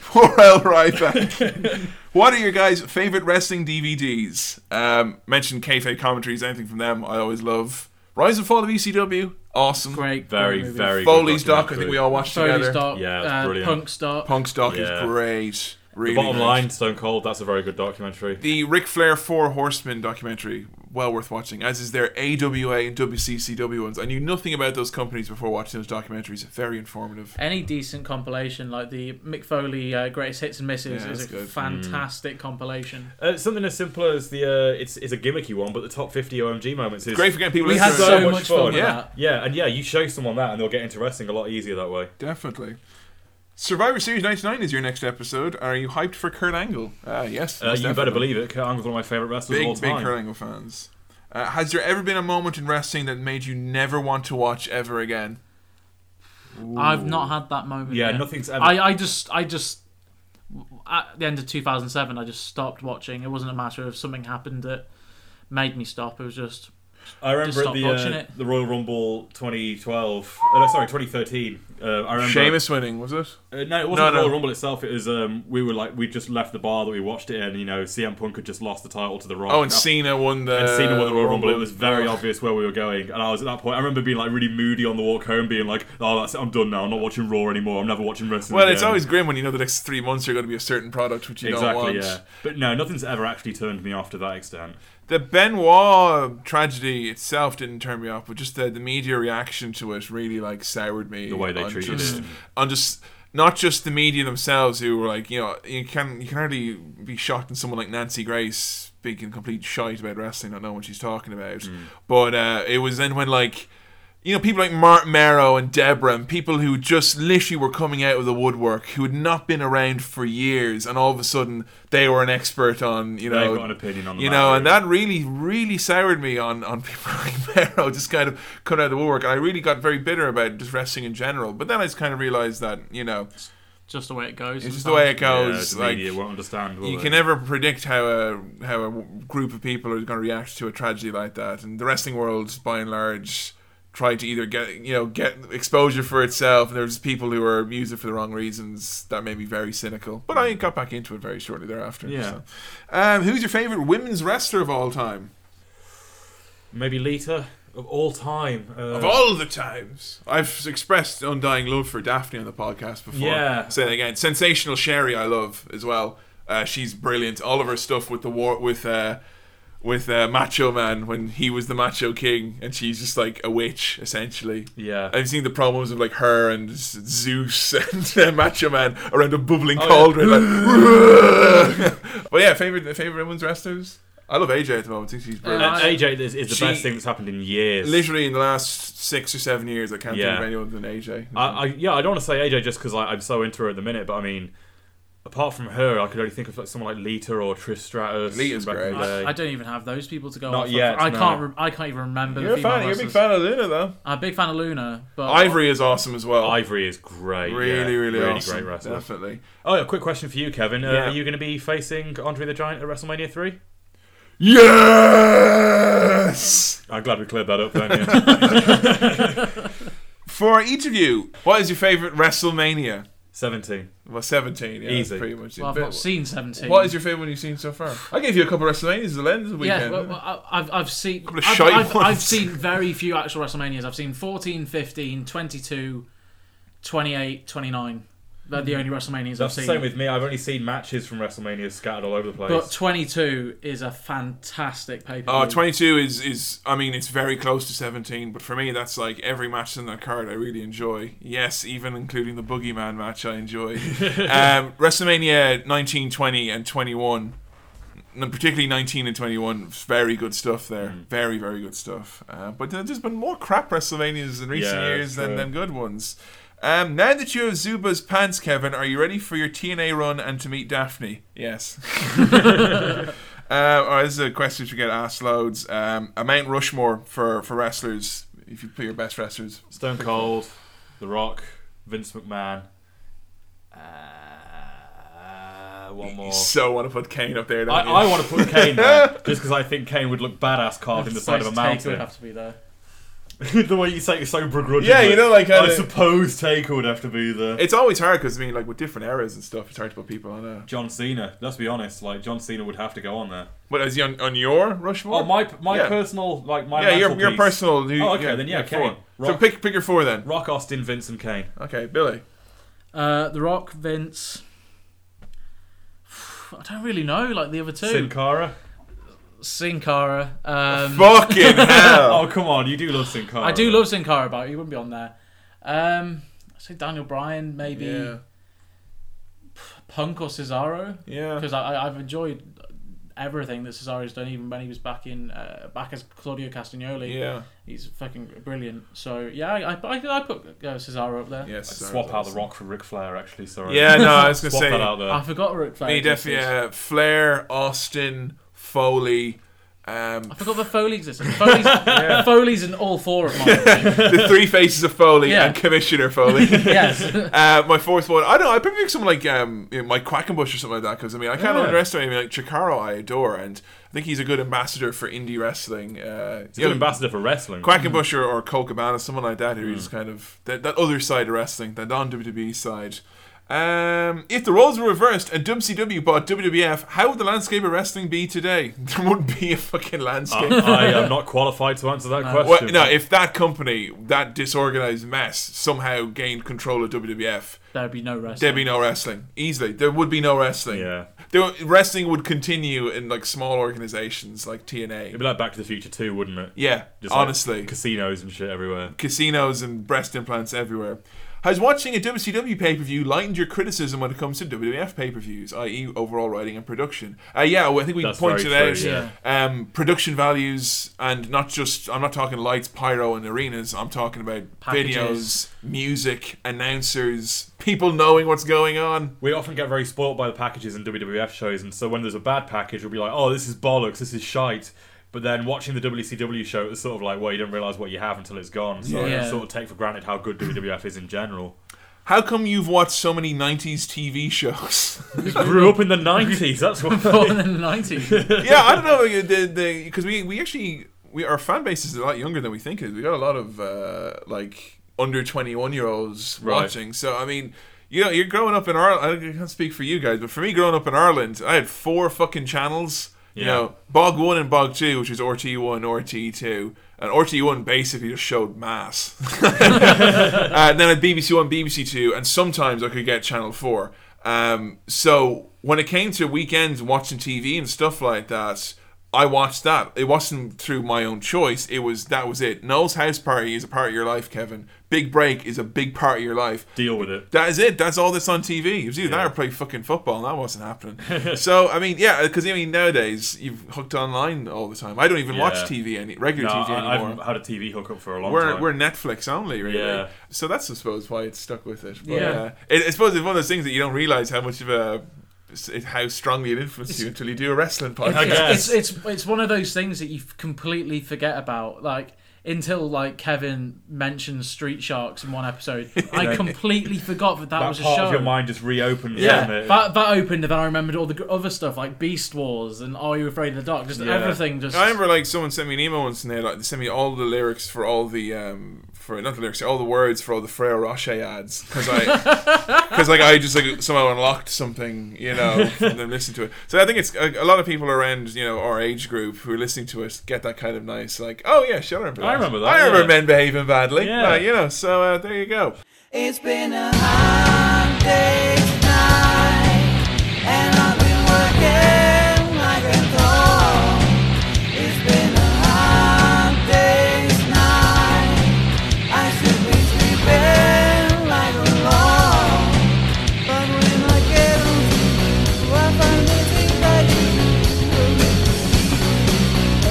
poor L *laughs* Ryback. what are your guys' favorite wrestling DVDs? Um, mention kayfabe commentaries, anything from them. I always love Rise and Fall of ECW. Awesome. Great. great movie. Foley's Doc. I think we all watched Foley's together. Doc, Yeah, it's uh, brilliant. Punk's Doc. Punk's Doc Yeah. is great. Really Bottom great. line, Stone Cold. That's a very good documentary. The Ric Flair Four Horsemen documentary, well worth watching, as is their AWA and WCCW ones. I knew nothing about those companies before watching those documentaries. Very informative. Any decent compilation, like the Mick Foley uh, Greatest Hits and Misses, Yeah, is a that's good. Mm. fantastic compilation. Uh, something as simple as the uh, it's it's a gimmicky one, but the top fifty OMG moments is Great for getting people We into had it. so so much much fun fun, with yeah. that. Yeah, and yeah, you show someone that, and they'll get into wrestling a lot easier that way. Definitely. Survivor Series 99 is your next episode. Are you hyped for Kurt Angle? Uh, yes. Uh, you better believe it. Kurt Angle's one of my favorite wrestlers of all Big, big time. Kurt Angle fans. Uh, has there ever been a moment in wrestling that made you never want to watch ever again? I've not had that moment. Yeah, yet. nothing's ever- I, I just, I just, at the end of 2007, I just stopped watching. It wasn't a matter of something happened that made me stop. It was just, I remember at stop the watching uh, it. the Royal Rumble 2012. Uh, no, sorry, 2013. Uh, I remember. Sheamus winning, was it? Uh, no, it No, wasn't no. the Royal Rumble itself. It was um, we were like we just left the bar that we watched it in. You know, CM Punk had just lost the title to The Rock. Oh, and after- Cena won the. and Cena won the Royal Rumble. It was very Oh. obvious where we were going, and I was at that point. I remember being like really moody on the walk home, being like, "Oh, that's it. I'm done now. I'm not watching Raw anymore. I'm never watching wrestling." Well, it's again." always grim when you know the next three months are going to be a certain product which you don't want. exactly yeah. But no, nothing's ever actually turned me off to that extent. The Benoit tragedy itself didn't turn me off, but just the, the media reaction to it really like soured me. The way they treated just, him. On just not just the media themselves who were like, you know, you can you can hardly be shocked in someone like Nancy Grace being complete shite about wrestling, not knowing what she's talking about. Mm. But uh, it was then when like. You know, people like Mark Marrow and Deborah and people who just literally were coming out of the woodwork, who had not been around for years, and all of a sudden they were an expert on, you know, got an opinion on the you know, matter. and that really, really soured me on on *laughs* people like Mero just kind of coming out of the woodwork. I really got very bitter about just wrestling in general. But then I just kind of realized that you know, just the way it goes. it's just the way it Yeah, goes. the like media won't understand. will you they? can never predict how a how a group of people are going to react to a tragedy like that, and the wrestling world, by and large, tried to either get you know get exposure for itself, and there's people who were using it for the wrong reasons. That made me very cynical, but I got back into it very shortly thereafter. Yeah. so. Um, who's your favorite women's wrestler of all time? Maybe Lita of all time. Uh, Of all the times, I've expressed undying love for Daphne on the podcast before. Yeah. Say it again. Sensational Sherry, I love as well. Uh, she's brilliant. All of her stuff with the war with uh, with uh, Macho Man when he was the Macho King, and she's just like a witch essentially. Yeah. I've seen the problems of like her and Zeus *laughs* and uh, Macho Man around a bubbling Oh, yeah. cauldron. *laughs* Like, *laughs* but yeah, favorite favorite women's wrestlers. I love AJ at the moment. I think she's brilliant. and AJ is, is the She- best thing that's happened in years. Literally in the last six or seven years, I can't Yeah. think of anyone than AJ. I, I, yeah, I don't want to say AJ just because I'm so into her at the minute, but I mean, apart from her, I could only think of like someone like Lita or Trish Stratus. Lita's back great. in the I, day. I don't even have those people to go. Not off of. yet, I no. can't. Re- I can't even remember. You're a the female fan. You're a big wrestlers. fan of Luna, though. I'm a big fan of Luna, but Ivory is awesome as well. Ivory is great. really, yeah. really, really awesome. great wrestler. Definitely. Oh, a quick question for you, Kevin. Uh, Yeah. Are you going to be facing Andre the Giant at WrestleMania three? Yes. I'm glad we cleared that *laughs* up. Then, yeah. For each of you, what is your favorite WrestleMania? Seventeen. Well, seventeen. Yeah, Easy. Pretty much. it. well, I've But not seen 17. What is your favorite one you've seen so far? I gave you a couple of WrestleManias as a lens this Yeah, weekend. well, well, I- I've, I've seen. of I've, shite I've, ones. I've seen very few actual WrestleManias. I've seen 14, 15, 22, 28, 29. They're Hmm. the only WrestleManias That's the I've same seen. with me. I've only seen matches from WrestleMania scattered all over the place. but 22 is a fantastic pay per view. Oh, 22 is is I mean it's very close to 17, but for me that's like every match in that card I really enjoy. Yes, even including the Boogeyman match I enjoy. um, WrestleMania 19, 20, and 21, and particularly 19 and 21, very good stuff there. Mm. Very very good stuff. Uh, but there- there's been more crap WrestleManias in recent Yeah, years than true. than good ones. Um, now that you have Zuba's pants, Kevin, are you ready for your TNA run and to meet Daphne? *laughs* Yes. Uh, or this is a question which we get asked loads. Um, a Mount Rushmore for, for wrestlers, if you put your best wrestlers. Stone Cold, The Rock, Vince McMahon. Uh, one more. You so want to put Kane up there. don't I, you? I want to put Kane there just because I think Kane would look badass carved in the side of a Taker would mountain. have to be there. *laughs* the way you say it so begrudgingly. Yeah, you know, like, uh, I kinda- suppose Taker would have to be there. It's always hard because, I mean, like with different eras and stuff, it's hard to put people on a. John Cena. Let's be honest. Like John Cena would have to go on there. But is he on, on your Rushmore? Oh, my my Yeah. personal like my Yeah, your, your mantelpiece. personal. who- Oh, okay, then yeah, Kane. four. So Rock. pick, pick your four then. Rock Austin, Vince, and Kane. Okay, Billy. Uh, the Rock, Vince. *sighs* I don't really know, like the other two. Sin Cara. Sin Cara. Um, *laughs* Fucking hell. Oh come on, you do love Sin Cara. I do love Sin Cara, but he wouldn't be on there. Um, I'd say Daniel Bryan, maybe Yeah. Punk or Cesaro. Yeah. Because I, I, I've enjoyed everything that Cesaro's done, even when he was back in uh, back as Claudio Castagnoli. Yeah. he's fucking brilliant. So yeah, I I, I, I put uh, Cesaro up there. Yes. sorry, Swap out that's- the Rock for Ric Flair. Actually, *laughs* sorry. Yeah, no, I was gonna Swap say that out there. I forgot Ric Flair. He existed. definitely uh, Flair, Austin, Foley. Um, *laughs* I forgot the Foley existed. *laughs* Foley's, Foley's in all four of mine. the three faces of Foley Yeah. and Commissioner Foley. *laughs* yes. Uh, *laughs* my fourth one, I don't know, I probably pick someone like um, you know, Mike Quackenbush or something like that because I mean, I kind of Yeah. underestimate him. Like Chikara, I adore, and I think he's a good ambassador for indie wrestling. Uh, He's a good ambassador for wrestling. Quackenbush or, or Cole Cabana, someone like that, Hmm. who's kind of that, that other side of wrestling, that non WWE side. Um, if the roles were reversed and WCW bought WWF, how would the landscape of wrestling be today? *laughs* There wouldn't be a fucking landscape. I am not qualified to answer that Oh, question. *laughs* Uh, Well, no, if that company, that disorganized mess, somehow gained control of WWF, There'd be no wrestling. there'd be no wrestling. Easily, there would be no wrestling. Yeah. there, wrestling would continue in like small organizations like It'd TNA. be like Back to the Future 2, wouldn't it? Yeah, like honestly, casinos and shit everywhere. casinos and breast implants everywhere. Has watching a WCW pay per view lightened your criticism when it comes to WWF pay per views, i.e., overall writing and production? Uh, yeah, well, I think we That's pointed very out true, yeah. um, production values and not just, I'm not talking lights, pyro, and arenas. I'm talking about Packages. videos, music, announcers, people knowing what's going on. We often get very spoilt by the packages in WWF shows, and so when there's a bad package, we'll be like, oh, this is bollocks, this is shite. But then watching the WCW show, it's sort of like, well, you don't realise what you have until it's gone. So Yeah. you sort of take for granted how good WWF is *laughs* in general. How come you've watched so many 90s TV shows? *laughs* Grew up in the 90s, that's what. *laughs* Born in the 90s. yeah, *laughs* I don't know the the because we we actually we our fan base is a lot younger than we think it is. We got a lot of uh, like under twenty one year olds Right. watching. So I mean. You know, you're growing up in Ireland. I can't speak for you guys, but for me, growing up in Ireland, I had four fucking channels. You Yeah. know, Bog One and Bog Two, which is RT One, RT Two, and RT One basically just showed mass. *laughs* Uh, then at BBC One, BBC Two, and sometimes I could get Channel Four. Um, so when it came to weekends watching TV and stuff like that, I watched that. It wasn't through my own choice. It was that was it. Noel's house party is a part of your life, Kevin. Big break is a big part of your life. Deal with it. That is it. That's all that's on TV. It was either that or play fucking football, and that wasn't *laughs* happening. so I mean, yeah, because I mean nowadays you've hooked online all the time. I don't even watch Yeah. TV any regular No, TV I, anymore I've had a TV hookup for a long we're time. we're Netflix only, really. Yeah. So that's I suppose why it's stuck with it. But, Yeah. uh, it, I suppose it's one of those things that you don't realize how much of a it, how strongly it influences you until you do a *laughs* wrestling podcast. It's, it's it's it's one of those things that you f- completely forget about, like until like Kevin mentioned Street Sharks in *laughs* one episode. I completely forgot that that, that was a part show. of your mind just reopens, yeah, doesn't it? that, that opened, and then I remembered all the gr- other stuff like Beast Wars and Are You Afraid of the Dark? Just Yeah. everything. Just I remember like someone sent me an email once and they like they sent me all the lyrics for all the um for not the lyrics all the words for all the Frere Roche ads because *laughs* I because like I just like somehow unlocked something you know and then listened to it so I think it's a, a lot of people around you know our age group who are listening to us get that kind of nice like oh yeah sure I remember that. I remember that, I remember yeah. men behaving badly Yeah. Like, you know so uh, there you go It's been a hard day's night, and I've been working like a dog. It's been a hard day's night. I should be sleeping like a log, but when I get home, I find the things I do will make me alright. You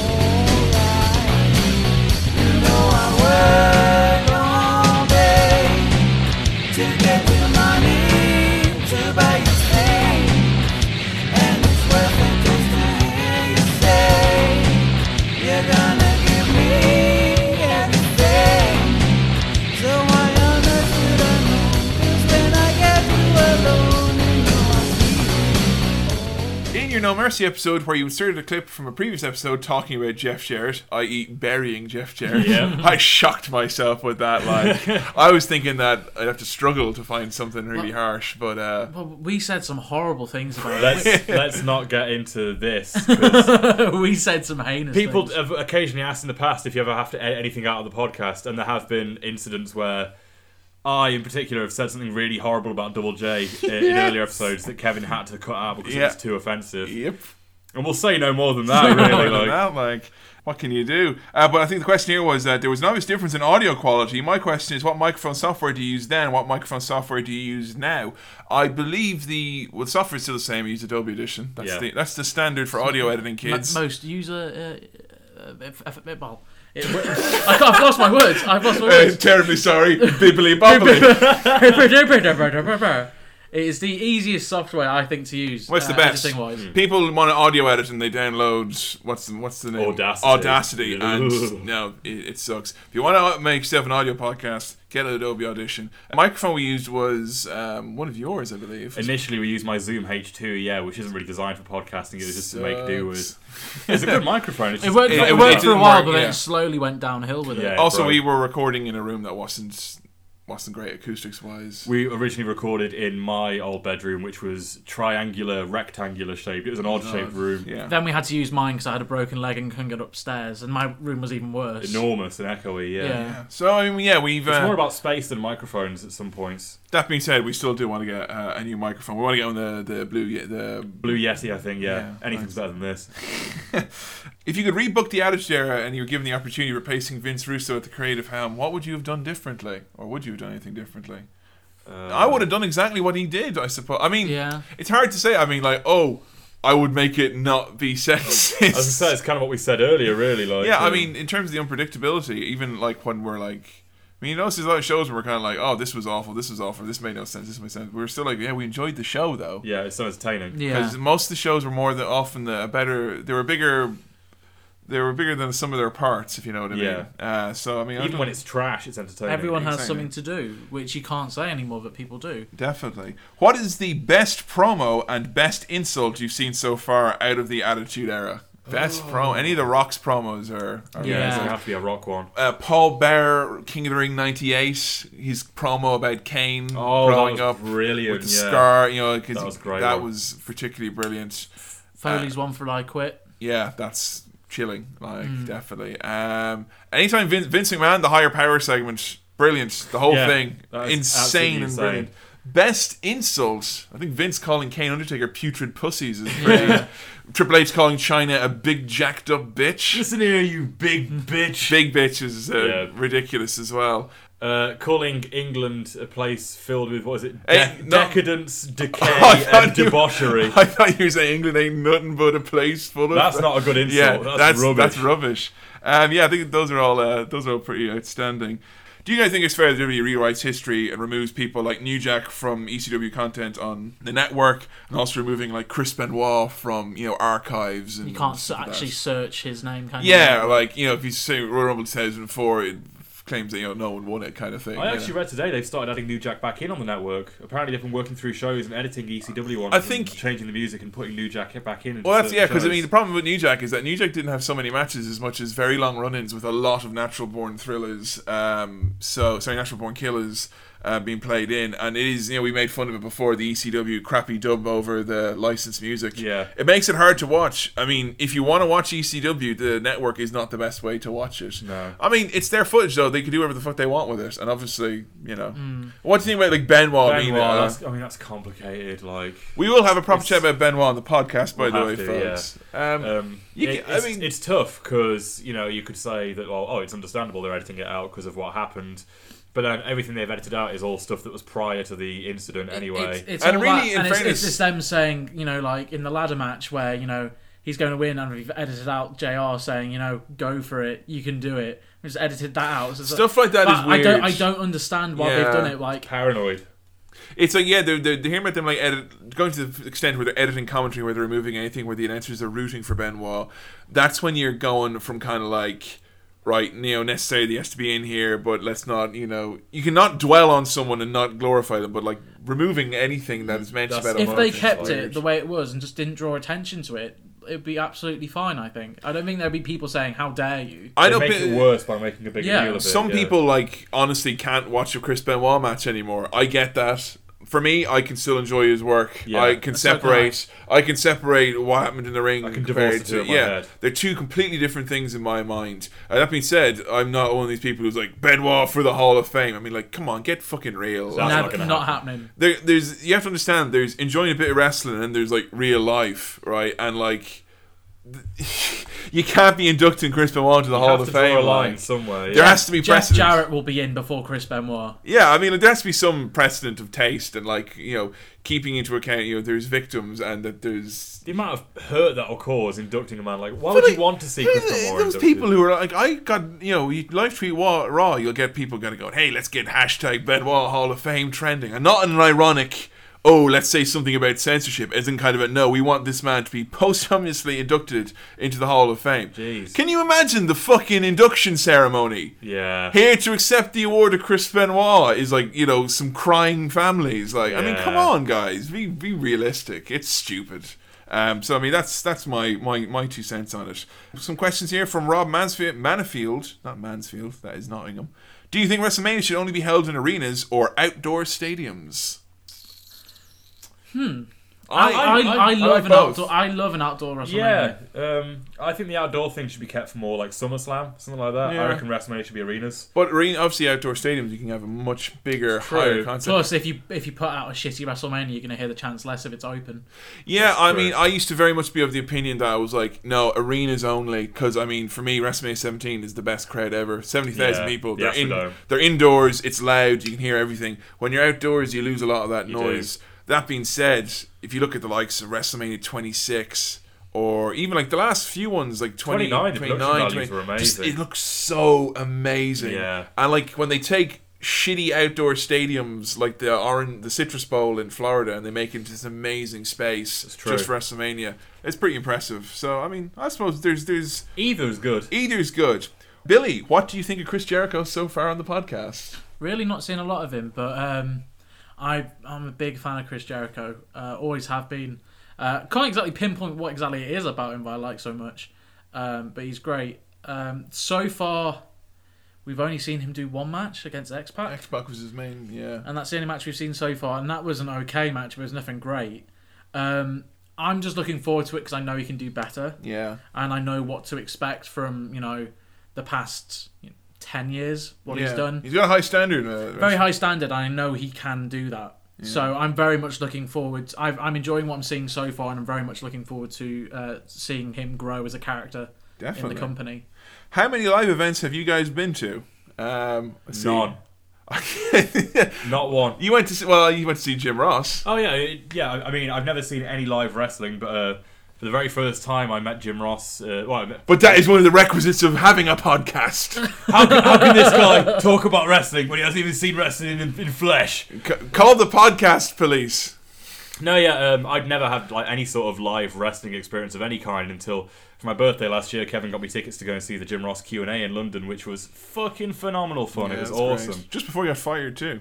know I work all day to get the money to buy you stay. And it's worth it just to hear you say, You're gonna give me everything. So why on earth should I know? 'Cause when I get you alone, you know I In your No Mercy episode, where you inserted a clip from a previous episode talking about Jeff Jarrett, i.e., burying Jeff Jarrett, Yeah. *laughs* I shocked myself with that. *laughs* Like, I was thinking that I'd have to struggle to find something really harsh, but uh, well, we said some horrible things about it. Let's let's not get into this. 'cause *laughs* we said some heinous People things. have occasionally asked in the past if you ever have to edit anything out of the podcast, and there have been incidents where I, in particular, have said something really uh, horrible about Double J in, in earlier episodes that Kevin had to cut out because Yeah. it was too offensive. yep. And we'll say no more than that, *laughs* really. Other than like, that, like, what can you do? Uh, but I think the question here was that there was an obvious difference in audio quality. My question is, what microphone software do you use then? What microphone software do you use now? I believe the well, the software is still the same. I use Adobe Audition. That's Yeah. the that's the standard for audio editing, Mo- kids. most user. Uh, uh, f- f- f- well, *laughs* it, I can't, I've lost my words. I've lost my Uh, words. terribly sorry, bibbly bobbly. *laughs* it is the easiest software I think to use. What's the uh, best? Editing wise. People want to audio edit and they download what's the, what's the name? Audacity. Audacity, Ugh. *laughs* and no, it, it sucks. If you want to make yourself an audio podcast, get Adobe Audition. The microphone we used was um, one of yours, I believe. Initially, we used my Zoom H2, yeah, which isn't really designed for podcasting. It was just to make do with. Sucks. It's a good microphone. It's It just- worked, It- for, it it didn't worked for a while, work, but then yeah. it slowly went downhill with Yeah, it. it Also, broke. we were recording in a room that wasn't wasn't great acoustics wise. We originally recorded in my old bedroom, which was triangular, rectangular shaped. It was an odd shaped room. yeah. Then we had to use mine because I had a broken leg and couldn't get upstairs, and my room was even worse. Enormous and echoey, yeah. Yeah. So I mean, yeah, we've. It's uh, more about space than microphones at some points. that being said, we still do want to get uh, a new microphone. We want to get on the the blue Ye- the. Blue Yeti, I think, yeah. Yeah, Anything's better than this. If you could rebook the Attitude Era and you were given the opportunity of replacing Vince Russo at the creative helm, what would you have done differently, or would you have done anything differently? Uh, I would have done exactly what he did, I suppose. I mean, Yeah. it's hard to say. I mean, like, oh, I would make it not be *laughs* sexist. As I said, it's kind of what we said earlier, really. Like, Yeah, I um, mean, in terms of the unpredictability, even like when we're like, I mean, you notice there's a lot of shows where we're kind of like, oh, this was awful, this was awful, this made no sense, this made sense. We're still like, yeah, we enjoyed the show though, Yeah, it's so entertaining. Yeah. because most of the shows were more than often the a better, they were bigger, they were bigger than some of their parts, if you know what I Yeah. mean. Uh, so I mean, I Even don't- when it's trash, it's entertaining. Everyone has Exactly. something to do, which you can't say anymore, but people do. Uh, definitely, what is the best promo and best insult you've seen so far out of the Attitude Era? Best promo, any of the Rock's promos are, are Oh. Yeah, it doesn't Yeah. have to be a rock one. uh, Paul Bear, King of the Ring '98, his promo about Kane Oh, that growing was up brilliant, with the yeah. scar. You know, 'cause That was a great That one. was particularly brilliant. Foley's one for I quit. Yeah, that's chilling. Like Mm. definitely. Um, anytime Vince, Vince McMahon, the higher power segment, brilliant. The whole Yeah, thing, that is insane absolutely and insane. brilliant. Best insult. I think Vince calling Kane Undertaker putrid pussies is pretty. Triple H calling China a big jacked up bitch. Listen here, you *laughs* big *laughs* bitch. Big bitch is uh, Yeah. ridiculous as well. Uh, calling England a place filled with what is it? De- Eh, no. *laughs* Decadence, decay, I thought and you- debauchery. *laughs* I thought you were saying England ain't nothing but a place full of. That's not a *laughs* good insult. yeah, that's, that's rubbish. that's rubbish. Um, yeah, I think those are all uh, those are all pretty outstanding. Do you guys think it's fair that WWE rewrites history and removes people like New Jack from ECW content on the network, and also removing like Chris Benoit from you know archives? And You can't s stuff like that? actually search his name, can you? Yeah, like you know, if you say Royal Rumble 2004, it claims that you know no one won it, kind of thing. I you actually know? read today they've started adding New Jack back in on the network. Apparently they've been working through shows and editing E ECW ones. I and think- changing the music and putting New Jack back in. into Well, that's certain yeah, because I shows. mean the problem with New Jack is that New Jack didn't have so many matches as much as very long run-ins with a lot of natural-born thrillers. Um, so sorry, natural-born killers uh, being played in, and it is you know we made fun of it before the ECW crappy dub over the licensed music. Yeah. it makes it hard to watch. I mean, if you want to watch ECW, the network is not the best way to watch it. No. I mean it's their footage though; they can do whatever the fuck they want with it, and obviously you know. What do you think about like Benoit? Benoit, being, uh, that's, I mean that's complicated. Like, we will have a proper chat about Benoit on the podcast, by the We'll way, have to, yeah. folks. Um, um, You it- ca- I it's, mean- it's tough because you know you could say that well, oh, it's understandable they're editing it out because of what happened, but then everything they've edited out is all stuff that was prior to the incident anyway. It's, it's And all really, in that, and it's, it's fairness- just them saying, you know, like in the ladder match where you know he's going to win, and we've edited out Jr. saying, you know, go for it, you can do it. We just edited that out. So it's Stuff like that but is I don't, I weird. don't understand why Yeah. they've done it. Like, Paranoid. It's like yeah, they're, they're, they're hearing about them like edit, going to the extent where they're editing commentary, where they're removing anything, where the announcers are rooting for Benoit. That's when you're going from kind of like right, you know, necessarily he has to be in here, but let's not, you know, you cannot dwell on someone and not glorify them, but like removing anything that is mentioned That's- about if him, they like, kept weird. it the way it was and just didn't draw attention to it, it'd be absolutely fine. I think. I don't think there'd be people saying, "How dare you." I They know make pe- it worse by making a big Yeah, deal of it. some yeah. people like honestly can't watch a Chris Benoit match anymore. I get that. For me, I can still enjoy his work. Yeah. I can So can separate. I. can separate what happened in the ring. I can divorce the two in my yeah, head. they're two completely different things in my mind. And that being said, I'm not one of these people who's like Benoit for the Hall of Fame. I mean, like, come on, get fucking real. That's Nah, not gonna happening. there, there's you have to understand there's enjoying a bit of wrestling and there's like *laughs* real life, right? And like you can't be inducting Chris Benoit to the Hall have of to draw Fame. a line like. somewhere. There yeah. has to be Jeff precedent. Jarrett will be in before Chris Benoit. Yeah, I mean, there has to be some precedent of taste and, like, you know, keeping into account, you know, there's victims and that there's. the amount of hurt that will cause inducting a man like why would you want to see Who Chris the- Benoit Those inducted? people who are like, I got, you know, you live tweet Wa- Raw, you'll get people going to go, hey, let's get hashtag Benoit Hall of Fame trending. And not in an ironic, oh, let's say something about censorship, as in kind of a, no, we want this man to be posthumously inducted into the Hall of Fame. Jeez. Can you imagine the fucking induction ceremony? yeah Here to accept the award of Chris Benoit is like, you know, some crying families. Like, I mean, Yeah. come on, guys, be be realistic. It's stupid. Um, so I mean, that's that's my, my my two cents on it. Some questions here from Rob Mansfield, Manifield, not Mansfield, that is Nottingham. Do you think WrestleMania should only be held in arenas or outdoor stadiums? Hmm. I, I, I, love like an both. outdoor. I love an outdoor WrestleMania. yeah um, I think the outdoor thing should be kept for more like SummerSlam something like that Yeah. I reckon WrestleMania should be arenas But arena, obviously, outdoor stadiums you can have a much bigger, True. higher concept. Plus, if you if you put out a shitty WrestleMania, you're going to hear the chance less if it's open. Yeah, I mean, correct. I used to very much be of the opinion that I was like, no, arenas only, because I mean, for me, WrestleMania 17 is the best crowd ever. 70,000 Yeah, people. the They're, in, Astrodome. they're indoors. It's loud. You can hear everything. When you're outdoors, you lose a lot of that do. noise. That being said, if you look at the likes of WrestleMania 26 or even like the last few ones, like 20, 29, the production 29, values were 20, just- amazing. it looks so amazing. Yeah. And like when they take shitty outdoor stadiums like the orange the citrus bowl in florida and they make it into this amazing space true. just for wrestlemania it's pretty impressive so i mean i suppose there's there's either is good either's good billy what do you think of chris jericho so far on the podcast Really, not seeing a lot of him, but um, I I'm a big fan of Chris Jericho. Uh, always have been. Uh, can't exactly pinpoint what exactly it is about him that I like so much, um, but he's great. Um, so far, we've only seen him do one match against X Pac. xbox was his main yeah and that's the only match we've seen so far. And that was an okay match, but it was nothing great. Um, I'm just looking forward to it because I know he can do better, yeah and I know what to expect from you know the past you know, ten years what he's Yeah. done. he's got a high standard uh, Very high standard, and I know he can do that. So I'm very much looking forward. I've, I'm enjoying what I'm seeing so far, and I'm very much looking forward to uh, seeing him grow as a character in Definitely. Oh, the company. how many live events have you guys been to um let's see. none not one *laughs* you went to see, well you went to see jim ross Oh yeah, it, yeah. I I mean, I've never seen any live wrestling, but uh, for the very first time, I met Jim Ross. Uh, well, *laughs* I met- but that is one of the requisites of having a podcast how, can, how can this guy talk about wrestling when he hasn't even seen wrestling in, in flesh? C- call the podcast police No, yeah. Um, I'd never had like any sort of live wrestling experience of any kind until for my birthday last year. Kevin got me tickets to go and see the Jim Ross Q and A in London, which was fucking phenomenal fun. it Yeah, was that's great. awesome. Just before you got fired too.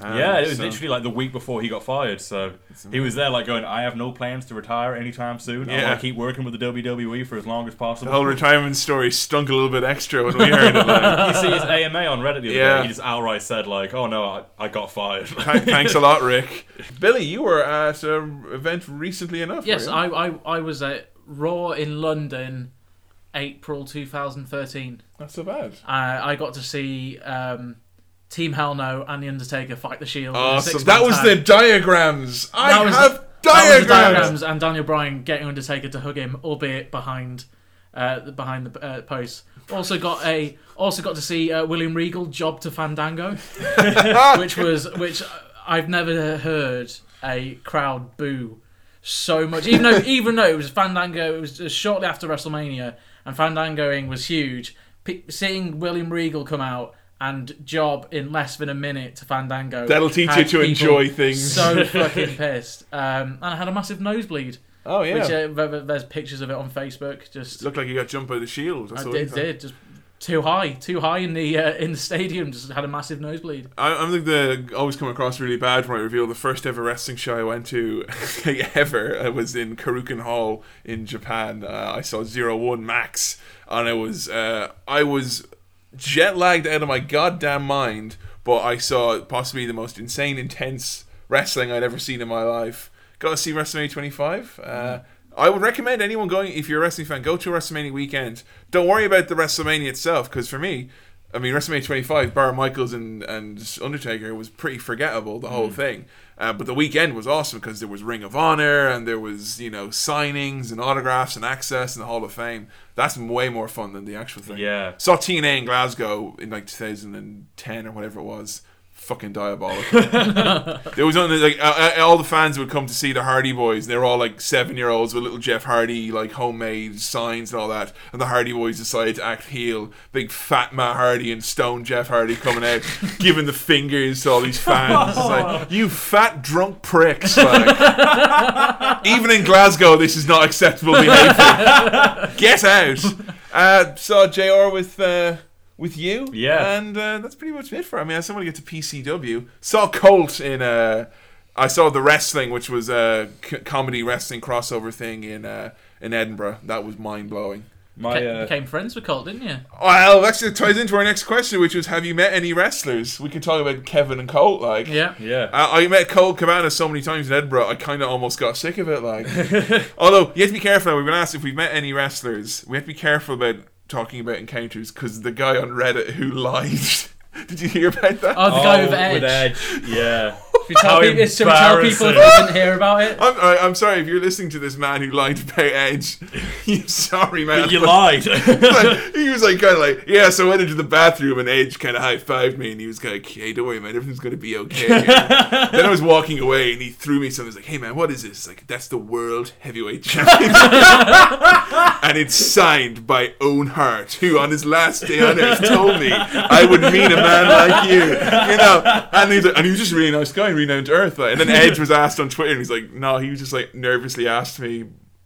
Um, Yeah, it was so- literally like the week before he got fired. So he was there, like going, "I have no plans to retire anytime soon. I Yeah. want to keep working with the WWE for as long as possible." the whole retirement story stunk a little bit extra when we heard it. Like, *laughs* you see his AMA on Reddit the other Yeah. day. He just outright said like, "Oh no, I, I got fired." "Th- Thanks a lot, Rick. Billy, you were at an event recently enough. Yes, were I, I I was at Raw in London, April 2013. Not so bad. Uh, I I got to see um, Team Hell No and The Undertaker fight the Shield. in a Awesome. six-man That was tag. the diagrams. I That was have the- that was diagrams. the diagrams and Daniel Bryan getting Undertaker to hug him, albeit behind. Uh, the- behind the uh, post, also got a also got to see uh, William Regal job to Fandango, *laughs* which was which I've never heard a crowd boo so much. Even though even though it was Fandango, it was just shortly after WrestleMania, and Fandangoing was huge. P- seeing William Regal come out and job in less than a minute to Fandango. That'll teach had you to people enjoy things. So fucking pissed. Um, and I had a massive nosebleed. Oh, yeah. Which, uh, there- there- there's pictures of it on Facebook. Just Looked like you got jumped by the shield. That's I what did, thought. did just too high, too high in the uh, in the stadium. Just had a massive nosebleed. I, I'm like the always come across really bad when I reveal the first ever wrestling show I went to *laughs* ever. I was in Karukan Hall in Japan. Uh, I saw Zero One Max, and I was uh, I was jet lagged out of my goddamn mind. But I saw possibly the most insane, intense wrestling I'd ever seen in my life. Got to see WrestleMania 25. Uh, I would recommend anyone going if you're a wrestling fan, go to a WrestleMania weekend. Don't worry about the WrestleMania itself, because for me, I mean, WrestleMania 25, Barrett Michaels and, and Undertaker was pretty forgettable, the whole thing. Uh, but the weekend was awesome because there was Ring of Honor and there was, you know, signings and autographs and access and the Hall of Fame. That's way more fun than the actual thing. Yeah. Saw TNA in Glasgow in like 2010 or whatever it was. Fucking diabolical. there was only like uh, uh, all the fans would come to see the Hardy Boys. and They were all like seven year olds with little Jeff Hardy like homemade signs and all that. And the Hardy Boys decided to act heel. Big fat Matt Hardy and Stone Jeff Hardy coming out, *laughs* giving the fingers to all these fans. It's like you fat drunk pricks. Like, even in Glasgow, this is not acceptable behaviour. Get out. Uh, saw Jr. with. Uh, with you, Yeah. and uh, that's pretty much it for. I mean, I still want to get to PCW. Saw Colt in. Uh, I saw the wrestling, which was a c- comedy wrestling crossover thing in uh, in Edinburgh. That was mind blowing. *laughs* My Ca- uh, became friends with Colt, didn't you? Well, actually, it ties into our next question, which was: Have you met any wrestlers? We can talk about Kevin and Colt, like Yeah. yeah. I, I met Cole Cabana so many times in Edinburgh, I kind of almost got sick of it. Like, *laughs* although you have to be careful. We've been asked if we've met any wrestlers. We have to be careful about talking about encounters because the guy on Reddit who lied. *laughs* Did you hear about that? Oh, the guy Oh, with Edge. with Edge. Yeah. *laughs* If you tell, How people, if you tell embarrassing. people if you didn't hear about it, I'm, I, I'm sorry if you're listening to this man who lied about Edge. *laughs* you sorry, man. *laughs* you *laughs* lied. Like, he was like kind of like, yeah. So I went into the bathroom and Edge kind of high fived me, and he was kind of, hey, don't worry, man, everything's gonna be okay. then I was walking away, and he threw me something. He's like, hey, man, what is this? Like, that's the world heavyweight championship, and it's signed by Own Hart, who on his last day on earth told me I would meet a man like you, you know. And he's like, and he was just a really nice guy, really down to earth. Like. And then Edge was asked on Twitter, and he's like, no, he was just like nervously asked me.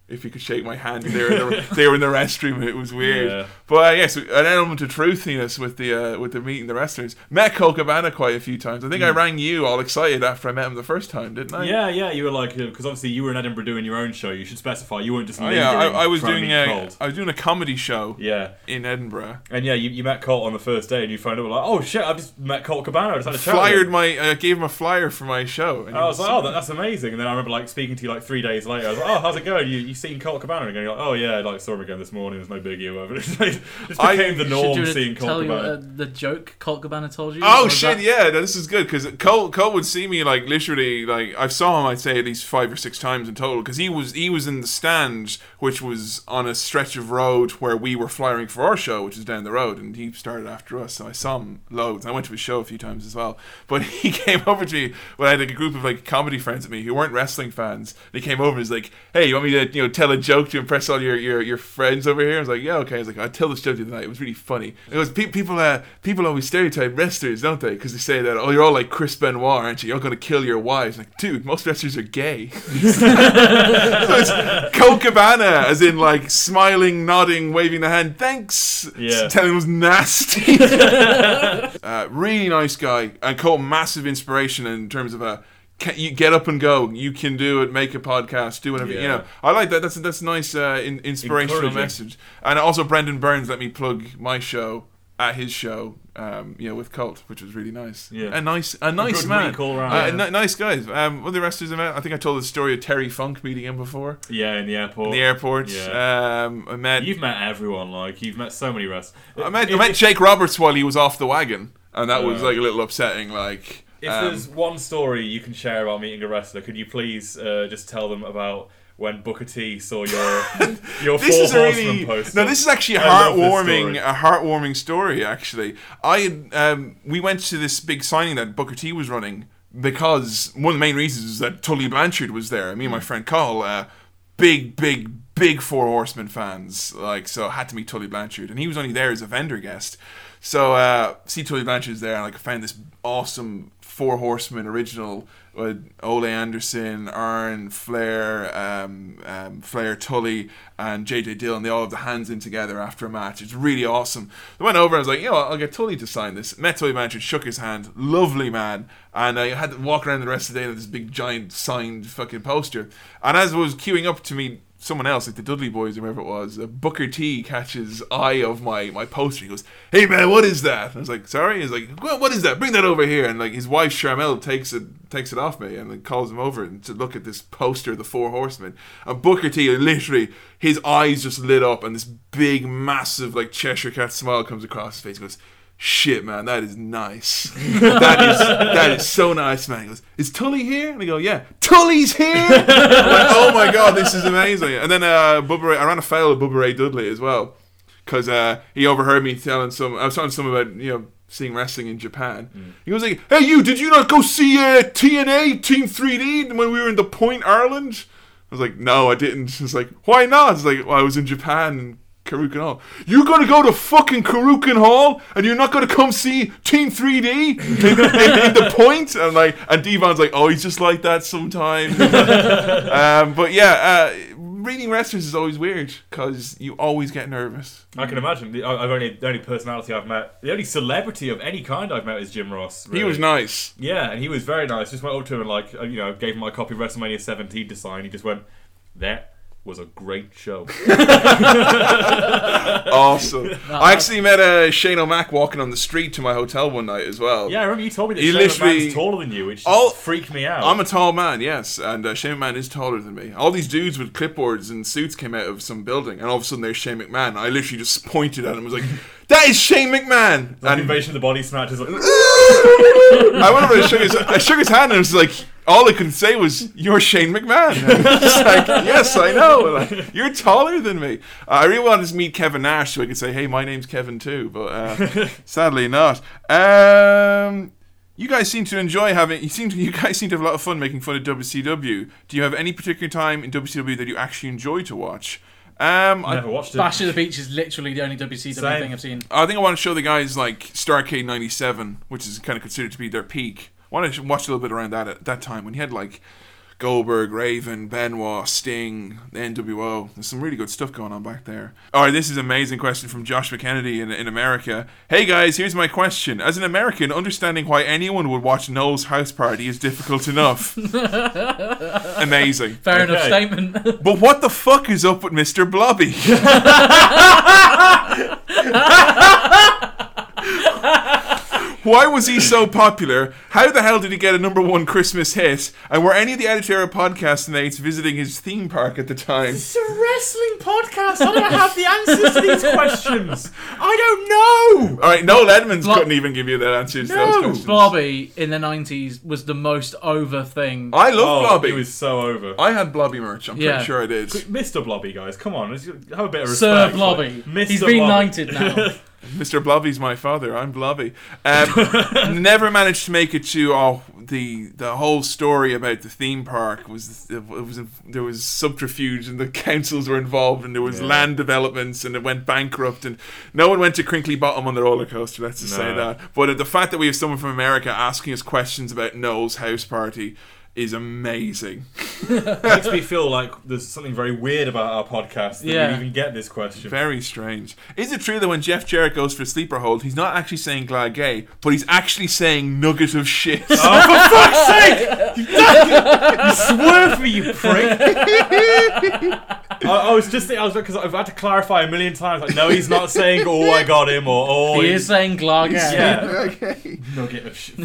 If he could shake my hand, they were in the, they were in the restroom. It was weird. Yeah. But uh, yes, an element of truthiness with the uh, with the meeting the wrestlers. Met Cole Cabana quite a few times. I think I rang you all excited after I met him the first time, didn't I? Mm. yeah, yeah. You were like, because obviously you were in Edinburgh doing your own show. You should specify. You weren't just. Oh, yeah. I, lingering I was trying to doing be a, cold. I was doing a comedy show Yeah. in Edinburgh. And yeah, you, you met Colt on the first day, and you found out like, oh shit, I've just met Colt Cabana. I just had a chat. with Flyered him. my I gave him a flyer for my show. And And I was like, oh, that, that's amazing. And then I remember like speaking to you like three days later. I was like, oh, how's it going? You you seen Colt Cabana again? You're like, oh yeah, like saw him again this morning. There's no biggie or whatever. *laughs* It just, like, just I- became the You should norm do you seeing want to Colt tell you Cabana. uh, the joke Colt Cabana told you? Oh Or is shit! that- Yeah, no, this is good because Cole Cole would see me like literally like I saw him I'd say at least five or six times in total because he was he was in the stand which was on a stretch of road where we were flying for our show which is down the road and he started after us so I saw him loads I went to his show a few times as well but *laughs* he came over to me when I had like, a group of like comedy friends with me who weren't wrestling fans they came over and was like hey you want me to you know tell a joke to impress all your your, your friends over here I was like yeah okay I was like I tell this joke tonight it was really funny it was pe- people uh, people always stereotype wrestlers don't they because they say that oh you're all like Chris Benoit aren't you you're gonna kill your wives like dude most wrestlers are gay *laughs* so it's Cole Cabana, as in like smiling, nodding, waving the hand, thanks. Yeah. Telling him it was nasty. *laughs* uh, really nice guy, and Cole massive inspiration in terms of a. Can you get up and go? You can do it. Make a podcast. Do whatever you Yeah. know. I like that. That's that's a nice uh, in, inspirational Encouraging. message. And also, Brendan Burns let me plug my show at his show. Um, you know, with Colt, which was really nice. Yeah. a nice, a nice good man. week all round. Uh, Yeah. ni- nice guys. Um, one of the wrestlers I met, I think I told the story of Terry Funk meeting him before yeah, in the airport. the airport. Yeah. Um, I met You've met everyone. Like you've met so many wrestlers. I met I met Jake Roberts while he was off the wagon, and that was Uh. like a little upsetting. Like, If um, there's one story you can share about meeting a wrestler, could you please uh, just tell them about when Booker T *laughs* saw your your this four is a horsemen really poster? no. This is actually a I love this story. heartwarming, a heartwarming story. Actually, I had, um, we went to this big signing that Booker T was running because one of the main reasons is that Tully Blanchard was there. Me and my Hmm. friend Carl, uh, big, big, big Four Horsemen fans. Like, so had to meet Tully Blanchard, and he was only there as a vendor guest. So uh, see Tully Blanchard's there, and like I found this awesome Four Horsemen original with Ole Anderson, Arn, Flair, um, um, Flair, Tully, and JJ Dillon. They all have the hands in together after a match. It's really awesome. I went over and I was like, you know, what, I'll get Tully to sign this. Met Tully Blanchard, shook his hand, lovely man. And I had to walk around the rest of the day with this big giant signed fucking poster. And as I was queuing up to meet someone else, like the Dudley Boys or whoever it was, uh, Booker T catches eye of my my poster. He goes, "Hey man, what is that?" And I was like, "Sorry." He's like, "What? What is that? Bring that over here." And like his wife Charmel takes it takes it off me and then calls him over and to look at this poster, of the Four Horsemen. And Booker T, literally, his eyes just lit up, and this big, massive, like Cheshire Cat smile comes across his face. He goes. shit, man, that is nice. that is that is so nice, man. He goes, is Tully here? And I go, yeah, Tully's here. I'm like, oh my god, this is amazing. And then uh, Bubba Ray, I ran a foul of Bubba Ray Dudley as well, because uh, he overheard me telling some, I was telling some about you know. Seeing wrestling in Japan, he was like, "Hey, you! Did you not go see uh, TNA Team 3D when we were in the Point, Ireland?" I was like, no, I didn't. She's like, why not? It's like, well, I was in Japan and Karukan Hall. You're gonna go to fucking Karukan Hall and you're not gonna come see Team 3D in, in- in the point? And like, and Devon's like, oh, he's just like that sometimes. um, but yeah, uh, reading wrestlers is always weird because you always get nervous. I can imagine. The, I- I've only the only personality I've met, the only celebrity of any kind I've met is Jim Ross. He really. was nice. Yeah, and he was very nice. Just went up to him and like, uh, you know, gave him my copy of WrestleMania 17 to sign. He just went, "That was a great *laughs* show." *laughs* Awesome. Uh-huh. I actually met uh, Shane O'Mac walking on the street to my hotel one night as well. yeah, I remember you told me that He Shane McMahon's literally- taller than you, which just All- freaked me out. I'm a tall man, yes, and uh, Shane McMahon is taller than me. All these dudes with clipboards and suits came out of some building, and all of a sudden there's Shane McMahon. I literally just *laughs* pointed at him and was like, "That is Shane McMahon!" Like And invasion of the body snatches. *laughs* Like, I went over and shook his, I shook his hand, and it was like, all I could say was, "You're Shane McMahon." And it's like, yes, I know. Like, You're taller than me. Uh, I really wanted to meet Kevin Nash so I could say, "Hey, my name's Kevin too," but uh, sadly not. Um, you guys seem to enjoy having. You seem to. You guys seem to have a lot of fun making fun of WCW. Do you have any particular time in WCW that you actually enjoy to watch? Um, I I, never watched it. Bash of the Beach is literally the only WCW Same. thing I've seen. I think I want to show the guys like Starcade '97, which is kind of considered to be their peak. I want to watch a little bit around that at that time when he had like Goldberg, Raven, Benoit, Sting, the NWO. There's some really good stuff going on back there. All right, this is an amazing question from Josh McKennedy in, in America. Hey guys, here's my question. As an American, understanding why anyone would watch Noel's house party is difficult enough. amazing. Fair enough Okay. statement. But what the fuck is up with Mr. *laughs* Blobby? Why was he so popular? How the hell did he get a number one Christmas hit? And were any of the Attitude Era podcast mates visiting his theme park at the *laughs* time? It's a wrestling podcast. I don't have *laughs* the answers to these questions. I don't know. All right, Noel Edmonds Blo- couldn't even give you that answer to those No. questions. Blobby in the 90s was the most over thing. I love Oh, Blobby. He was so over. I had Blobby merch. I'm Yeah. pretty sure I did. Mr. Blobby, guys, come on, let's have a bit of respect. Sir Blobby. Mr. He's been Blobby. knighted now. Mr. Blobby's my father. I'm Blobby. Um, never managed to make it to oh, the the whole story about the theme park was it was there was subterfuge and the *laughs* councils were involved and there was land developments and it went bankrupt and no one went to Crinkly Bottom on the roller coaster. Let's just say No. that. But uh, the fact that we have someone from America asking us questions about Noel's house party is amazing. *laughs* makes me feel like there's something very weird about our podcast that Yeah. we even get this question. Very strange. Is it true that when Jeff Jarrett goes for a sleeper hold, he's not actually saying glad gay, but he's actually saying nugget of shit? Swerve me, *laughs* you prick! I, I was just thinking, I was because I've had to clarify a million times. Like, no, he's not saying "Oh, I got him" or "Oh, he he- is saying Glarg. *laughs* Yeah, *laughs* okay. nugget of shit.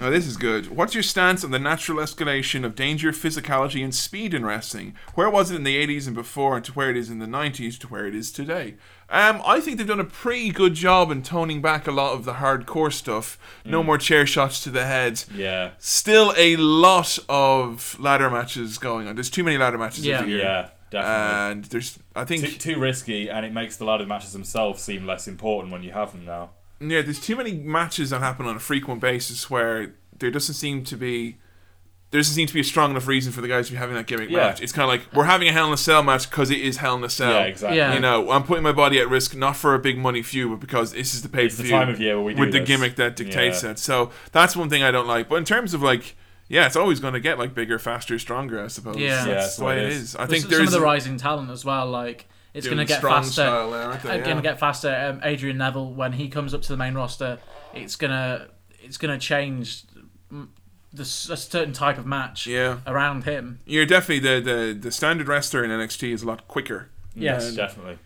Oh, this is good. What's your stance on the natural escalation of danger, physicality, and speed in wrestling? Where was it in the 80s and before, and to where it is in the 90s to where it is today? Um, I think they've done a pretty good job in toning back a lot of the hardcore stuff. No more chair shots to the head. *laughs* Mm. Yeah, Still a lot of ladder matches going on. There's too many ladder matches Yeah. every year. yeah, definitely. And there's, I too, think, too risky, and it makes the ladder matches themselves seem less important when you have them now. yeah, there's too many matches that happen on a frequent basis where there doesn't seem to be there doesn't seem to be a strong enough reason for the guys to be having that gimmick Yeah. match. It's kind of like we're having a Hell in a Cell match because it is Hell in a Cell. Yeah, exactly. Yeah. You know, I'm putting my body at risk not for a big money feud, but because this is the pay per view time of year where we do with the this. gimmick that dictates Yeah. it. So that's one thing I don't like. But in terms of like, yeah, it's always going to get like bigger, faster, stronger. I suppose. Yeah. Yeah, that's that's the what way it it is. is. I I think think some there's of the rising talent as well. Like it's Doing going to get strong faster. style there, aren't they? It's Yeah. going to get faster. Um, Adrian Neville, when he comes up to the main roster, it's gonna it's gonna change mm, the, s- a certain type of match Yeah. around him. you're definitely the, the the standard wrestler in NXT is a lot quicker Yes. Definitely.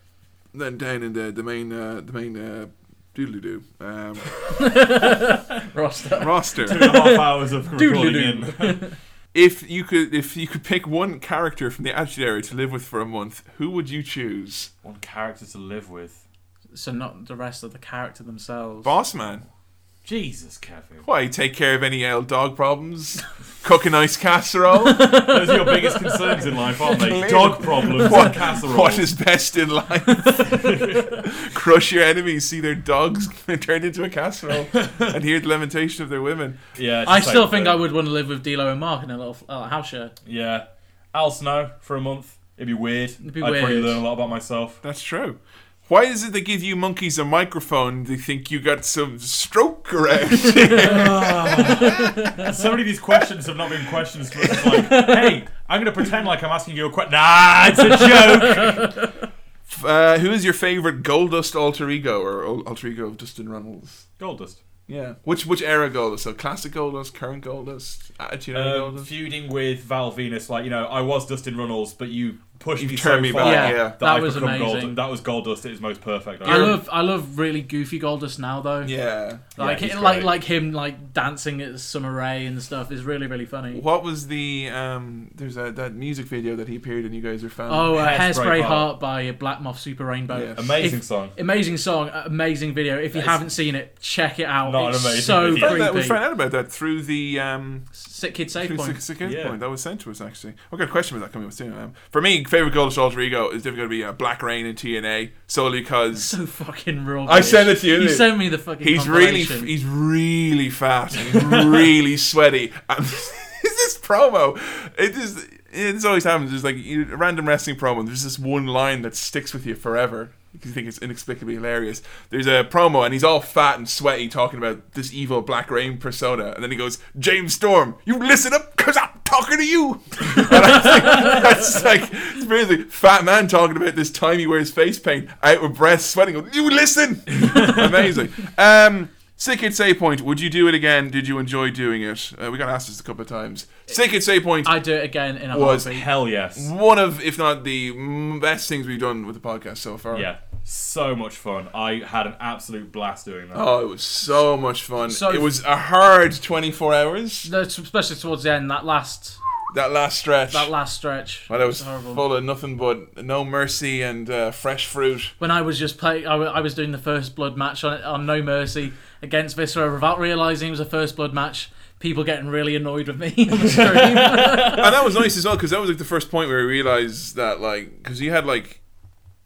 than down in the the main uh, the main uh, doodly doo *laughs* um, roster. roster. Two and a *laughs* half hours of recording in. *laughs* If you could, if you could pick one character from the Attitude Era to live with for a month, who would you choose? One character to live with. *laughs* so not the rest of the character themselves. Boss man. Jesus, Kevin. Why you take care of any old dog problems? *laughs* Cook a nice *laughs* casserole. Those are your biggest concerns in life, aren't they? Dog problems, What- casserole. What is best in life? *laughs* Crush your enemies, see their dogs *laughs* turned into a *laughs* casserole, and hear the lamentation of their women. yeah, it's I the still same think thing. I would want to live with D'Lo and Mark in a little uh, house share. Yeah, Al Snow for a month. It'd be weird. be I'd probably weird. learn a lot about myself. That's true. Why is it they give you monkeys a microphone? They think you got some stroke around. *laughs* So many of these questions have not been questions for us. Like, *laughs* hey, I'm going to pretend like I'm asking you a question. Nah, it's a *laughs* joke. uh, who is your favorite Goldust alter ego or al- alter ego of Dustin Runnels? Goldust. Yeah. Which which era Goldust? So classic Goldust, current Goldust, Uh, attitude era Um, Goldust. feuding with Val Venus, like you know, I was Dustin Runnels, but you pushed You me so turned me far back, Yeah, yeah. that, that I've was become amazing. Gold. That was Goldust. It is most perfect. I love I love really goofy Goldust now though. Yeah. Like he's like great. like him like dancing at Summer Rae and stuff is really really funny. What was the um? There's a, that music video that he appeared in. You guys are fans. Oh, uh, Hairspray Hairspray Heart. Heart by Black Moth Super Rainbow. Yeah. amazing If- song. Amazing song, uh, amazing video. If you haven't seen it, check it out. Not it's an amazing so video. Found that- we creepy. found out about that through the um, Sick Kid Safe through Point. Six Second Yeah. Point that was sent to us actually. I've got a question about that coming up soon. Um, for me, favorite Goldust alter ego is definitely going to be uh, Black Rain and TNA solely because So fucking raw. I bitch. sent it to you, You didn't it? sent me the fucking. he's really f- compilation. he's really fat, and he's really sweaty. And *laughs* is this promo? It is. It's always happens. There's like you, a random wrestling promo. There's this one line that sticks with you forever. You think it's inexplicably hilarious. There's a promo and he's all fat and sweaty talking about this evil Black Rain persona, and then he goes, "James Storm, you listen up, cause I'm talking to you." and I was like, that's like *laughs* it's really like fat man talking about this time he wears face paint, out with breath, sweating. Going, you *laughs* listen, amazing. Um, Sick at say point. Would you do it again? Did you enjoy doing it? Uh, we got asked this a couple of times. Sick at say point I do it again in a was heartbeat. Hell yes. one of, if not the mm, best things we've done with the podcast so far. Yeah, so much fun. I had an absolute blast doing that. Oh, it was so much fun. So- it was a hard 24 hours. No, especially towards the end, that last That last stretch. that last stretch. Well, Oh, that was horrible. full of nothing but no mercy and uh, fresh fruit. when I was just playing, I wa- I was doing the first blood match on on No Mercy against Viscera without realizing it was a first blood match. People getting really annoyed with me *laughs* on the stream. and that was nice as well because that was like the first point where we realized that like because you had like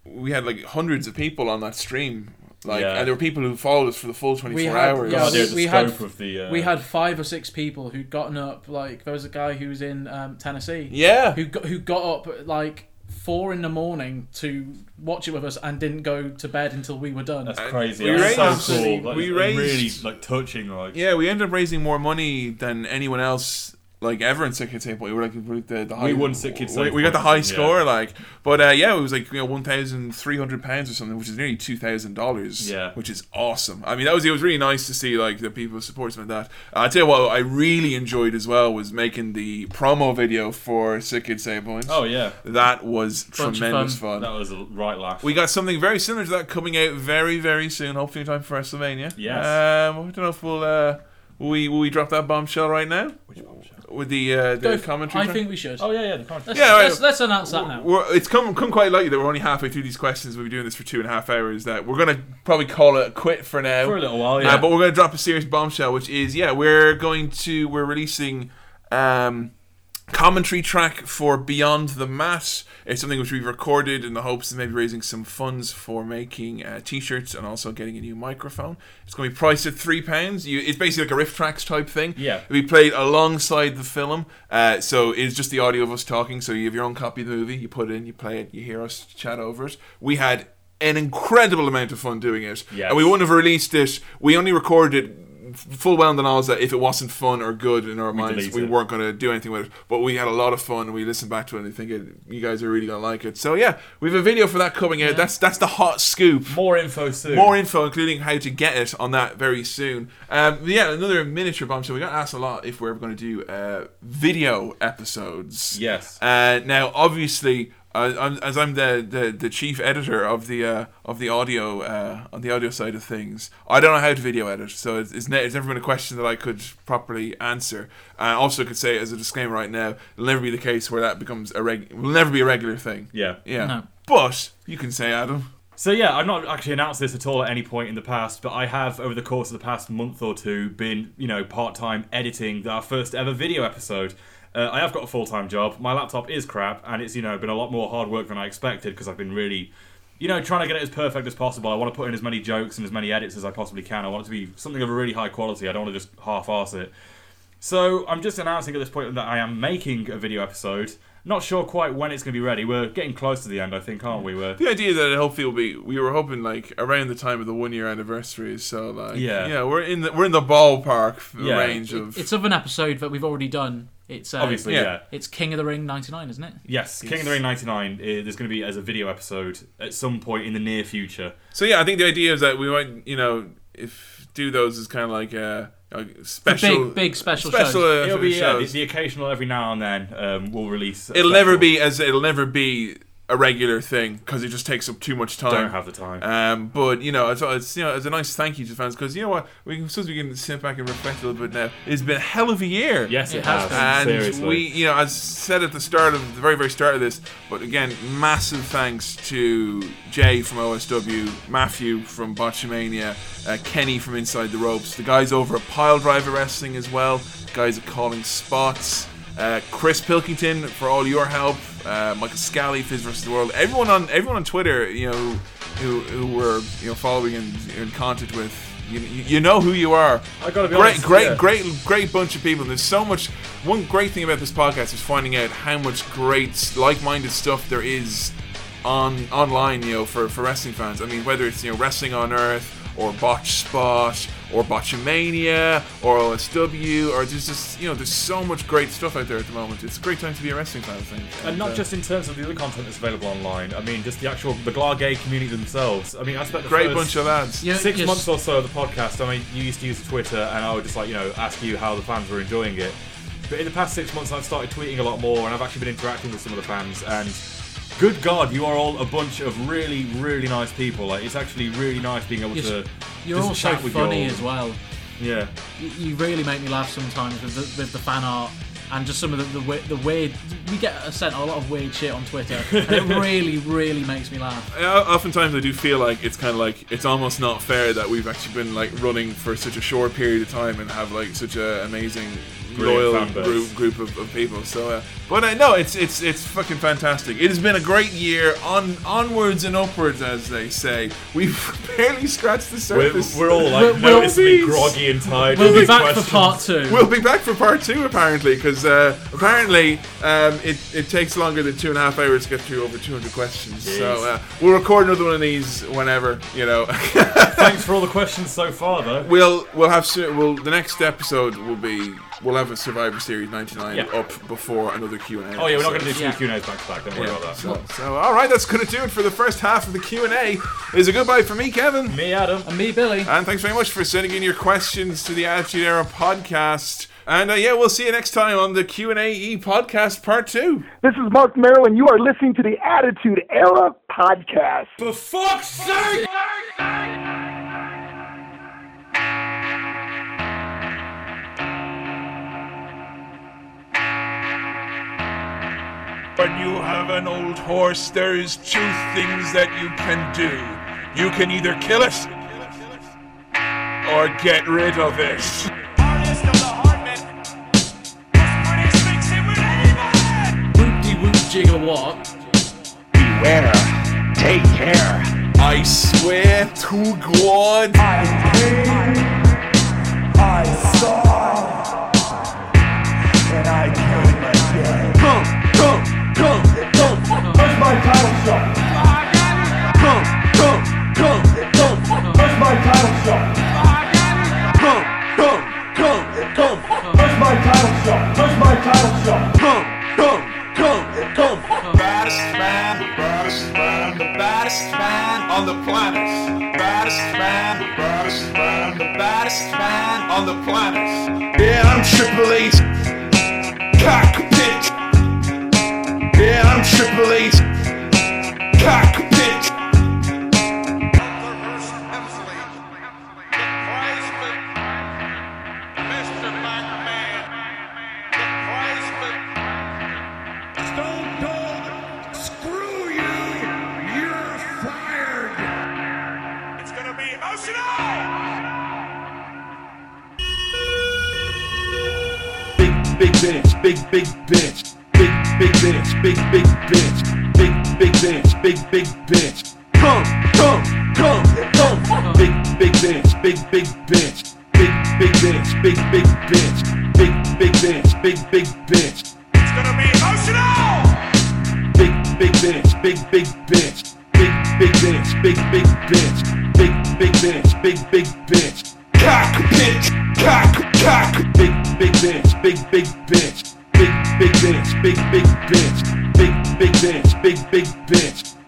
we had like hundreds of people on that stream like Yeah. and there were people who followed us for the full 24 We had- hours yeah, Oh, dear, we- the we had- scope of the. Uh, we had five or six people who'd gotten up. Like there was a guy who was in um, Tennessee. Yeah. Who got, who got up at, like four in the morning to watch it with us and didn't go to bed until we were done. That's crazy. We That's raised- so cool. Like, we it's raised- really like touching. Like yeah we ended up raising more money than anyone else like ever in Sick Kid Save Point. We were like we were the, the high, won Sick Kid we, Save we got the Point, high yeah. score like but uh, yeah it was like you know 1300 pounds or something which is nearly $2000 Yeah. which is awesome I mean that was it was really nice to see like the people supporting like that Uh, I tell you what I really enjoyed as well was making the promo video for Sick Kid Save Point. Oh yeah, that was Bunch of tremendous fun, that was a right laugh. we got something very similar to that coming out very, very soon. Hopefully, in time for WrestleMania. Yes. Um, I don't know if we'll uh, will we will we drop that bombshell right now with the uh, the commentary. I track? think we should. oh yeah, yeah. The contract. Yeah, right. let's, let's announce that now. We're, it's come come quite likely that we're only halfway through these questions. We'll be doing this for two and a half hours. That we're gonna probably call it quit for now. For a little while, Uh, yeah. but we're gonna drop a serious bombshell, which is yeah, we're going to we're releasing um, commentary track for Beyond the Mat. It's something which we've recorded in the hopes of maybe raising some funds for making uh, t-shirts and also getting a new microphone. It's going to be priced at three pounds. You, it's basically like a riff tracks type thing. Yeah. We played alongside the film, uh, so it's just the audio of us talking. So you have your own copy of the movie. You put it in, you play it, you hear us chat over it. We had an incredible amount of fun doing it, Yes. and we wouldn't have released it. We only recorded. it Full well in the knowledge that if it wasn't fun or good in our minds, delete we it. weren't going to do anything with it. But we had a lot of fun, and we listened back to it, and I think it, you guys are really going to like it. So yeah, we have a video for that coming out. That's that's the hot scoop. More info soon. More info, including how to get it, on that very soon. Um, yeah, another miniature bombshell. We got asked a lot if we're going to do uh, video episodes. Yes. Uh, now, obviously, uh, I'm, as I'm the, the, the chief editor of the uh, of the audio uh, on the audio side of things, I don't know how to video edit, so it's it's, ne- it's never been a question that I could properly answer. I also could say as a disclaimer right now, it'll never be the case where that becomes a reg- will never be a regular thing. Yeah. Yeah. No. But you can say Adam. So yeah, I've not actually announced this at all at any point in the past, but I have over the course of the past month or two been, you know, part time editing our first ever video episode. Uh, I have got a full time job. My laptop is crap, and it's you know been a lot more hard work than I expected because I've been really, you know, trying to get it as perfect as possible. I want to put in as many jokes and as many edits as I possibly can. I want it to be something of a really high quality. I don't want to just half arse it. So I'm just announcing at this point that I am making a video episode. Not sure quite when it's going to be ready. We're getting close to the end, I think, aren't we? We're The idea that hopefully will be, we were hoping like around the time of the one year anniversary. So like, Yeah. yeah, we're in the we're in the ballpark f- Yeah. range It- of. it's of an episode that we've already done. It's uh, obviously Yeah. yeah. It's King of the Ring '99, isn't it? Yes, King of the Ring 99 uh, there's going to be as a video episode at some point in the near future. so yeah, I think the idea is that we might, you know, if do those is kind of like a, a special, big, big special special shows. uh, It'll be yeah, the, shows. the occasional every now and then um, we'll release. a it'll never special. be as it'll never be a regular thing because it just takes up too much time. Don't have the time. Um, but you know, it's, it's you know, it's a nice thank you to fans because you know what, we can suppose we can sit back and reflect a little bit now. It's been a hell of a year. yes, it, it has has. And seriously. we, you know, as said at the start of the very, very start of this, but again, massive thanks to Jay from OSW, Matthew from Botchamania, uh, Kenny from Inside the Ropes, the guys over at Pile Driver Wrestling as well, guys at Calling Spots, uh, Chris Pilkington for all your help, uh, Michael Scally, Fizz versus the World, everyone on everyone on Twitter, you know, who, who were you know following and in contact with. You, you you know who you are. I gotta be great, honest, great, yeah. great great great bunch of people. There's so much. One great thing about this podcast is finding out how much great like-minded stuff there is on online. You know, for for wrestling fans. I mean, whether it's you know wrestling on Earth or Botch Spot or Botchamania or OSW or there's just you know there's so much great stuff out there at the moment. It's a great time to be a wrestling fan. I think. uh, and not just in terms of the other content that's available online. I mean, just the actual the Glargay community themselves. I mean, I spent the great first bunch of lads. Yeah, six yes. months or so of the podcast. I mean, you used to use Twitter, and I would just like you know ask you how the fans were enjoying it. But in the past six months, I've started tweeting a lot more, and I've actually been interacting with some of the fans. And good God, you are all a bunch of really, really nice people. Like it's actually really nice being able Yes. to. You're just all so chat with funny you all. as well. Yeah. You- You really make me laugh sometimes with the, with the fan art and just some of the the, we- the weird. We get sent a lot of weird shit on Twitter, and it really, really makes me laugh. *laughs* I- oftentimes I do feel like it's kind of like it's almost not fair that we've actually been like running for such a short period of time and have like such an amazing Brilliant loyal fan base. group, group of, of people. So, uh, but uh, no, it's it's it's fucking fantastic. It has been a great year, on onwards and upwards, as they say. We've *laughs* barely scratched the We're, surface. we're all like We'll- we'll noticeably be- groggy and tired. We'll with be back questions. for part 2 We'll be back for part two apparently, because uh, apparently um, it, it takes longer than two and a half hours to get through over 200 questions. So Jeez. uh, we'll record another one of these whenever, you know. *laughs* *laughs* Thanks for all the questions so far, though. *laughs* We'll we'll have su- we'll the next episode will be we'll have a Survivor Series '99 Yeah. up before another Q and A. Oh yeah, we're not going to do two Yeah. Q and A's back to back. Don't worry about that. So, so all right, that's gonna do it for the first half of the Q and A. Is a goodbye for me, Kevin, Me, Adam. and me, Billy. and thanks very much for sending in your questions to the Attitude Era podcast. And uh, yeah, we'll see you next time on the Q and A E podcast part two. This is Mark Merrill, and you are listening to the Attitude Era podcast. For fuck's sake! When you have an old horse, there is two things that you can do. You can either kill it or get rid of it. Whoop de whoop jigger what? Beware. Take care. I swear to God. I saw. And I killed my dead. Come, come, come, come. Where's my title shot? Come, come, come, come. Where's my title shot? Come, come, come, come. Where's my title shot? Where's my title shot? Come, come, come, come. Baddest man, the baddest man, the baddest man on the planet. Baddest man, the baddest man, the baddest man on the planet. Yeah, I'm Triple H. Cockpit. Yeah, I'm Triple H. Cockpit. Stone Cold, screw you! You're fired! big bitch, big big bitch, big big bitch, big big bitch, big big bitch. Come, come, come, come. Big big bitch, big big bitch, big big bitch, big big bitch, big big bitch, big big bitch. It's gonna be emotional. Big big bitch, big big bitch, big big bitch, big big bitch, big big bitch, big big bitch. Cock bitch, cock cock. Big big bitch, big big bitch, big big bitch, big big bitch, big big bitch, big big bitch.